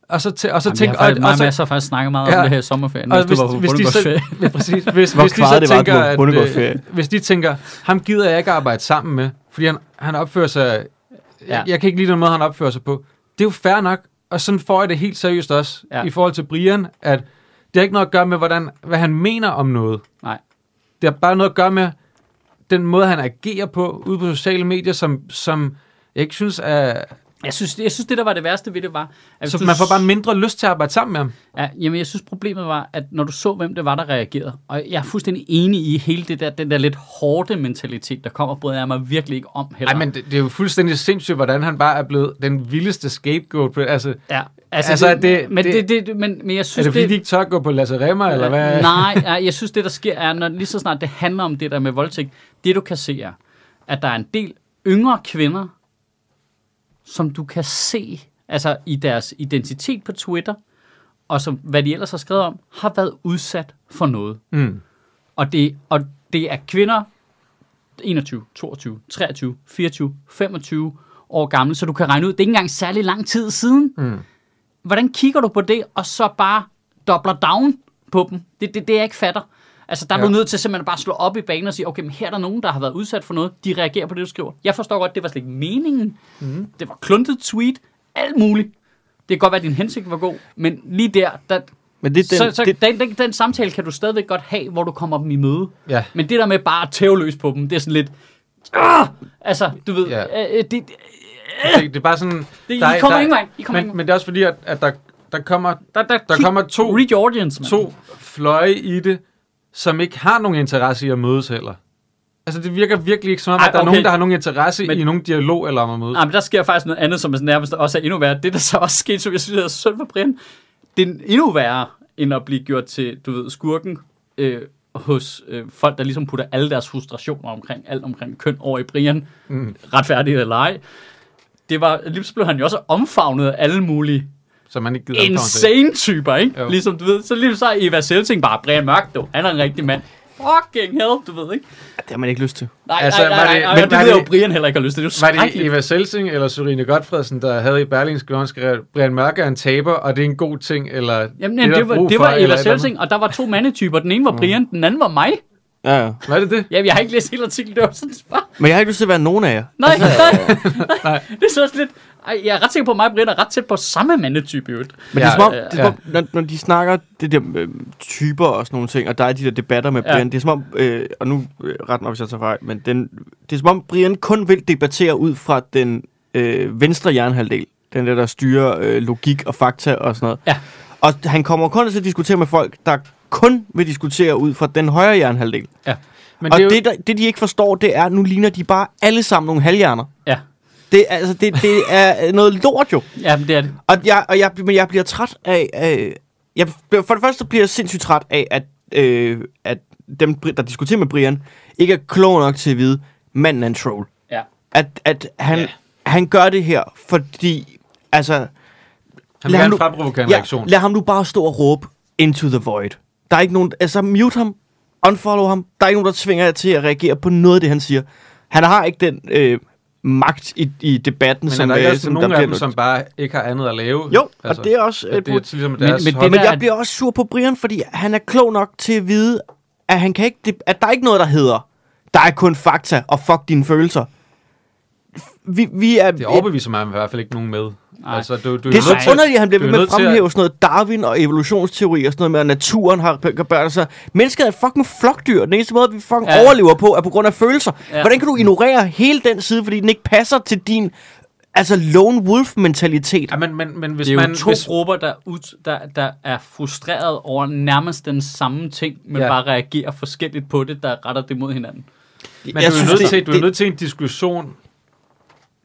[SPEAKER 2] Og så, tæ- og så
[SPEAKER 1] Så Jamen,
[SPEAKER 2] tænker,
[SPEAKER 1] jeg har
[SPEAKER 2] og,
[SPEAKER 1] faktisk,
[SPEAKER 2] og
[SPEAKER 1] meget
[SPEAKER 2] så,
[SPEAKER 1] masser af faktisk snakket meget om
[SPEAKER 2] Ja.
[SPEAKER 1] det her i sommerferien,
[SPEAKER 2] Og
[SPEAKER 1] hvis, hvis du var på
[SPEAKER 2] hvis de så,
[SPEAKER 1] bundegårdsferie.
[SPEAKER 2] ja, præcis. Hvis,
[SPEAKER 3] Hvor
[SPEAKER 2] hvis de
[SPEAKER 3] kvaret
[SPEAKER 2] så
[SPEAKER 3] det var, at du
[SPEAKER 2] tænker,
[SPEAKER 3] var på
[SPEAKER 2] at,
[SPEAKER 3] bondegårdsferie.
[SPEAKER 2] øh, hvis de tænker, ham gider jeg ikke arbejde sammen med, fordi han, han opfører sig, ja.
[SPEAKER 1] Ja.
[SPEAKER 2] jeg, jeg kan ikke lide den måde, han opfører sig på. Det er jo fair nok, og sådan får jeg det helt seriøst også, ja.
[SPEAKER 1] Ja.
[SPEAKER 2] i forhold til Brian, at det har ikke noget at gøre med, hvordan, hvad han mener om noget.
[SPEAKER 1] Nej.
[SPEAKER 2] Det har bare noget at gøre med den måde, han agerer på ude på sociale medier, som, som jeg ikke synes er...
[SPEAKER 1] Jeg synes, jeg synes, det der var det værste ved det var... At hvis
[SPEAKER 2] Så
[SPEAKER 1] du
[SPEAKER 2] man får bare mindre lyst til at arbejde sammen med ham.
[SPEAKER 1] Ja, jamen, jeg synes, problemet var, at når du så, hvem det var, der reagerede, og jeg er fuldstændig enig i hele det der, den der lidt hårde mentalitet, der kommer, bryder jeg mig virkelig ikke om heller.
[SPEAKER 2] Nej, men det, det er jo fuldstændig sindssygt, hvordan han bare er blevet den vildeste scapegoat. på- Altså,
[SPEAKER 1] Ja, altså,
[SPEAKER 2] Altså,
[SPEAKER 1] altså
[SPEAKER 2] er
[SPEAKER 1] det,
[SPEAKER 2] det-
[SPEAKER 1] det, men,
[SPEAKER 2] det-
[SPEAKER 1] det, det, det, men, men jeg
[SPEAKER 2] er
[SPEAKER 1] synes,
[SPEAKER 2] det fordi,
[SPEAKER 1] det, Øh,
[SPEAKER 2] de ikke tør gå på lasseremmer, eller hvad?
[SPEAKER 1] Nej, nej, jeg synes, det der sker er, når, lige så snart det handler om det der med voldtægt, det du kan se er, at der er en del yngre kvinder, som du kan se, altså i deres identitet på Twitter, og som, hvad de ellers har skrevet om, har været udsat for noget.
[SPEAKER 2] Mm.
[SPEAKER 1] Og det, og det er kvinder 21, 22, 23, 24, 25 år gamle, så du kan regne ud, det er ikke engang særlig lang tid siden.
[SPEAKER 2] Mm.
[SPEAKER 1] Hvordan kigger du på det, og så bare dobler down på dem? Det er det, det, jeg ikke fatter. Altså, der er
[SPEAKER 2] Ja.
[SPEAKER 1] du nødt til simpelthen bare at slå op i banen og sige, okay, men her er der nogen, der har været udsat for noget. De reagerer på det, du skriver. Jeg forstår godt, det var slet ikke meningen. Mm. Det var kluntet tweet. Alt muligt. Det kan godt være, at din hensigt var god, men lige der, der
[SPEAKER 3] Men det er den,
[SPEAKER 1] så, så
[SPEAKER 3] det,
[SPEAKER 1] det... den, den, den samtale kan du stadigvæk godt have, hvor du kommer dem i møde.
[SPEAKER 2] Ja.
[SPEAKER 1] Men det der med bare at tæve løs på dem, det er sådan lidt... Ah! Altså, du ved...
[SPEAKER 2] Ja.
[SPEAKER 1] Ja. Øh, øh, det, det,
[SPEAKER 2] Det, det er bare sådan...
[SPEAKER 1] I
[SPEAKER 2] der er-
[SPEAKER 1] kommer
[SPEAKER 2] der-
[SPEAKER 1] ingen vej. I kommer ingen vej.
[SPEAKER 2] men, men det er også fordi, at, at der, der kommer,
[SPEAKER 1] der, der,
[SPEAKER 2] der
[SPEAKER 1] kig-
[SPEAKER 2] kommer to,
[SPEAKER 1] Read your audience, man.
[SPEAKER 2] to fløje i det, som ikke har nogen interesse i at mødes heller. Altså, det virker virkelig ikke som om,
[SPEAKER 1] Ej,
[SPEAKER 2] at der er
[SPEAKER 1] okay.
[SPEAKER 2] nogen, der har nogen interesse
[SPEAKER 1] Men-
[SPEAKER 2] i nogen dialog eller om at mødes.
[SPEAKER 1] Ah, men der sker faktisk noget andet, som er nærmest også er endnu værre. Det, der så også skete, som jeg synes er synd for Brian, det er endnu værre, end at blive gjort til, du ved, skurken øh, hos øh, folk, der ligesom putter alle deres frustrationer omkring, alt omkring køn over i Brian. Mm. Retfærdigt eller ej. Det var, lige så blev han jo også omfavnet af alle mulige
[SPEAKER 2] Som man ikke gider at komme til.
[SPEAKER 1] insane typer, ikke?
[SPEAKER 2] Jo.
[SPEAKER 1] Jo. Ligesom du ved, så lige så er Eva Selting bare Brian Mørk, du. Han er en rigtig mand. Fucking hell, du ved ikke.
[SPEAKER 3] det har man ikke lyst til.
[SPEAKER 1] Nej,
[SPEAKER 2] Altså,
[SPEAKER 1] altså, nej,
[SPEAKER 2] var
[SPEAKER 1] nej, nej,
[SPEAKER 2] det-
[SPEAKER 1] nej,
[SPEAKER 2] men
[SPEAKER 1] det
[SPEAKER 2] var
[SPEAKER 1] ved jeg
[SPEAKER 2] det-
[SPEAKER 1] jo, Brian heller ikke har lyst til. Det er jo
[SPEAKER 2] Var det
[SPEAKER 1] skrækkeligt.
[SPEAKER 2] Eva Selsing eller Sørine Godfredsen, der havde i Berlingske Blom skrevet, Brian Mørke er en taber, og det er en god ting, eller
[SPEAKER 1] Jamen,
[SPEAKER 2] er
[SPEAKER 1] jamen,
[SPEAKER 2] der
[SPEAKER 1] det, var,
[SPEAKER 2] brug
[SPEAKER 1] det
[SPEAKER 2] for,
[SPEAKER 1] var
[SPEAKER 2] eller
[SPEAKER 1] Eva
[SPEAKER 2] et eller andet.
[SPEAKER 1] Selting, og der var to mandetyper. Den ene var Brian, den anden var mig.
[SPEAKER 3] Ja, ja.
[SPEAKER 2] Var det det?
[SPEAKER 1] Jamen, jeg har ikke læst hele artiklen, det var sådan bare...
[SPEAKER 3] Men jeg har ikke lyst til at være nogen af jer.
[SPEAKER 1] Nej, nej, Altså, nej. Det er så også lidt... Ej, jeg er ret sikker på, at mig og Brian er ret tæt på samme mandetype, i øvrigt.
[SPEAKER 3] Men ja, det er som om,
[SPEAKER 1] Ja,
[SPEAKER 2] øh,
[SPEAKER 3] det er, som om når, når de snakker det der øh, typer og sådan nogle ting, og der er de der debatter med
[SPEAKER 1] Ja.
[SPEAKER 3] Brian, det er som om, øh, og nu øh, ret mig, hvis jeg tager fejl, men den, det er som om, Brian kun vil debattere ud fra den øh, venstre hjernehalvdel, den der, der styrer øh, logik og fakta og sådan noget.
[SPEAKER 1] Ja.
[SPEAKER 3] Og han kommer kun til at diskutere med folk, der kun vil diskutere ud fra den højre hjernehalvdel.
[SPEAKER 1] Ja,
[SPEAKER 2] Men
[SPEAKER 3] og
[SPEAKER 2] det er
[SPEAKER 3] det,
[SPEAKER 2] jo-
[SPEAKER 3] det, der, det, de ikke forstår, det er, nu ligner de bare alle sammen nogle halvhjerner.
[SPEAKER 1] ja.
[SPEAKER 3] Det, er- altså, det, det er noget lort jo.
[SPEAKER 1] Ja, men det er det.
[SPEAKER 3] Og jeg, og jeg, men jeg bliver træt af... Øh, jeg, bliver- for det første bliver jeg sindssygt træt af, at, øh, at dem, der diskuterer med Brian, ikke er klog nok til at vide, manden er en troll.
[SPEAKER 1] Ja.
[SPEAKER 3] At, at han,
[SPEAKER 2] Ja.
[SPEAKER 3] ja. han gør det her, fordi... Altså,
[SPEAKER 2] Han vil gerne
[SPEAKER 3] nu-
[SPEAKER 2] fremprovokere en
[SPEAKER 3] ja,
[SPEAKER 2] reaktion.
[SPEAKER 3] Lad ham nu bare stå og råbe into the void. Der er ikke nogen... Altså, mute ham. Unfollow ham. Der er ikke nogen, der tvinger jer til at reagere på noget af det, han siger. Han har ikke den øh, magt i, i debatten,
[SPEAKER 2] Men er
[SPEAKER 3] som,
[SPEAKER 2] der ikke
[SPEAKER 3] øh,
[SPEAKER 2] også
[SPEAKER 3] som
[SPEAKER 2] nogle
[SPEAKER 3] der
[SPEAKER 2] af
[SPEAKER 3] bliver
[SPEAKER 2] dem, som bare ikke har andet at lave?
[SPEAKER 3] Jo, altså, og det er også
[SPEAKER 2] at
[SPEAKER 3] et
[SPEAKER 2] det er ligesom
[SPEAKER 1] men-
[SPEAKER 2] deres
[SPEAKER 1] men det
[SPEAKER 2] hobby.
[SPEAKER 1] der-
[SPEAKER 3] Men jeg
[SPEAKER 1] at-
[SPEAKER 3] bliver også sur på Brian, fordi han er klog nok til at vide, at, han kan ikke, det- at der er ikke noget, der hedder, der er kun fakta, og fuck dine følelser. F- Vi, vi er,
[SPEAKER 2] Det overbeviser mig i hvert fald ikke nogen med.
[SPEAKER 1] Nej.
[SPEAKER 2] Altså, du, du
[SPEAKER 3] det er
[SPEAKER 2] nødt til-
[SPEAKER 3] så underligt, at han bliver
[SPEAKER 2] du er
[SPEAKER 3] ved med at
[SPEAKER 2] nødt til
[SPEAKER 3] fremhæve sådan noget Darwin og evolutionsteori og sådan noget med, at naturen har gør børn. Så mennesket er et fucking flokdyr. Den eneste måde, vi fucking
[SPEAKER 1] Ja.
[SPEAKER 3] ja. overlever på, er på grund af følelser.
[SPEAKER 1] Ja.
[SPEAKER 3] Ja. Hvordan kan du ignorere hele den side, fordi den ikke passer til din altså lone wolf-mentalitet?
[SPEAKER 2] Ja, men, men, men hvis
[SPEAKER 1] Det er jo
[SPEAKER 2] man...
[SPEAKER 1] to
[SPEAKER 2] hvis,
[SPEAKER 1] grupper, der, ud, der, der er frustreret over nærmest den samme ting, men
[SPEAKER 2] Ja.
[SPEAKER 1] ja. bare reagerer forskelligt på det, der retter det mod hinanden.
[SPEAKER 2] men du, er nødt
[SPEAKER 3] det-
[SPEAKER 2] til, du er
[SPEAKER 3] det-
[SPEAKER 2] nødt til en diskussion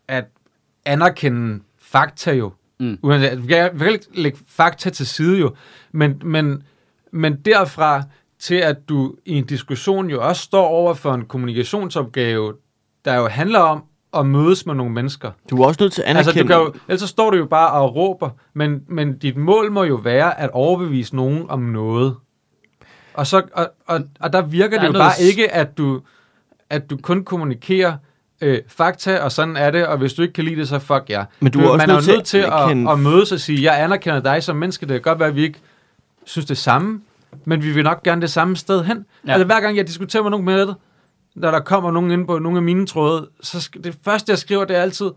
[SPEAKER 2] at anerkende fakta jo. Mm. Uanset, vi kan vi kan ikke lægge fakta til side jo, men, men, men derfra til, at du i en diskussion jo også står over for en kommunikationsopgave, der jo handler om at mødes med nogle mennesker.
[SPEAKER 3] Du er også nødt til at anerkende...
[SPEAKER 2] Altså, du kan jo, ellers så står du jo bare og råber, men, men dit mål må jo være at overbevise nogen om noget. Og, så, og, og, og der
[SPEAKER 1] Der
[SPEAKER 2] virker der det
[SPEAKER 1] er
[SPEAKER 2] jo
[SPEAKER 1] noget
[SPEAKER 2] bare
[SPEAKER 1] s-
[SPEAKER 2] ikke, at du, at du kun kommunikerer øh, fakta, og sådan er det, og hvis du ikke kan lide det, så fuck jer.
[SPEAKER 3] Men du er også
[SPEAKER 2] Man er
[SPEAKER 3] nødt
[SPEAKER 2] jo
[SPEAKER 3] til
[SPEAKER 2] nødt til
[SPEAKER 3] at anerkende-
[SPEAKER 2] at, at mødes og sige, jeg anerkender dig som menneske, det kan godt være, at vi ikke synes det samme, men vi vil nok gerne det samme sted hen.
[SPEAKER 1] Ja.
[SPEAKER 2] Ja. Altså hver gang jeg diskuterer med nogen med det, når der kommer nogen ind på nogle af mine tråde, så sk- det første, jeg skriver, det er altid,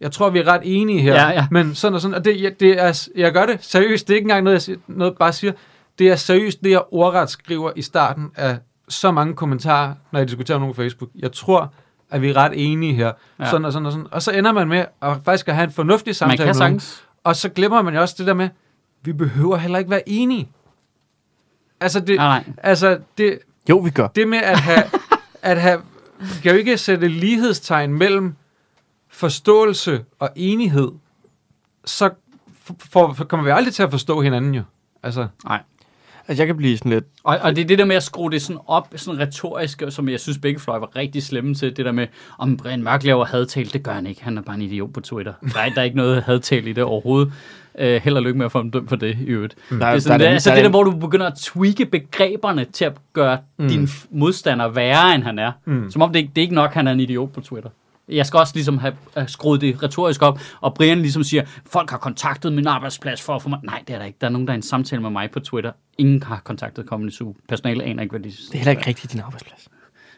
[SPEAKER 2] jeg tror, vi er ret enige her,
[SPEAKER 1] Ja, ja.
[SPEAKER 2] men sådan og sådan, og det, jeg, det er, jeg gør det seriøst, det er ikke engang noget, jeg siger, noget, bare siger, det er seriøst, det jeg ordret skriver i starten af så mange kommentarer, når jeg diskuterer med nogen på Facebook. Jeg tror, at vi er ret enige her,
[SPEAKER 1] Ja.
[SPEAKER 2] ja. sådan og sådan og sådan, og så ender man med at faktisk at have en fornuftig
[SPEAKER 1] Man
[SPEAKER 2] samtale
[SPEAKER 1] kan
[SPEAKER 2] med nogen.
[SPEAKER 1] sagtens.
[SPEAKER 2] Og så glemmer man jo også det der med, vi behøver heller ikke være enige. Altså det,
[SPEAKER 1] Nej, nej.
[SPEAKER 2] altså det,
[SPEAKER 3] Jo, vi gør.
[SPEAKER 2] det med at have, at have, vi kan jo ikke sætte lighedstegn mellem forståelse og enighed, så for, for, for kommer vi aldrig til at forstå hinanden jo. Altså,
[SPEAKER 1] Nej.
[SPEAKER 3] Altså, jeg kan blive sådan lidt...
[SPEAKER 1] Og, og det er det der med at skrue det sådan op, sådan retorisk, som jeg synes begge fløj var rigtig slemme til, det der med, om Brian Mørk laver hadtale, det gør han ikke, han er bare en idiot på Twitter. Nej, der er ikke noget hadtale i det overhovedet. Øh, held og lykke med at få ham dømt for det, i øvrigt. Mm. det
[SPEAKER 3] Der er-
[SPEAKER 1] er
[SPEAKER 3] der er
[SPEAKER 1] sådan, det,
[SPEAKER 3] den-
[SPEAKER 1] altså
[SPEAKER 3] der er
[SPEAKER 1] det der,
[SPEAKER 3] den-
[SPEAKER 1] hvor du begynder at tweake begreberne til at gøre mm. din f- modstander værre, end han er. Mm. Som om det, ikke- det er ikke nok, han er en idiot på Twitter. Jeg skal også ligesom have, have skruet det retorisk op, og Brian ligesom siger, folk har kontaktet min arbejdsplads for at få mig... Nej, det er der ikke. Der er nogen, der er i en samtale med mig på Twitter. Ingen har kontaktet kommende uge. Personale aner ikke, hvad de...
[SPEAKER 3] Det er heller ikke rigtigt din arbejdsplads.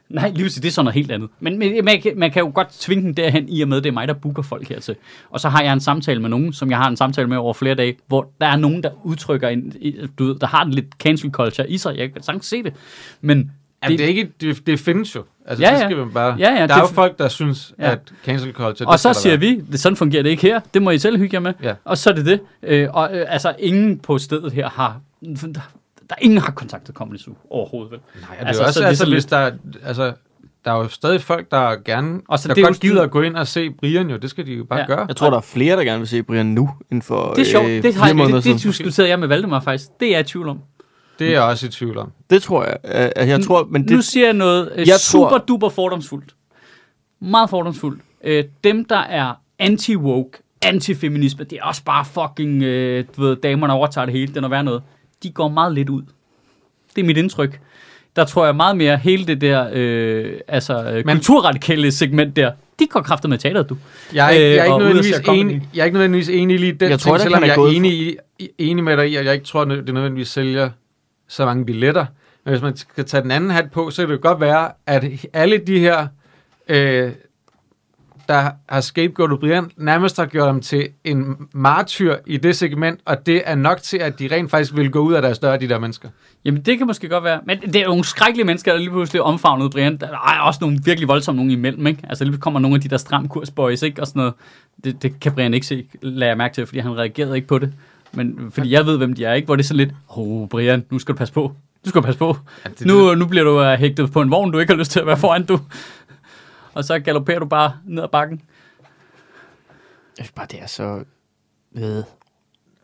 [SPEAKER 1] Nej, lige præcis, det er sådan noget helt andet. Men, men man, kan, man kan jo godt tvinge den derhen, i og med, det er mig, der booker folk hertil. Og så har jeg en samtale med nogen, som jeg har en samtale med over flere dage, hvor der er nogen, der udtrykker, en, du ved, der har en lidt cancel culture i sig. Jeg kan sagtens se det. Men
[SPEAKER 2] Jamen, det, er ikke, det, det findes jo. Altså,
[SPEAKER 1] Ja,
[SPEAKER 2] det
[SPEAKER 1] ja.
[SPEAKER 2] skal man bare,
[SPEAKER 1] Ja, ja,
[SPEAKER 2] der
[SPEAKER 1] det
[SPEAKER 2] er jo
[SPEAKER 1] fin-
[SPEAKER 2] folk, der synes,
[SPEAKER 1] Ja.
[SPEAKER 2] ja. at cancel culture...
[SPEAKER 1] Og
[SPEAKER 2] det
[SPEAKER 1] så
[SPEAKER 2] skal der
[SPEAKER 1] siger vi, sådan fungerer det ikke her. Det må I selv hygge jer med.
[SPEAKER 2] Ja.
[SPEAKER 1] Og så er det det. Øh, og øh, altså, ingen på stedet her har... Der, der ingen har kontaktet Comedy Zoo overhovedet, vel?
[SPEAKER 2] være. Nej, og det altså, er jo også, altså, hvis der, altså, der er jo stadig folk, der gerne...
[SPEAKER 1] Og så
[SPEAKER 2] der
[SPEAKER 1] det er jo
[SPEAKER 2] godt
[SPEAKER 1] sådan-
[SPEAKER 2] gider at gå ind og se Brian jo. Det skal de jo bare
[SPEAKER 1] Ja.
[SPEAKER 2] ja. gøre.
[SPEAKER 3] Jeg tror, der er flere, der gerne vil se Brian nu, end for
[SPEAKER 1] det er sjovt.
[SPEAKER 3] Øh,
[SPEAKER 1] det, har,
[SPEAKER 3] fire måneder
[SPEAKER 1] det, det, det
[SPEAKER 3] siden.
[SPEAKER 1] diskuterede jeg med Valdemar faktisk. Det er jeg i tvivl om.
[SPEAKER 2] Det er jeg også i tvivl om.
[SPEAKER 3] Det tror jeg. Øh, jeg tror, men
[SPEAKER 1] Nu
[SPEAKER 3] det,
[SPEAKER 1] siger jeg noget øh,
[SPEAKER 3] Jeg
[SPEAKER 1] super
[SPEAKER 3] tror-
[SPEAKER 1] duper fordomsfuldt. Meget fordomsfuldt. Øh, dem, der er anti-woke, anti-feminisme, det er også bare fucking, øh, du ved, damerne overtager det hele, den og være noget. De går meget lidt ud. Det er mit indtryk. Der tror jeg meget mere, hele det der øh, altså, øh,
[SPEAKER 2] Men-
[SPEAKER 1] kulturradikale segment der, de går krafter med teateret, du.
[SPEAKER 2] Jeg er, ikke, jeg, er
[SPEAKER 1] Øh,
[SPEAKER 2] ikke
[SPEAKER 1] og ude at
[SPEAKER 2] nødvendigvis
[SPEAKER 1] se comedy.
[SPEAKER 2] enig, jeg er ikke nødvendigvis enig lige i den
[SPEAKER 3] Jeg
[SPEAKER 2] jeg
[SPEAKER 3] tror
[SPEAKER 2] tror,
[SPEAKER 3] ikke,
[SPEAKER 2] ting, selvom
[SPEAKER 3] han er
[SPEAKER 2] jeg er
[SPEAKER 3] gået
[SPEAKER 2] enig, i, i- enig med dig i, at jeg ikke tror, at det nødvendigvis sælger så mange billetter. Men hvis man skal tage den anden hat på, så kan det jo godt være, at alle de her, øh, der har scapegoatet Brian, nærmest har gjort ham til en martyr i det segment, og det er nok til, at de rent faktisk vil gå ud af deres dør, de der mennesker.
[SPEAKER 1] Jamen, det kan måske godt være. Men det er nogle skrækkelige mennesker, der lige pludselig omfavnede Brian. Der er også nogle virkelig voldsomme nogen imellem, ikke? Altså, lige kommer nogle af de der stram kursboys, ikke? Og sådan noget. Det, det kan Brian ikke se, lader jeg mærke til, fordi han reagerede ikke på det. Men fordi jeg ved, hvem de er, ikke? Hvor det er sådan lidt, åh, oh, Brian, nu skal du passe på. Du skal passe på. Ja,
[SPEAKER 2] det-
[SPEAKER 1] nu, nu bliver du uh, hægtet på en vogn, du ikke har lyst til at være foran, du. Og så galopperer du bare ned ad bakken.
[SPEAKER 3] Jeg synes bare, det er så... Ved.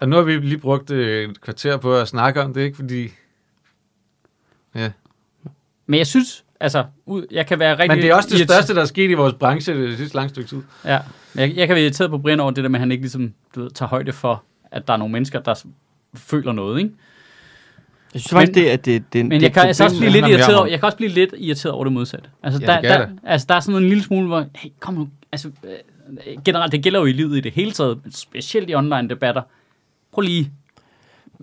[SPEAKER 2] Og nu har vi lige brugt øh, et kvarter på at snakke om det, ikke? Fordi... Ja.
[SPEAKER 1] Men jeg synes, altså, ud, jeg kan være rigtig...
[SPEAKER 2] Men det er også det
[SPEAKER 1] irriteret-
[SPEAKER 2] største, der er sket i vores branche det sidste lange stykke tid.
[SPEAKER 1] Ja, men jeg, jeg kan være irriteret på Brian over det der med, at han ikke ligesom, du ved, tager højde for, at der er nogle mennesker, der s- føler noget, ikke?
[SPEAKER 3] Jeg synes faktisk,
[SPEAKER 1] Men-
[SPEAKER 3] det er, at det, det er en-
[SPEAKER 1] Men
[SPEAKER 3] det
[SPEAKER 1] jeg
[SPEAKER 3] er et
[SPEAKER 1] kan, altså
[SPEAKER 3] problem,
[SPEAKER 1] også blive
[SPEAKER 2] det
[SPEAKER 1] lidt
[SPEAKER 2] handler mere
[SPEAKER 1] irriteret
[SPEAKER 2] om-
[SPEAKER 1] over, jeg kan også blive lidt irriteret over det modsatte. Altså,
[SPEAKER 2] Ja,
[SPEAKER 1] der,
[SPEAKER 2] det kan
[SPEAKER 1] der,
[SPEAKER 2] jeg da.
[SPEAKER 1] altså der er sådan en lille smule, hvor, hey, kom nu, altså, øh, generelt, det gælder jo i livet i det hele taget, men specielt i online debatter. Prøv lige, det,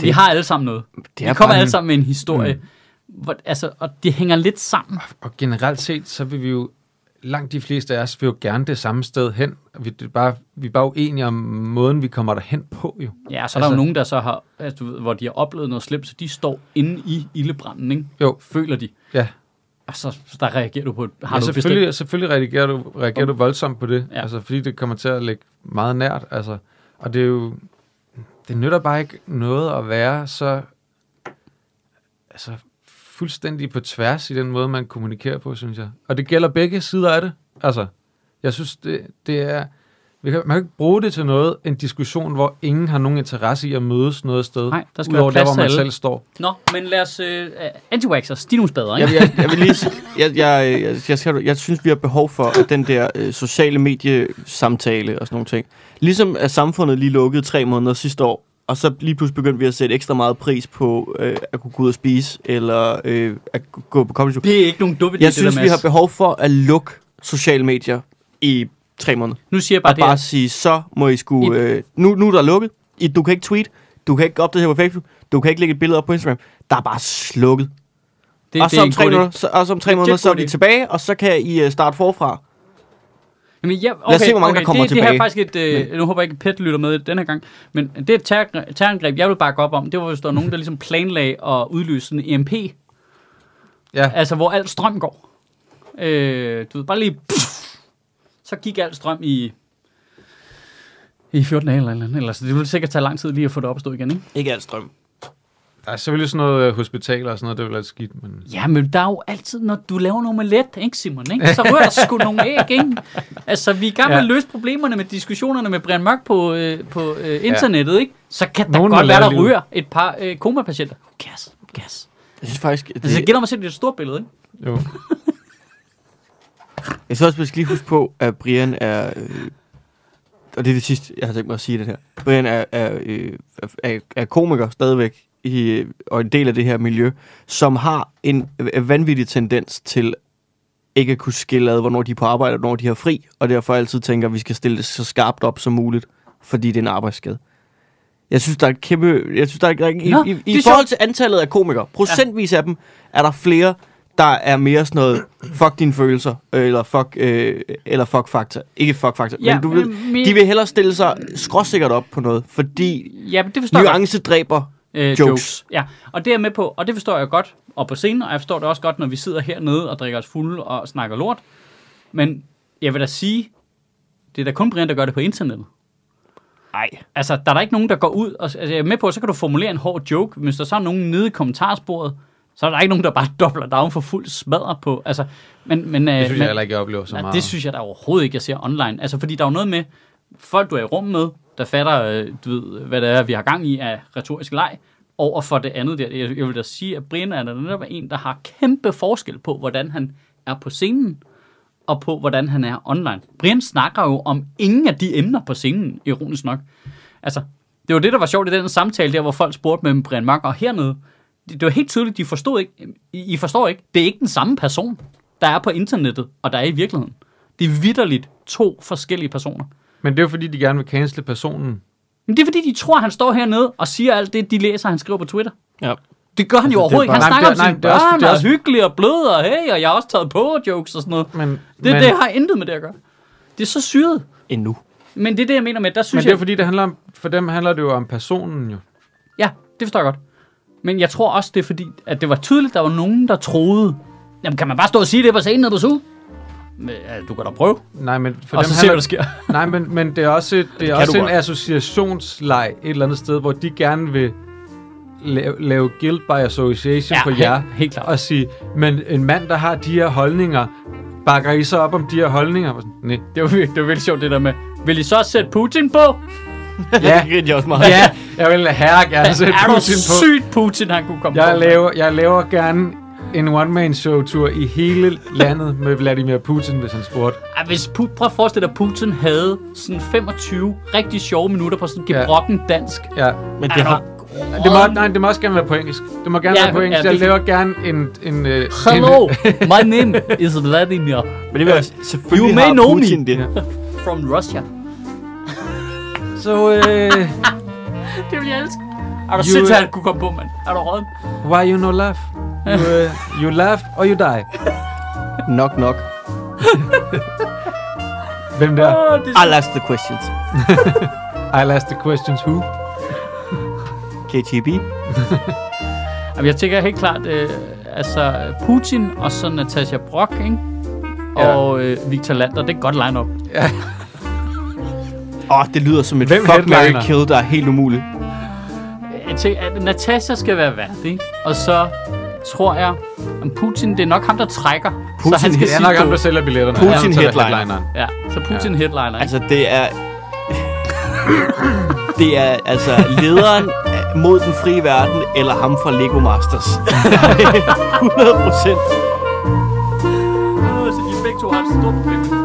[SPEAKER 1] vi
[SPEAKER 3] Det-
[SPEAKER 1] har alle sammen noget.
[SPEAKER 3] det
[SPEAKER 1] vi
[SPEAKER 3] er
[SPEAKER 1] kommer
[SPEAKER 3] bare
[SPEAKER 1] alle
[SPEAKER 3] en-
[SPEAKER 1] sammen med en historie. Hvor, altså, og det hænger lidt sammen.
[SPEAKER 2] Og generelt set, så vil vi jo, langt de fleste af os, vil jo gerne det samme sted hen. Vi det er, bare, vi er bare uenige om måden, vi kommer derhen på jo.
[SPEAKER 1] Ja, og så er der
[SPEAKER 2] Altså-
[SPEAKER 1] jo nogen, der så har, altså, du ved, hvor de har oplevet noget slemt, så de står inde i ildebranden, ikke?
[SPEAKER 2] Jo.
[SPEAKER 1] Føler de.
[SPEAKER 2] Ja,
[SPEAKER 1] Og så der reagerer du på et... Har
[SPEAKER 2] ja
[SPEAKER 1] du et bestemt-
[SPEAKER 2] selvfølgelig, selvfølgelig reagerer, du, reagerer du voldsomt på det.
[SPEAKER 1] Ja.
[SPEAKER 2] Ja. Altså, fordi det kommer til at ligge meget nært. Altså. Og det er jo... Det nytter bare ikke noget at være så... Altså, fuldstændig på tværs i den måde, man kommunikerer på, synes jeg. Og det gælder begge sider af det. Altså, jeg synes, det, det er... hvis- Vi kan, man kan ikke bruge det til noget, en diskussion, hvor ingen har nogen interesse i at mødes noget sted.
[SPEAKER 1] Nej, der skal
[SPEAKER 2] udover
[SPEAKER 1] være
[SPEAKER 2] der,
[SPEAKER 1] plads
[SPEAKER 2] hvor
[SPEAKER 1] til
[SPEAKER 2] man
[SPEAKER 1] alle.
[SPEAKER 2] selv står.
[SPEAKER 1] Nå, men lad os... Øh, anti-waxers, de er nogle spadere,
[SPEAKER 3] Jeg,
[SPEAKER 1] ikke?
[SPEAKER 3] jeg, jeg vil lige sige- jeg, jeg, jeg, jeg, skal, jeg synes, vi har behov for at den der øh, sociale mediesamtale og sådan nogle ting. Ligesom at samfundet lige lukkede tre måneder sidste år, og så lige pludselig begyndte vi at sætte ekstra meget pris på øh, at kunne gå ud og spise, eller øh, at kunne gå på comedy show.
[SPEAKER 1] Det er ikke nogen dumme idé,
[SPEAKER 3] Jeg
[SPEAKER 1] det
[SPEAKER 3] synes,
[SPEAKER 1] der,
[SPEAKER 3] vi har
[SPEAKER 1] Mads.
[SPEAKER 3] behov for at lukke sociale medier i tre måneder.
[SPEAKER 1] Nu siger jeg bare
[SPEAKER 3] Og
[SPEAKER 1] det her.
[SPEAKER 3] bare sige, så må I sgu... Øh, nu, nu er der lukket. I, du kan ikke tweet. Du kan ikke opdatere på Facebook. Du kan ikke lægge et billede op på Instagram. Der er bare slukket.
[SPEAKER 1] Det,
[SPEAKER 3] og,
[SPEAKER 1] det
[SPEAKER 3] så
[SPEAKER 1] er
[SPEAKER 3] om
[SPEAKER 1] en
[SPEAKER 3] tre
[SPEAKER 1] god idé.
[SPEAKER 3] måneder, så, og så om tre
[SPEAKER 1] Det er
[SPEAKER 3] måneder,
[SPEAKER 1] en
[SPEAKER 3] så er
[SPEAKER 1] god
[SPEAKER 3] vi
[SPEAKER 1] idé.
[SPEAKER 3] tilbage, og så kan I uh, starte forfra.
[SPEAKER 1] Jamen, ja, okay,
[SPEAKER 3] os se, hvor mange,
[SPEAKER 1] okay.
[SPEAKER 3] der kommer
[SPEAKER 1] det, Det her
[SPEAKER 3] tilbage.
[SPEAKER 1] er faktisk et, øh, nu håber jeg ikke, at Pet lytter med den her gang, men det er et terror- terrorangreb, jeg vil bakke op om. Det var, hvis der var nogen, der ligesom planlagde at udløse en EMP,
[SPEAKER 2] Ja,
[SPEAKER 1] altså hvor al strøm går. Øh, du ved, bare lige... Pff, så gik al strøm i... I 14 dage eller et eller andet. Ellers, det ville sikkert tage lang tid lige at få det op at stå igen, ikke?
[SPEAKER 3] Ikke alt strøm.
[SPEAKER 2] der er selvfølgelig sådan noget øh, hospitaler og sådan noget, det er jo lidt skidt, men...
[SPEAKER 1] Ja, men der er jo altid, når du laver noget med let, ikke Simon, ikke? så rører der sgu nogle æg, ikke? Altså, vi er i gang med at
[SPEAKER 2] Ja.
[SPEAKER 1] løse problemerne med diskussionerne med Brian Mørk på, øh, på øh, internettet, ikke? Så kan der
[SPEAKER 2] Nogen må
[SPEAKER 1] godt være,
[SPEAKER 2] lave
[SPEAKER 1] der
[SPEAKER 2] livet.
[SPEAKER 1] ryger et par øh, komapatienter. Gas, gas.
[SPEAKER 3] Jeg synes faktisk... Det,
[SPEAKER 1] Altså, det gælder om at se det i et stort billede, ikke?
[SPEAKER 2] Jo.
[SPEAKER 3] jeg synes også, vi skal lige huske på, at Brian er... Øh, og det er det sidste, jeg har tænkt mig at sige det her. Brian er, er, øh, er- er, er komiker stadigvæk, i, øh, og en del af det her miljø, som har en øh, vanvittig tendens til ikke at kunne skille ad, hvornår de er på arbejde, og hvornår de har fri, og derfor altid tænker, at vi skal stille det så skarpt op som muligt, fordi det er en arbejdsskade. Jeg synes, der er et kæmpe... Jeg synes, der er, der er, i,
[SPEAKER 1] Nå,
[SPEAKER 3] i,
[SPEAKER 1] det er
[SPEAKER 3] I
[SPEAKER 1] sjovt.
[SPEAKER 3] forhold til antallet af komikere, procentvis af dem, er der flere, der er mere sådan noget, fuck dine følelser, eller fuck, øh, eller fuck fakta. Ikke fuck fakta,
[SPEAKER 1] Ja,
[SPEAKER 3] ja, men du ved,
[SPEAKER 1] men min-
[SPEAKER 3] de vil hellere stille sig skråsikkert op på noget, fordi
[SPEAKER 1] Ja, men det forstår jeg godt.
[SPEAKER 3] nuance dræber
[SPEAKER 1] øh,
[SPEAKER 3] jokes.
[SPEAKER 1] Ja, og det er jeg med på, og det forstår jeg godt, og på scenen, og jeg forstår det også godt, når vi sidder hernede og drikker os fulde og snakker lort. Men jeg vil da sige, det er da kun Brian, der gør det på internettet. Nej. Altså, der er da ikke nogen, der går ud, og altså, jeg er med på, at så kan du formulere en hård joke, men hvis der så er nogen nede i kommentarsporet, så er der ikke nogen, der bare dobler down for fuld smadre på. Altså, men, men,
[SPEAKER 2] Det synes
[SPEAKER 1] men,
[SPEAKER 2] jeg heller ikke, jeg oplever så
[SPEAKER 1] Nej,
[SPEAKER 2] meget.
[SPEAKER 1] det synes jeg da overhovedet ikke, jeg ser online. Altså, fordi der er jo noget med, folk du er i rum med, der fatter, øh, du ved, hvad det er, vi har gang i af retorisk leg, over for det andet der. Jeg, jeg vil da sige, at Brian er der netop en, der har kæmpe forskel på, hvordan han er på scenen, og på, hvordan han er online. Brian snakker jo om ingen af de emner på scenen, ironisk nok. Altså, det var det, der var sjovt i den samtale der, hvor folk spurgte med Brian Mørk, og hernede, det, det var helt tydeligt, de forstod ikke, I, I forstår ikke, det er ikke den samme person, der er på internettet, og der er i virkeligheden. Det er vidderligt to forskellige personer.
[SPEAKER 2] Men det er jo fordi, de gerne vil cancele personen.
[SPEAKER 1] Men det er fordi, de tror, han står hernede og siger alt det, de læser, han skriver på Twitter.
[SPEAKER 3] Ja.
[SPEAKER 1] Det gør han jo overhovedet ikke. Han
[SPEAKER 2] bare-
[SPEAKER 1] snakker om
[SPEAKER 2] Nej, Altså, det er-
[SPEAKER 1] sine
[SPEAKER 2] nej, det er også-
[SPEAKER 1] børn,
[SPEAKER 2] det er
[SPEAKER 1] og
[SPEAKER 2] også-
[SPEAKER 1] hyggelig og blød, og hey, og jeg har også taget på jokes og sådan noget.
[SPEAKER 2] Men,
[SPEAKER 1] Det,
[SPEAKER 2] men,
[SPEAKER 1] det har intet med det at gøre. Det er så syret.
[SPEAKER 3] Endnu.
[SPEAKER 1] Men det er det, jeg mener med, der
[SPEAKER 2] men
[SPEAKER 1] synes
[SPEAKER 2] det er
[SPEAKER 1] jeg...
[SPEAKER 2] fordi, det handler om, for dem handler det jo om personen jo.
[SPEAKER 1] Ja, det forstår jeg godt. Men jeg tror også, det er fordi, at det var tydeligt, der var nogen, der troede, jamen kan man bare stå og sige det på scenen, når du er sur? Men, ja, du kan da prøve,
[SPEAKER 2] Nej, men for
[SPEAKER 1] og
[SPEAKER 2] dem
[SPEAKER 1] så se, hvad
[SPEAKER 2] handler,
[SPEAKER 1] der sker.
[SPEAKER 2] Nej, men, men det er også, et, det er
[SPEAKER 3] kan
[SPEAKER 2] også
[SPEAKER 3] du
[SPEAKER 2] en
[SPEAKER 3] godt.
[SPEAKER 2] associationsleg et eller andet sted, hvor de gerne vil lave, lave guilt by
[SPEAKER 1] Ja,
[SPEAKER 2] association ja, på
[SPEAKER 1] helt-
[SPEAKER 2] jer.
[SPEAKER 1] helt klart.
[SPEAKER 2] Og sige, men en mand, der har de her holdninger, bakker I så op om de her holdninger? Og sådan, Nej.
[SPEAKER 1] Det var, virkelig- det var vildt sjovt, det der med, vil I så sætte Putin på?
[SPEAKER 3] Ja. det grinte jeg også meget.
[SPEAKER 2] Ja, jeg vil herre gerne sætte
[SPEAKER 1] er du
[SPEAKER 2] Putin på.
[SPEAKER 1] sygt, Putin, han kunne komme
[SPEAKER 2] Jeg
[SPEAKER 1] på?
[SPEAKER 2] laver, jeg laver gerne en one-man-show-tur i hele landet med Vladimir Putin, hvis han spurgte.
[SPEAKER 1] Ej, hvis Pu- prøv at forestille dig, at Putin havde sådan 25 rigtig sjove minutter på sådan
[SPEAKER 2] Ja.
[SPEAKER 1] gebrokken dansk.
[SPEAKER 2] Ja.
[SPEAKER 3] Men
[SPEAKER 1] Er
[SPEAKER 3] det har...
[SPEAKER 1] du
[SPEAKER 2] Det må,
[SPEAKER 1] grøn?
[SPEAKER 2] nej, det må også gerne være på engelsk. Det må gerne
[SPEAKER 1] Ja,
[SPEAKER 2] være på
[SPEAKER 1] ja,
[SPEAKER 2] engelsk.
[SPEAKER 1] det er
[SPEAKER 2] jeg
[SPEAKER 1] fint.
[SPEAKER 2] laver gerne en... en, øh, en
[SPEAKER 1] Hello, my name is Vladimir
[SPEAKER 3] Men det vil jeg selvfølgelig
[SPEAKER 1] You may
[SPEAKER 3] har
[SPEAKER 1] know
[SPEAKER 3] Putin
[SPEAKER 1] me.
[SPEAKER 3] det.
[SPEAKER 1] from Russia.
[SPEAKER 2] So, uh,
[SPEAKER 1] Det vil jeg elske. Er du
[SPEAKER 2] You-
[SPEAKER 1] sindssygt, at han kunne komme på, mand? Er du råden?
[SPEAKER 2] why you no laugh? You, uh, you laugh or you die.
[SPEAKER 3] Knock, knock.
[SPEAKER 2] Hvem der?
[SPEAKER 1] Åh, det er
[SPEAKER 3] I'll ask the questions.
[SPEAKER 2] I'll ask the questions who.
[SPEAKER 3] KTB.
[SPEAKER 1] Jamen, jeg tænker helt klart, øh, altså Putin og så Natasha Brock, ikke?
[SPEAKER 2] Ja.
[SPEAKER 1] Og øh, Victor Lander, det er et godt line-up.
[SPEAKER 3] Åh, oh, det lyder som et
[SPEAKER 2] Hvem
[SPEAKER 3] fuck,
[SPEAKER 2] headliner?
[SPEAKER 3] Mary kill, der er helt umuligt.
[SPEAKER 1] Jeg tænker, at Natasha skal være vært, ikke? Og så tror jeg, at Putin, det er nok ham, der trækker. så
[SPEAKER 3] Putin,
[SPEAKER 1] han skal
[SPEAKER 2] Det er
[SPEAKER 1] sige
[SPEAKER 2] nok ham,
[SPEAKER 1] du.
[SPEAKER 2] der sælger billetterne.
[SPEAKER 3] Putin
[SPEAKER 2] Han tager
[SPEAKER 3] headliner.
[SPEAKER 2] headlineren.
[SPEAKER 1] Ja, så Putin headliner, ikke?
[SPEAKER 3] Altså, det er Det er altså lederen af- mod den frie verden, eller ham fra Lego Masters. 100 procent.
[SPEAKER 1] Åh, så de begge to har et stort problem med
[SPEAKER 3] uh,